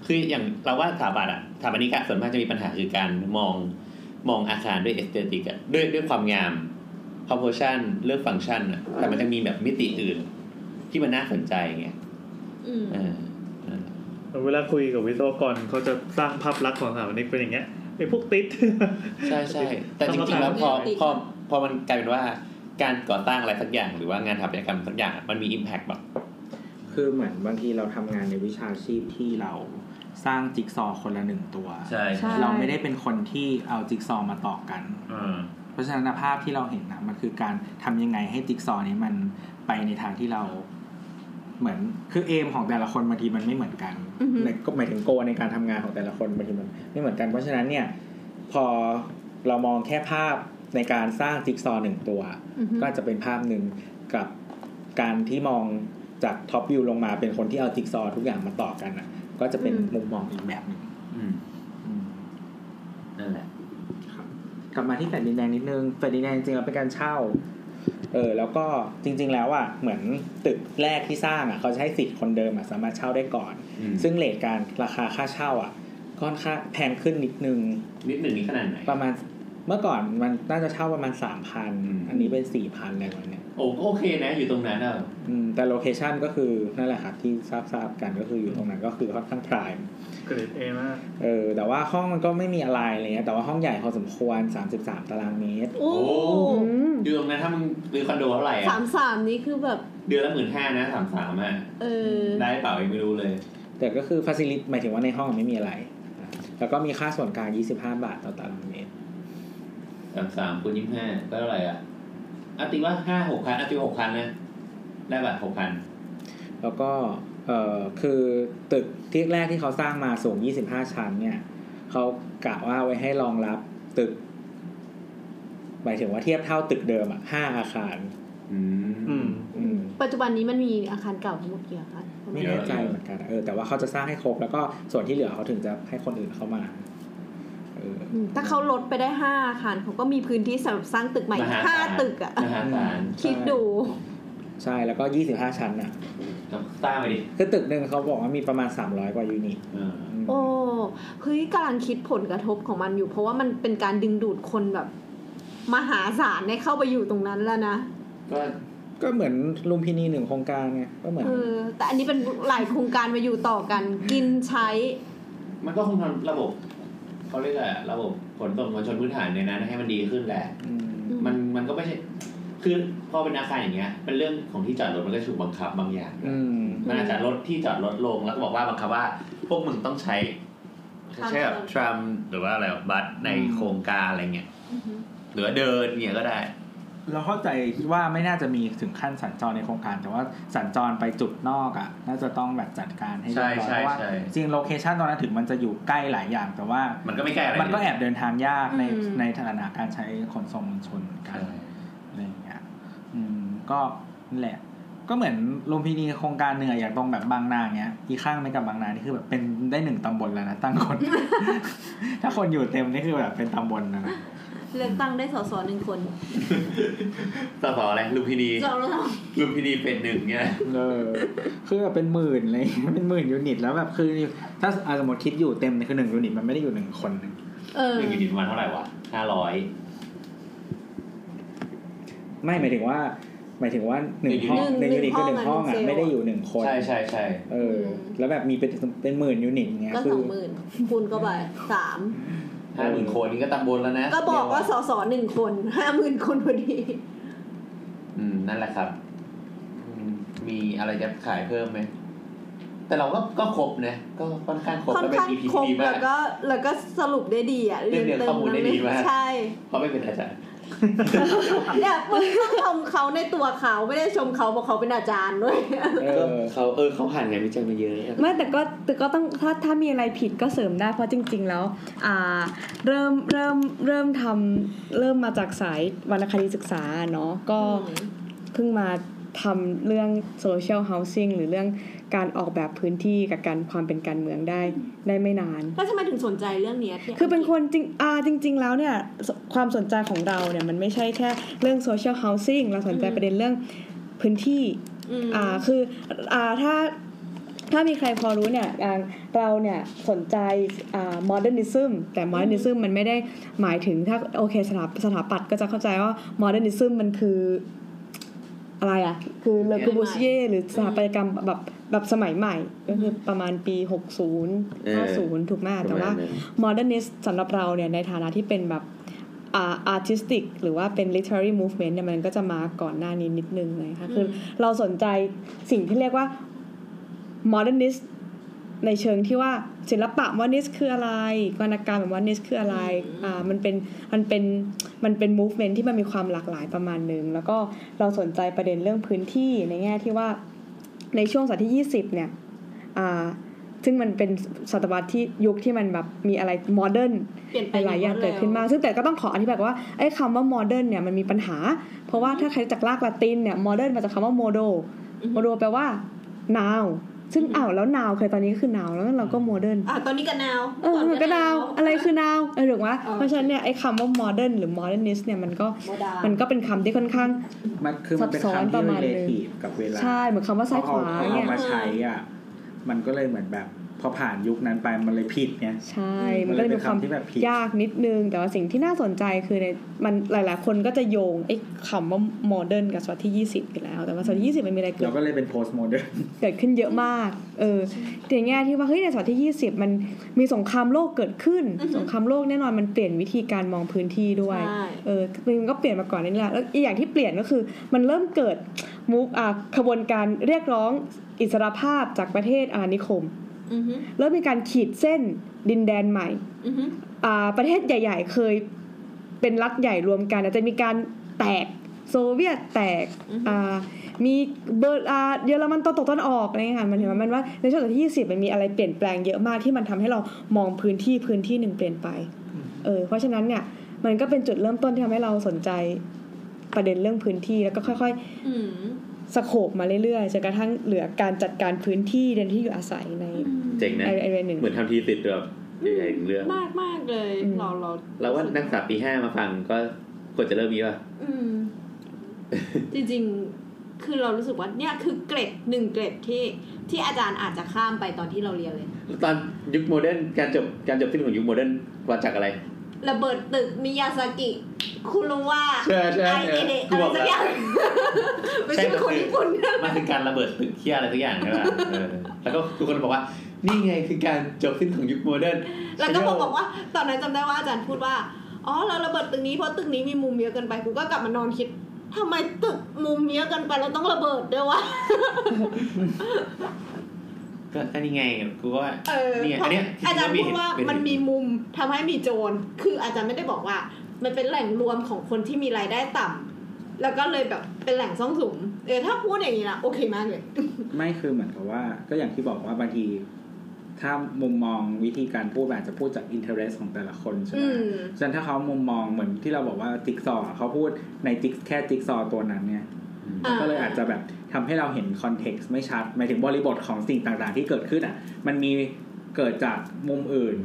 คืออย่างเราว่าสถาปัตย์อะสถาปนิกอะส่วนมากจะมีปัญหาคือการมองมองอาคารด้วยเอสเตติกอะด้วยด้วยความงาม proportion เลือกฟังก์ชันอะแต่มันจะมีแบบมิติอื่น ที่มันน่าสนใจไง อืม เออ เวลาคุยกับวิศวกรเขาจะสร้างภาพลักษณ์ของสถาปนิกเป็นอย่างเงี้ยไอ้พวกติด ใช่ใช่แต่จริงๆแล้วพอพอพอมันกลายเป็นว่าการก่อสร้างอะไรสักอย่างหรือว่างานทำกิจกรรมสักอย่างมันมีอิมแพกแบบ คือเหมือนบางทีเราทำงานในวิชาชีพที่เราสร้างจิ๊กซอว์คนละหนึ่งตัว ใช่ ใช่ เราไม่ได้เป็นคนที่เอาจิ๊กซอว์มาต่อกัน อืม เพราะฉะนั้นภาพที่เราเห็นนะมันคือการทำยังไงให้จิ๊กซอว์นี้มันไปในทางที่เราเหมือนคือเอมของแต่ละคนบางทีมันไม่เหมือนกัน อือฮึ และก็หมายถึงโกในการทำงานของแต่ละคนบางทีมันไม่เหมือนกัน เพราะฉะนั้นเนี่ยพอเรามองแค่ภาพในการสร้างจิ๊กซอว์หนึ่งตัว อือฮึ ก็อาจจะเป็นภาพหนึ่งกับการที่มองจากท็อปวิวลงมาเป็นคนที่เอาจิ๊กซอว์ทุกอย่างมาต่อกันอ่ะ ก็จะเป็น อืม มุมมองอีกแบบหนึ่งอืม นั่นแหละ กลับมาที่แฟลตดินแดงนิดนึงแฟลตดินแดงจริงๆแล้วเป็นการเช่า เออแล้วก็จริง ๆ แล้วอ่ะเหมือนตึกแรกที่สร้างอ่ะเขาจะให้สิทธิ์คนเดิมอ่ะสามารถเช่าได้ก่อน ซึ่งเลทการราคาค่าเช่าอ่ะค่อนข้างแพงขึ้นนิดนึง นิดหนึ่งนี้ขนาดไหน ประมาณเมื่อก่อนมันน่าจะเช่าประมาณสามพัน อืม อันนี้เป็นสี่พันอะไรประมาณเนี้ย โอ้ก็โอเคนะอยู่ตรงนั้นอะ อืมแต่โลเคชันก็คือนั่นแหละครับที่ทราบทราบๆกันก็คืออยู่ตรงนั้นก็คือค่อนข้างพราย เกรดเอมาก เออแต่ว่าห้องมันก็ไม่มีอะไรอะไรเงี้ยแต่ว่าห้องใหญ่พอสมควร 33 ตารางเมตร โอ้ อืม อยู่ตรงนั้นถ้ามึงซื้อคอนโดเท่าไหร่ สา อะ มสามนี้คือแบบ เดือนละหมื่นห้านะสามสามอะ เออ ได้เปล่ายังไม่รู้เลย แต่ก็คือฟ a ซิลิตหมายถึงว่าในห้องไม่มีอะไร แล้วก็มีค่าส่วนกลาง 25 บาทต่อตารางเมตร สามสามคูณยี่สิบห้าก็เท่าไหร่อ่ะอาติว่าห้าหกพันอาติหกพันนะ ได้บัตรหกพัน แล้วก็เอ่อคือตึกที่แรกที่เขาสร้างมาสูง 25 ชั้นเนี่ย เขากะว่าไว้ให้รองรับตึก หมายถึงว่าเทียบเท่าตึกเดิมอ่ะ 5 อาคาร อื อืม อืม ปัจจุบันนี้มันมีอาคารเก่าทั้งหมดกี่อาคาร ไม่แน่ใจเหมือนกันเออแต่ว่าเขาจะสร้างให้ครบ แล้วก็ส่วนที่เหลือเขาถึงจะให้คนอื่นเข้ามาเออ อืมถ้าเขาลดไปได้ห้าอาคารเขาก็มีพื้นที่สำหรับสร้างตึกใหม่ มหา ห้า ศาล ตึกอ่ะ มหาศาล คิดดู ใช่แล้วก็ 25 ชั้นอ่ะ ต้องสร้างไปดิ คือตึกหนึ่งเขาบอกว่ามีประมาณ 300 กว่ายูนิต เออ อืม โอ้เฮ้ยกำลังคิดผลกระทบของมันอยู่ เพราะว่ามันเป็นการดึงดูดคนแบบ มหาศาลได้เข้าไปอยู่ตรงนั้นแล้วนะ ก็ ก็เหมือนลุมพินีหนึ่งโครงการไงก็เหมือน เออ แต่อันนี้เป็นหลายโครงการมาอยู่ต่อกัน กินใช้ มันก็คงทำระบบเขาเรียกอะไรอะระบบขนส่งมวลชนพื้นฐานในนั้นให้มันดีขึ้นแหละ อืม มันมันก็ไม่ใช่ คือพอเป็นอาคารอย่างเงี้ยเป็นเรื่องของที่จอดรถมันก็ถูกบังคับบางอย่าง อืม มันอาจจะลดที่จอดรถลงแล้วก็บอกว่าบังคับว่า พวกมึงต้องใช้ ทาง ใช้แบบทรัมหรือว่าอะไรแบบบัสในโครงการอะไรเงี้ยหรือว่าเดินเนี่ยก็ได้ เราเข้าใจว่าไม่น่าจะมีถึงขั้นสัญจรในโครงการ แต่ว่าสัญจรไปจุดนอกอะ่ะ น่าจะต้องแบบจัดการให้เรียบร้อย ใช่ใช่ เพราะว่า ใช่ จริงโลเคชันตอนนั้นถึงมันจะอยู่ใกล้หลายอย่าง แต่ว่า มันก็ไม่ใกล้อะไร มันก็แอบเดินทางยากใน อืม ในฐานะการใช้ขนส่งมวลชนเหมือนกั ใช่ นอะไรอย่างเงี้ยอืมก็นั่นแหละ ก็เหมือนลุมพินีโครงการเหนือยอย่างตรงแบบบางนาเนี้ยอีกข้างไม่กับบางนานี่คือแบบเป็น ได้หนึ่งตำบลแล้วนะตั้งคน ถ้าคนอยู่เต็มนี่คือแบบเป็นตำบลนะนะ เลือกตั้งได้สสหนึ่งคน สอสออะไรลุมพินี สอสอ ลุมพินีเป็นหนึ่งเนี่ย เออคือแบบเป็นหมื่นเลย เป็นหมื่นยูนิตแล้วแบบคือถ้าอ่ะสมมติคิดอยู่เต็มคือหนึ่งยูนิตมันไม่ได้อยู่หนึ่งคน เออ หนึ่งยูนิตประมาณเท่าไหร่วะห้าร้อย ไม่หมายถึงว่า หมายถึงว่าหนึ่งห้องหนึ่งยูนิตคือหนึ่งห้องอ่ะไม่ได้อยู่หนึ่งคน ใช่ใช่ใช่ เออ แล้วแบบมีเป็นเป็นหมื่นยูนิตเงี้ย ก็ คื สอ อ งหมื่นคูณก็ไปสาม ห้าหมื่นคนนี่ก็ตำบลแล้วนะ ก็บอกว่าสสหนึ่งคนห้าหมื่นคนพอดี อืมนั่นแหละครับอืมมีอะไรจะขายเพิ่มไหมแต่เราก็ก็ครบนะก็ค่อนข้างครบ ค่อน ก็เป็น ข้าง EP ครบ ดีมา แล้ ก วก็แล้วก็สรุปได้ดีอ่ะ เรียบเรียงข้อมูลได้ดีมาก ใช่ เพราะไม่เป็นอาจารย์ เนี่ยมึงต้องชมเขาในตัวเขาไม่ได้ชมเขาเพราะเขาเป็นอาจารย์ด้วย ก็เขาเออเขาผ่านงานวิจัยมาเยอะเนี่ย ไม่แต่ก็แต่ก็ต้องถ้าถ้ามีอะไรผิดก็เสริมได้เพราะจริง ๆ แล้วอ่าเริ่มเริ่มเริ่มทำเริ่มมาจากสายวรรณคดีศึกษาเนาะก็เพิ่งมาทำเรื่องโซเชียลเฮาสิ่งหรือเรื่องการออกแบบพื้นที่กับการความเป็นการเมืองได้ได้ไม่นาน แล้วทำไมถึงสนใจเรื่องเนี้ยย คือเป็นคนจริงอ่าจริง ๆ แล้วเนี่ยสความสนใจของเราเนี่ยมันไม่ใช่แค่เรื่องโซเชียลเฮาสิ่งเราสนใจประเด็นเรื่องพื้นที่ ม อ่าคืออ่าถ้าถ้ามีใครพอรู้เนี่ยอ่าเราเนี่ยสนใจอ่าโมเดิร์นิซึมแต่โมเดิร์นิซึมมันไม่ได้หมายถึงถ้าโอเคสถาสถาปัตย์ก็จะเข้าใจว่าโมเดิร์นิซึมมันคืออะไรอ่ะ คือเลอคูบูสเย่หรือสถาปัตยกรรมแบบแบบสมัยใหม่ ก็คือประมาณปี 60 50 ถูกไหมแต่ว่า โมเดิร์นิสต์สำหรับเราเนี่ยในฐานะที่เป็นแบบอาร์ติสติกหรือว่าเป็น literary movement เนี่ยมันก็จะมาก่อนหน้านี้นิดนึงเลยค่ะคือเราสนใจสิ่งที่เรียกว่า modernist ในเชิงที่ว่าศิลปะ modernist คืออะไรวรรณกรรมแบบ modernist คืออะไรอ่ามันเป็นมันเป็นมันเป็น movement ที่มันมีความหลากหลายประมาณนึง แล้วก็เราสนใจประเด็นเรื่องพื้นที่ในแง่ที่ว่าในช่วงศตวรรษที่ 20 เนี่ยอ่าซึ่งมันเป็นศตวรรษที่ยุคที่มันแบบมีอะไร modern เปลี่ยนไป หลายๆอย่างเกิดขึ้นมาก ซึ่งแต่ก็ต้องขออธิบายว่าไอ้คำว่าโมเดิร์นเนี่ยมันมีปัญหา เพราะว่าถ้าใครรู้จากลากละตินเนี่ยโมเดิร์นมาจากคำว่าโมโดโมโดแปลว่า now ซึ่งอ้าวแล้ว now เคยตอนนี้ก็คือ now แล้วเราก็โมเดิร์น อ่ะตอนนี้กันนาว เออมันก็ now อะไรคือ now เออถูกไหม เออ เพราะฉะนั้นเนี่ยไอ้คำว่าโมเดิร์นหรือโมเดิร์นิสเนี่ยมันก็ โมดา มันก็เป็นคำที่ค่อนข้าง มันคือมันเป็น ซับซ้อน คำ ป ที่ ระมาณหนึ่ง relative กับเวลา ใช่เหมือนคำว่าซ้ายขวา พอเอ เนี่ย เอามาใช้อ่ะมันก็เลยเหมือนแบบ พอผ่านยุคนั้นไปมันเลยผิดไง ใช่มันก็เลยเป็นความ ที่แบบผิด ยากนิดนึง แต่ว่าสิ่งที่น่าสนใจคือในมันหลาย ๆ คนก็จะโยงไอ้คำว่าโมเดิร์นกับศตวรรษที่ 20อยู่แล้ว แต่ว่าศตวรรษที่ 20 มันมีอะไรเกิ เรา ด ก็เลยเป็น post modern เกิดขึ้นเยอะมาก เออในแง่ที่ว่าเฮ้ยในศตวรรษที่ 20 มันมีสงครามโลกเกิดขึ้น สงครามโลกแน่นอนมันเปลี่ยนวิธีการมองพื้นที่ด้วย ใช่ เออมันก็เปลี่ยนมาก่อนนี่แหละแล้วอีกอย่างที่เปลี่ยนก็คือ มันเริ่มเกิดมุกอ่ะขบวนการเรียกร้องอิสรภาพจากประเทศอาณานิคม อือฮึ เริ่มมีการขีดเส้นดินแดนใหม่ อือฮึ อ่าประเทศใหญ่ ๆ เคยเป็นรัฐใหญ่รวมกันอาจจะมีการแตกโซเวียตแตกอ่ามีเบอร์อ่าเยอรมันตอนตกตอนออกอะไรเงี้ยค่ะมันเห็นว่ามันว่าในช่วงศตวรรษที่ 20 มันมีอะไรเปลี่ยนแปลงเยอะมากที่มันทำให้เรามองพื้นที่พื้นที่หนึ่งเปลี่ยนไปเออเพราะฉะนั้นเนี่ยมันก็เป็นจุดเริ่มต้นที่ทำให้เราสนใจประเด็นเรื่องพื้นที่แล้วก็ค่อย อืม ๆสโคบมาเรื่อยๆจนกระทั่งเหลือการจัดการพื้นที่เดนที่อยู่อาศัยใน เจ๋งนะ ไอเรียหนึ่ง เหมือนทำทีสิทธิ์แบบใหญ่ๆเรื่อง มากมากเลย อืม เราเรา แล้วว่านักศึกษาปีห้ามาฟังก็ควรจะเริ่มนี้ป่ะ อืม จริงๆ คือเรารู้สึกว่าเนี่ยคือเกร็ดหนึ่งเกร็ดที่ที่อาจารย์อาจจะข้ามไปตอนที่เราเรียนเลย ตอนยุคโมเดิร์นการจบการจบสิ้นของยุคโมเดิร์นวัดจากอะไร ระเบิดตึกมิยาซากิ คุรุว่า ใช่ใช่ ไอ เอ เอ อ เดะ กู อะไร บอก สักอแล้ว ย่างไม่ใช่คนญี่ปุ่นนะ มันคือการระเบิดตึกเคี้ยอะไรทุกอย่างใช่ป่ะเออแล้วก็ทุกคนบอกว่า นี่ไงคือการจบสิ้นของยุคโมเดิร์น แล้วก็บอกบอกว่า ตอนนั้นจำได้ว่าอาจารย์พูดว่า อ๋อเราระเบิดตึกนี้เพราะตึกนี้มีมุมเยอะเกินไปกูก็กลับมานอนคิดทำไมตึกมุมเยอะเกินไปเราต้องระเบิดด้วยวะ ก็อันนี้ไงกูก็ว่า เออ เนี่ย เพ อันเนี้ย อาจารย์ จริ พู งๆ ดว่า แล้วมีเหตุเป็น มันมีมุมทำให้มีโจร คืออาจารย์ไม่ได้บอกว่า มันเป็นแหล่งรวมของคนที่มีรายได้ต่ำแล้วก็เลยแบบเป็นแหล่งซ่องสุม เออถ้าพูดอย่างนี้นะโอเคมากเลย ไม่คือเหมือนกับว่า ก็อย่างที่บอกว่าบางที ถ้ามุมมองวิธีการพูดมันอาจจะพูดจาก interest ของแต่ละคนใช่ไหม อืม ฉะนั้นถ้าเขามุมมองเหมือนที่เราบอกว่าติ๊กซอว์อะเขาพูดในติ๊กแค่ติ๊กซอว์ตัวนั้นเนี่ย อ่า ก็เลยอาจจะแบบทำให้เราเห็นคอนเท็กซ์ไม่ชัดหมายถึงบริบทของสิ่งต่างๆ ที่เกิดขึ้นอ่ะ มันมีเกิดจากมุมอื่น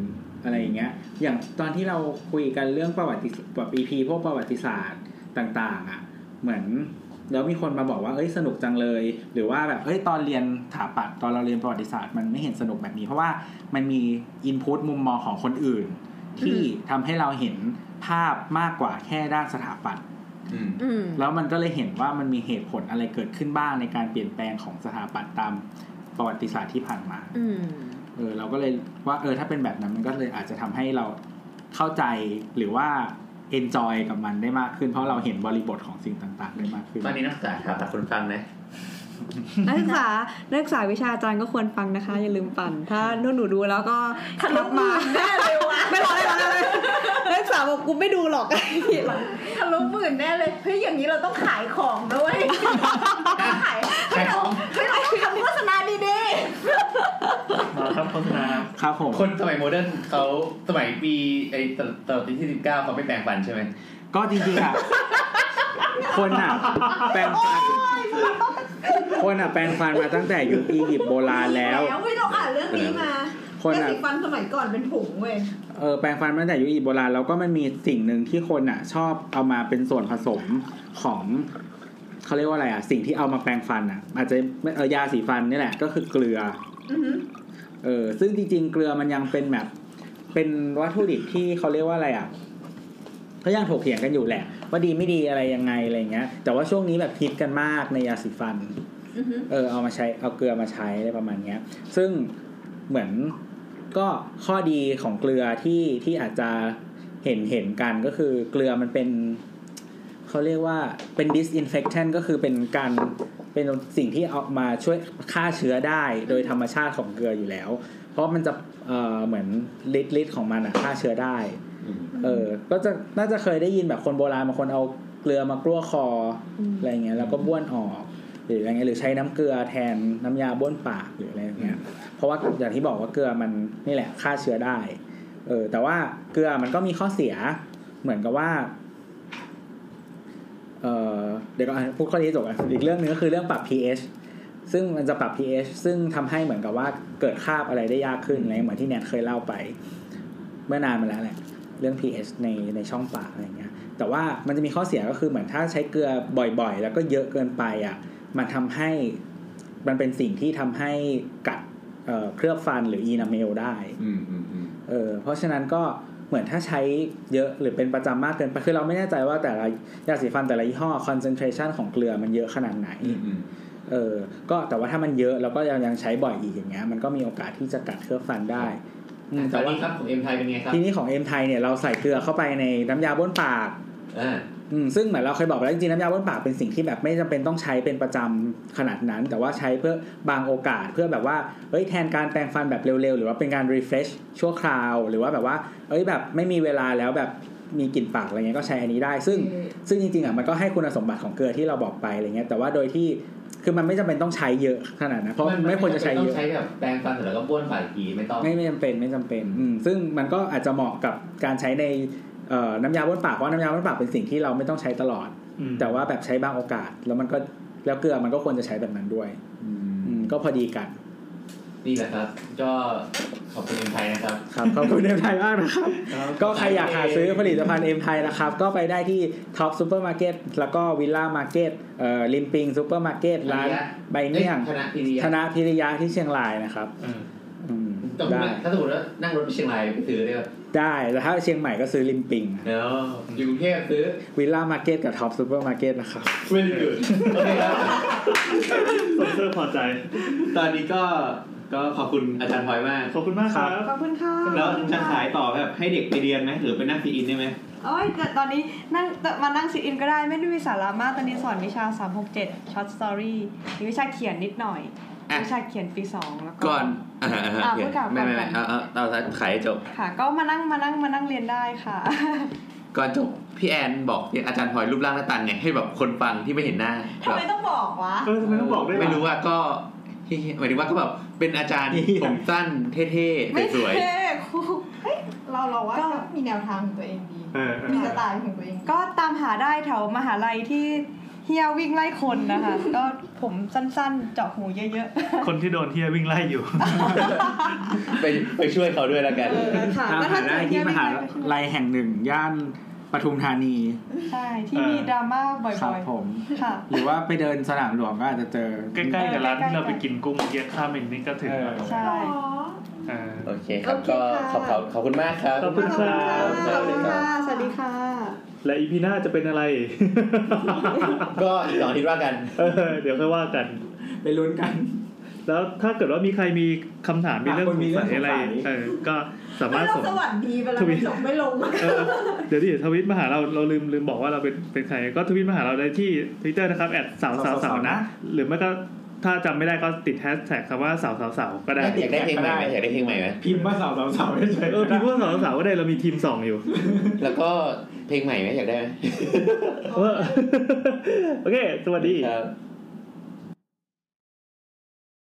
อะไรอย่างเงี้ย อย่างตอนที่เราคุยกันเรื่องประวัติแบบ EP พวกประวัติศาสตร์ต่าง ๆ อ่ะ เหมือนแล้วมีคนมาบอกว่าเอ้ยสนุกจังเลย หรือว่าแบบเอ้ยตอนเรียนสถาปัตย์ตอนเราเรียนประวัติศาสตร์มันไม่เห็นสนุกแบบนี้ เพราะว่ามันมีอินพุตมุมมองของคนอื่น ที่ทำให้เราเห็นภาพมากกว่าแค่ด้านสถาปัตย์ อืม อืม แล้วมันก็เลยเห็นว่ามันมีเหตุผลอะไรเกิดขึ้นบ้างในการเปลี่ยนแปลงของสถาปัตย์ตามประวัติศาสตร์ที่ผ่านมา อืม เออเราก็เลยว่าเออถ้าเป็นแบบนั้นมันก็เลยอาจจะทำให้เราเข้าใจหรือว่า enjoy กับมันได้มากขึ้น เพราะเราเห็นบริบทของสิ่งต่างๆได้มากขึ้น ตอนนี้นักศึกษาถามคนฟังนะ นักศึกษานักศึกษาวิชาอาจารย์ก็ควรฟังนะคะ อย่าลืมฟังถ้านุ่นหนูดูแล้วก็ ทะลุหมื่นแน่เลยว่ะ ไม่รอไม่รอไม่รอนักศึกษาบอกกูไม่ดูหรอก ทะลุหมื่นแน่เลยเฮ้ยอย่างนี้เราต้องขายของด้วยต้องขาย ขายของ เฮ้ยเราต้องทำโฆษณาดี มาครับโฆษณาครับ ครับผม คนสมัยโมเดิร์นเขาสมัยปีไอ้ตอนตอนที่สิบเก้าเขาไม่แปลงฟันใช่ไหม ก็จริงๆอ่ะ คนอ่ะแปลงฟันคนอ่ะแปลงฟันมาตั้งแต่ยุคอียิปต์โบราณ ๆ แล้ว แล้วเฮ้ยเราอ่านเรื่องนี้มา คน แค่ อ่ะ สิฟันสมัยก่อนเป็นผงเว้ย เออแปรงฟันมาตั้งแต่ยุคอียิปต์โบราณแล้วก็มันมีสิ่งหนึ่งที่คนอ่ะ ชอบเอามาเป็นส่วนผสมของเขาเรียกว่าอะไรอ่ะ สิ่งที่เอามาแปรงฟันอ่ะ อาจจะเออยาสีฟันนี่แหละ ก็คือเกลือ อือหือ เออซึ่งจริง ๆ เกลือมันยังเป็นแบบ เป็นวัตถุดิบที่เขาเรียกว่าอะไรอ่ะก็ยังถกเถียงกันอยู่แหละ ว่าดีไม่ดีอะไรยังไงอะไรอย่างเงี้ย แต่ว่าช่วงนี้แบบฮิตกันมากในยาสีฟัน อือหือ เออเอามาใช้เอาเกลือมาใช้อะไรประมาณเนี้ย ซึ่งเหมือนก็ข้อดีของเกลือที่ที่อาจจะเห็นเห็นกันก็คือเกลือมันเป็นเขาเรียกว่าเป็น disinfectant ก็คือเป็นการเป็นสิ่งที่เอามาช่วยฆ่าเชื้อได้โดยธรรมชาติของเกลืออยู่แล้ว เพราะมันจะเอ่อเหมือนฤทธิ์ฤทธิ์ของมันอะฆ่าเชื้อได้ เออ ก็จะน่าจะเคยได้ยินแบบคนโบราณบางคนเอาเกลือมากลั้วคออ ม อะไรเงี้ยแล้วก็บ้วนออก หรืออะไรเงี้ยหรือใช้น้ำเกลือแทนน้ำยาบ้วนปากหรืออะไรเงี้ย เพราะว่าอย่างที่บอกว่าเกลือมันนี่แหละฆ่าเชื้อได้ เออ แต่ว่าเกลือมันก็มีข้อเสีย เหมือนกับว่า เออเดี๋ยวก็พูดข้อนี้จบอ่ะอีกเรื่องหนึงก็คือเรื่องปรับ pH ซึ่งมันจะปรับ pH ซึ่งทำให้เหมือนกับว่าเกิดคราบอะไรได้ยากขึ้นอะไรเหมือนที่แนทเคยเล่าไป เมื่อนานมาแล้วแหละเรื่อง pH ในในช่องปากอะไรเงี้ย แต่ว่ามันจะมีข้อเสียก็คือเหมือนถ้าใช้เกลือบ่อยๆ แล้วก็เยอะเกินไปอ่ะ มันทำให้มันเป็นสิ่งที่ทำให้กัดเอ่อเคลือบฟันหรืออีนาเมลได้ อืมอืมอืม เออเพราะฉะนั้นก็เหมือนถ้าใช้เยอะหรือเป็นประจำมากเกินไปคือเราไม่แน่ใจว่าแต่ละยาสีฟันแต่ละยี่ห้อ concentration ของเกลือมันเยอะขนาดไหน อืมอืม เออ ก็แต่ว่าถ้ามันเยอะแล้วก็ยังยังใช้บ่อยอีกอย่างเงี้ยมันก็มีโอกาสที่จะกัดเคลือบฟันได้อืม ตอ แต่ น ว่า นี้ครับของเอ็มไทยเป็นไงครับ ทีนี้ของเอ็มไทยเนี่ยเราใส่เกลือเข้าไปในน้ำยาบ้วนปาก อ่า อืมซึ่งเหมือนเราเคยบอกไปแล้วจริงๆน้ำยาบ้วนปากเป็นสิ่งที่แบบไม่จำเป็นต้องใช้เป็นประจำขนาดนั้น แต่ว่าใช้เพื่อบางโอกาสเพื่อแบบว่าเอ้ยแทนการแปรงฟันแบบเร็วๆหรือว่าเป็นการ refresh ชั่วคราว หรือว่าแบบว่า เอ้ยแบบไม่มีเวลาแล้วแบบมีกลิ่นปากอะไรเงี้ยก็ใช้อันนี้ได้ ซึ่ง ซึ่งจริงๆอ่ะมันก็ให้คุณสมบัติของเกลือที่เราบอกไปอะไรเงี้ยแต่ว่าโดยที่คือมันไม่จำเป็นต้องใช้เยอะขนาดนั้นเพราะไม่ควรจะใช้เย ต้อ อะ งใช้แบบแปรงฟันเสร็จแล้วก็บ้วนฝ่ายกีไม่ต้อง ไม่ไม่จำเป็นไม่จำเป็นอืมซึ่งมันก็อาจจะเหมาะกับการใช้ในเอ่อน้ำยาบ้วนปากเพราะน้ำยาบ้วนปากเป็นสิ่งที่เราไม่ต้องใช้ตลอด อืม แต่ว่าแบบใช้บางโอกาส แล้วมันก็แล้วเกลือมันก็ควรจะใช้แบบนั้นด้วย อืมก็พอดีกัน นี่แหละครับ ก็ขอบคุณเอ็มไทยนะครับ ครับขอบคุณเอ็มไทยมากนะครับ ก็ใครอยากหาซื้อผลิตภัณฑ์เอ็มไทยนะครับ ก็ไปได้ที่ท็อปซูเปอร์มาร์เก็ตแล้วก็วิลล่ามาร์เก็ตเอ่อลิมปิงซูเปอร์มาร์เก็ตร้านใบ เอ้ย เมี่ยง คณะพิริยะ ธนาพิริยะที่เชียงรายนะครับ อืม อืม ต้อง ได้ ถ้าสมมติว่านั่งรถไปเชียงรายไปซื้อได้ปะ ได้แต่ถ้าเชียงใหม่ก็ซื้อลิมปิง เดี๋ยวอยู่กรุงเทพซื้อ วิลล่ามาร์เก็ตกับท็อปซูเปอร์มาร์เก็ตนะครับ ไม่ได้ดูโอเคครับ สปอนเซอร์พอใจ ตอนนี้ก็ก็ขอบคุณอาจารย์พลอยมาก ขอบคุณมากครับ ขอบคุณค่ะ แล้วจะขายต่อแบบให้เด็กไปเรียนไหมหรือเป็นนักซีอินได้ไหม โอ้ยแต่ตอนนี้นั่งแต่มานั่งซิทอินก็ได้ไม่ได้มีสาระมากตอนนี้สอนวิชา 367 ช็อตสตอรี่มีวิชาเขียนนิดหน่อย ะ วิชาเขียนปี 2 แล้วก็ ก่อนอ่าฮะอ่าฮะ อ่ะ โอเค พูดก่อน ไม่ไม่ไม่ ก่ เอา อน เอาเอาเอาขายให้จบ ค่ะ ก็มานั่งมานั่งมานั่งเรียนได้ค่ะ ก่อนจบพี่แอนบอกอาจารย์พลอยรูปร่างหน้าตาไงให้แบบคนฟังที่ไม่เห็นหน้า ทำแบไมบ ต้องบอกวะ เออทำไมต้องบอกด้วยล่ะ ไม่รู้ว่าก็หมายถึงว่าก็แบบเป็นอาจารย์ ผมสั้นเท่ๆสวย เท่ ครูเฮ้ยเราเราว่าก็มีแนวทางของตัวเองดี เออเออ มีสไตล์ของตัวเอง ก็ตามหาได้แถวมหาลัยที่ เฮียวิ่งไล่คนนะคะ ก็ผมสั้นๆ เจาะหูเยอะ คนที่โดนเฮียวิ่งไล่อยู่ ไปไปช่วยเขาด้วยละกัน ๆค่ะ ตาม แล้ว หา ถ้าเจ ได้ อเฮี ที่ ย ม วิ่ง หา ไล่ก็ช่วย ลัยแห่งหนึ่งย่านปทุมธานี ใช่ที่มีดราม่าบ่ ครับ อย ผม ๆ ค่ะ หรือว่าไปเดินสนามหลวงก็อาจจะเจอ ใกล้ๆกับร้านที่เราไปกินกุ้งเกี๊ยวข้าวเมนนี่ก็ถึงแล้ว ใช่ เออ โอเคครับ โอเค ก็ขค่ะอบขอบขอบคุณมากครับ ขอบคุณครับ ขอบคุณค่ะ สวัสดีค่ะ และอีพีหน้าจะเป็นอะไร ก็อีกสองอาทิตย์ว่ากัน เออเดี๋ยวค่อยว่ากัน ไปลุ้นกัน แล้วถ้าเกิดว่ามีใครมีคำถามมีเรื่อง อ่ะคนมี สงสัยอะไร เรื่องสงสัย เออก็สามารถส่ง สวัสดีไปแล้ว ทวิ ไม่ ต ลงไม่ลง เออเดี๋ยวดิทวิตมาหาเราเราลืมลืมบอกว่าเราเป็นเป็นใคร ก็ทวิตมาหาเราได้ที่ทวิตเตอร์นะครับแอดสาวสาวสาวนะ หรือไม่ก็ถ้าจำไม่ได้ก็ติดแฮชแท็กคำว่าสาวสาวสาวก็ได้ อยากได้เพลงใหม่ไหมอยากได้เพลงใหม่ไหม พิมพ์ว่าสาวสาวสาวเฉย เออพี่พูดสาวสาวก็ได้เรามีทีมสองอยู่ แล้วก็เพลงใหม่ไหมอยากได้ไหม เออโอเค สวัสดี ครับ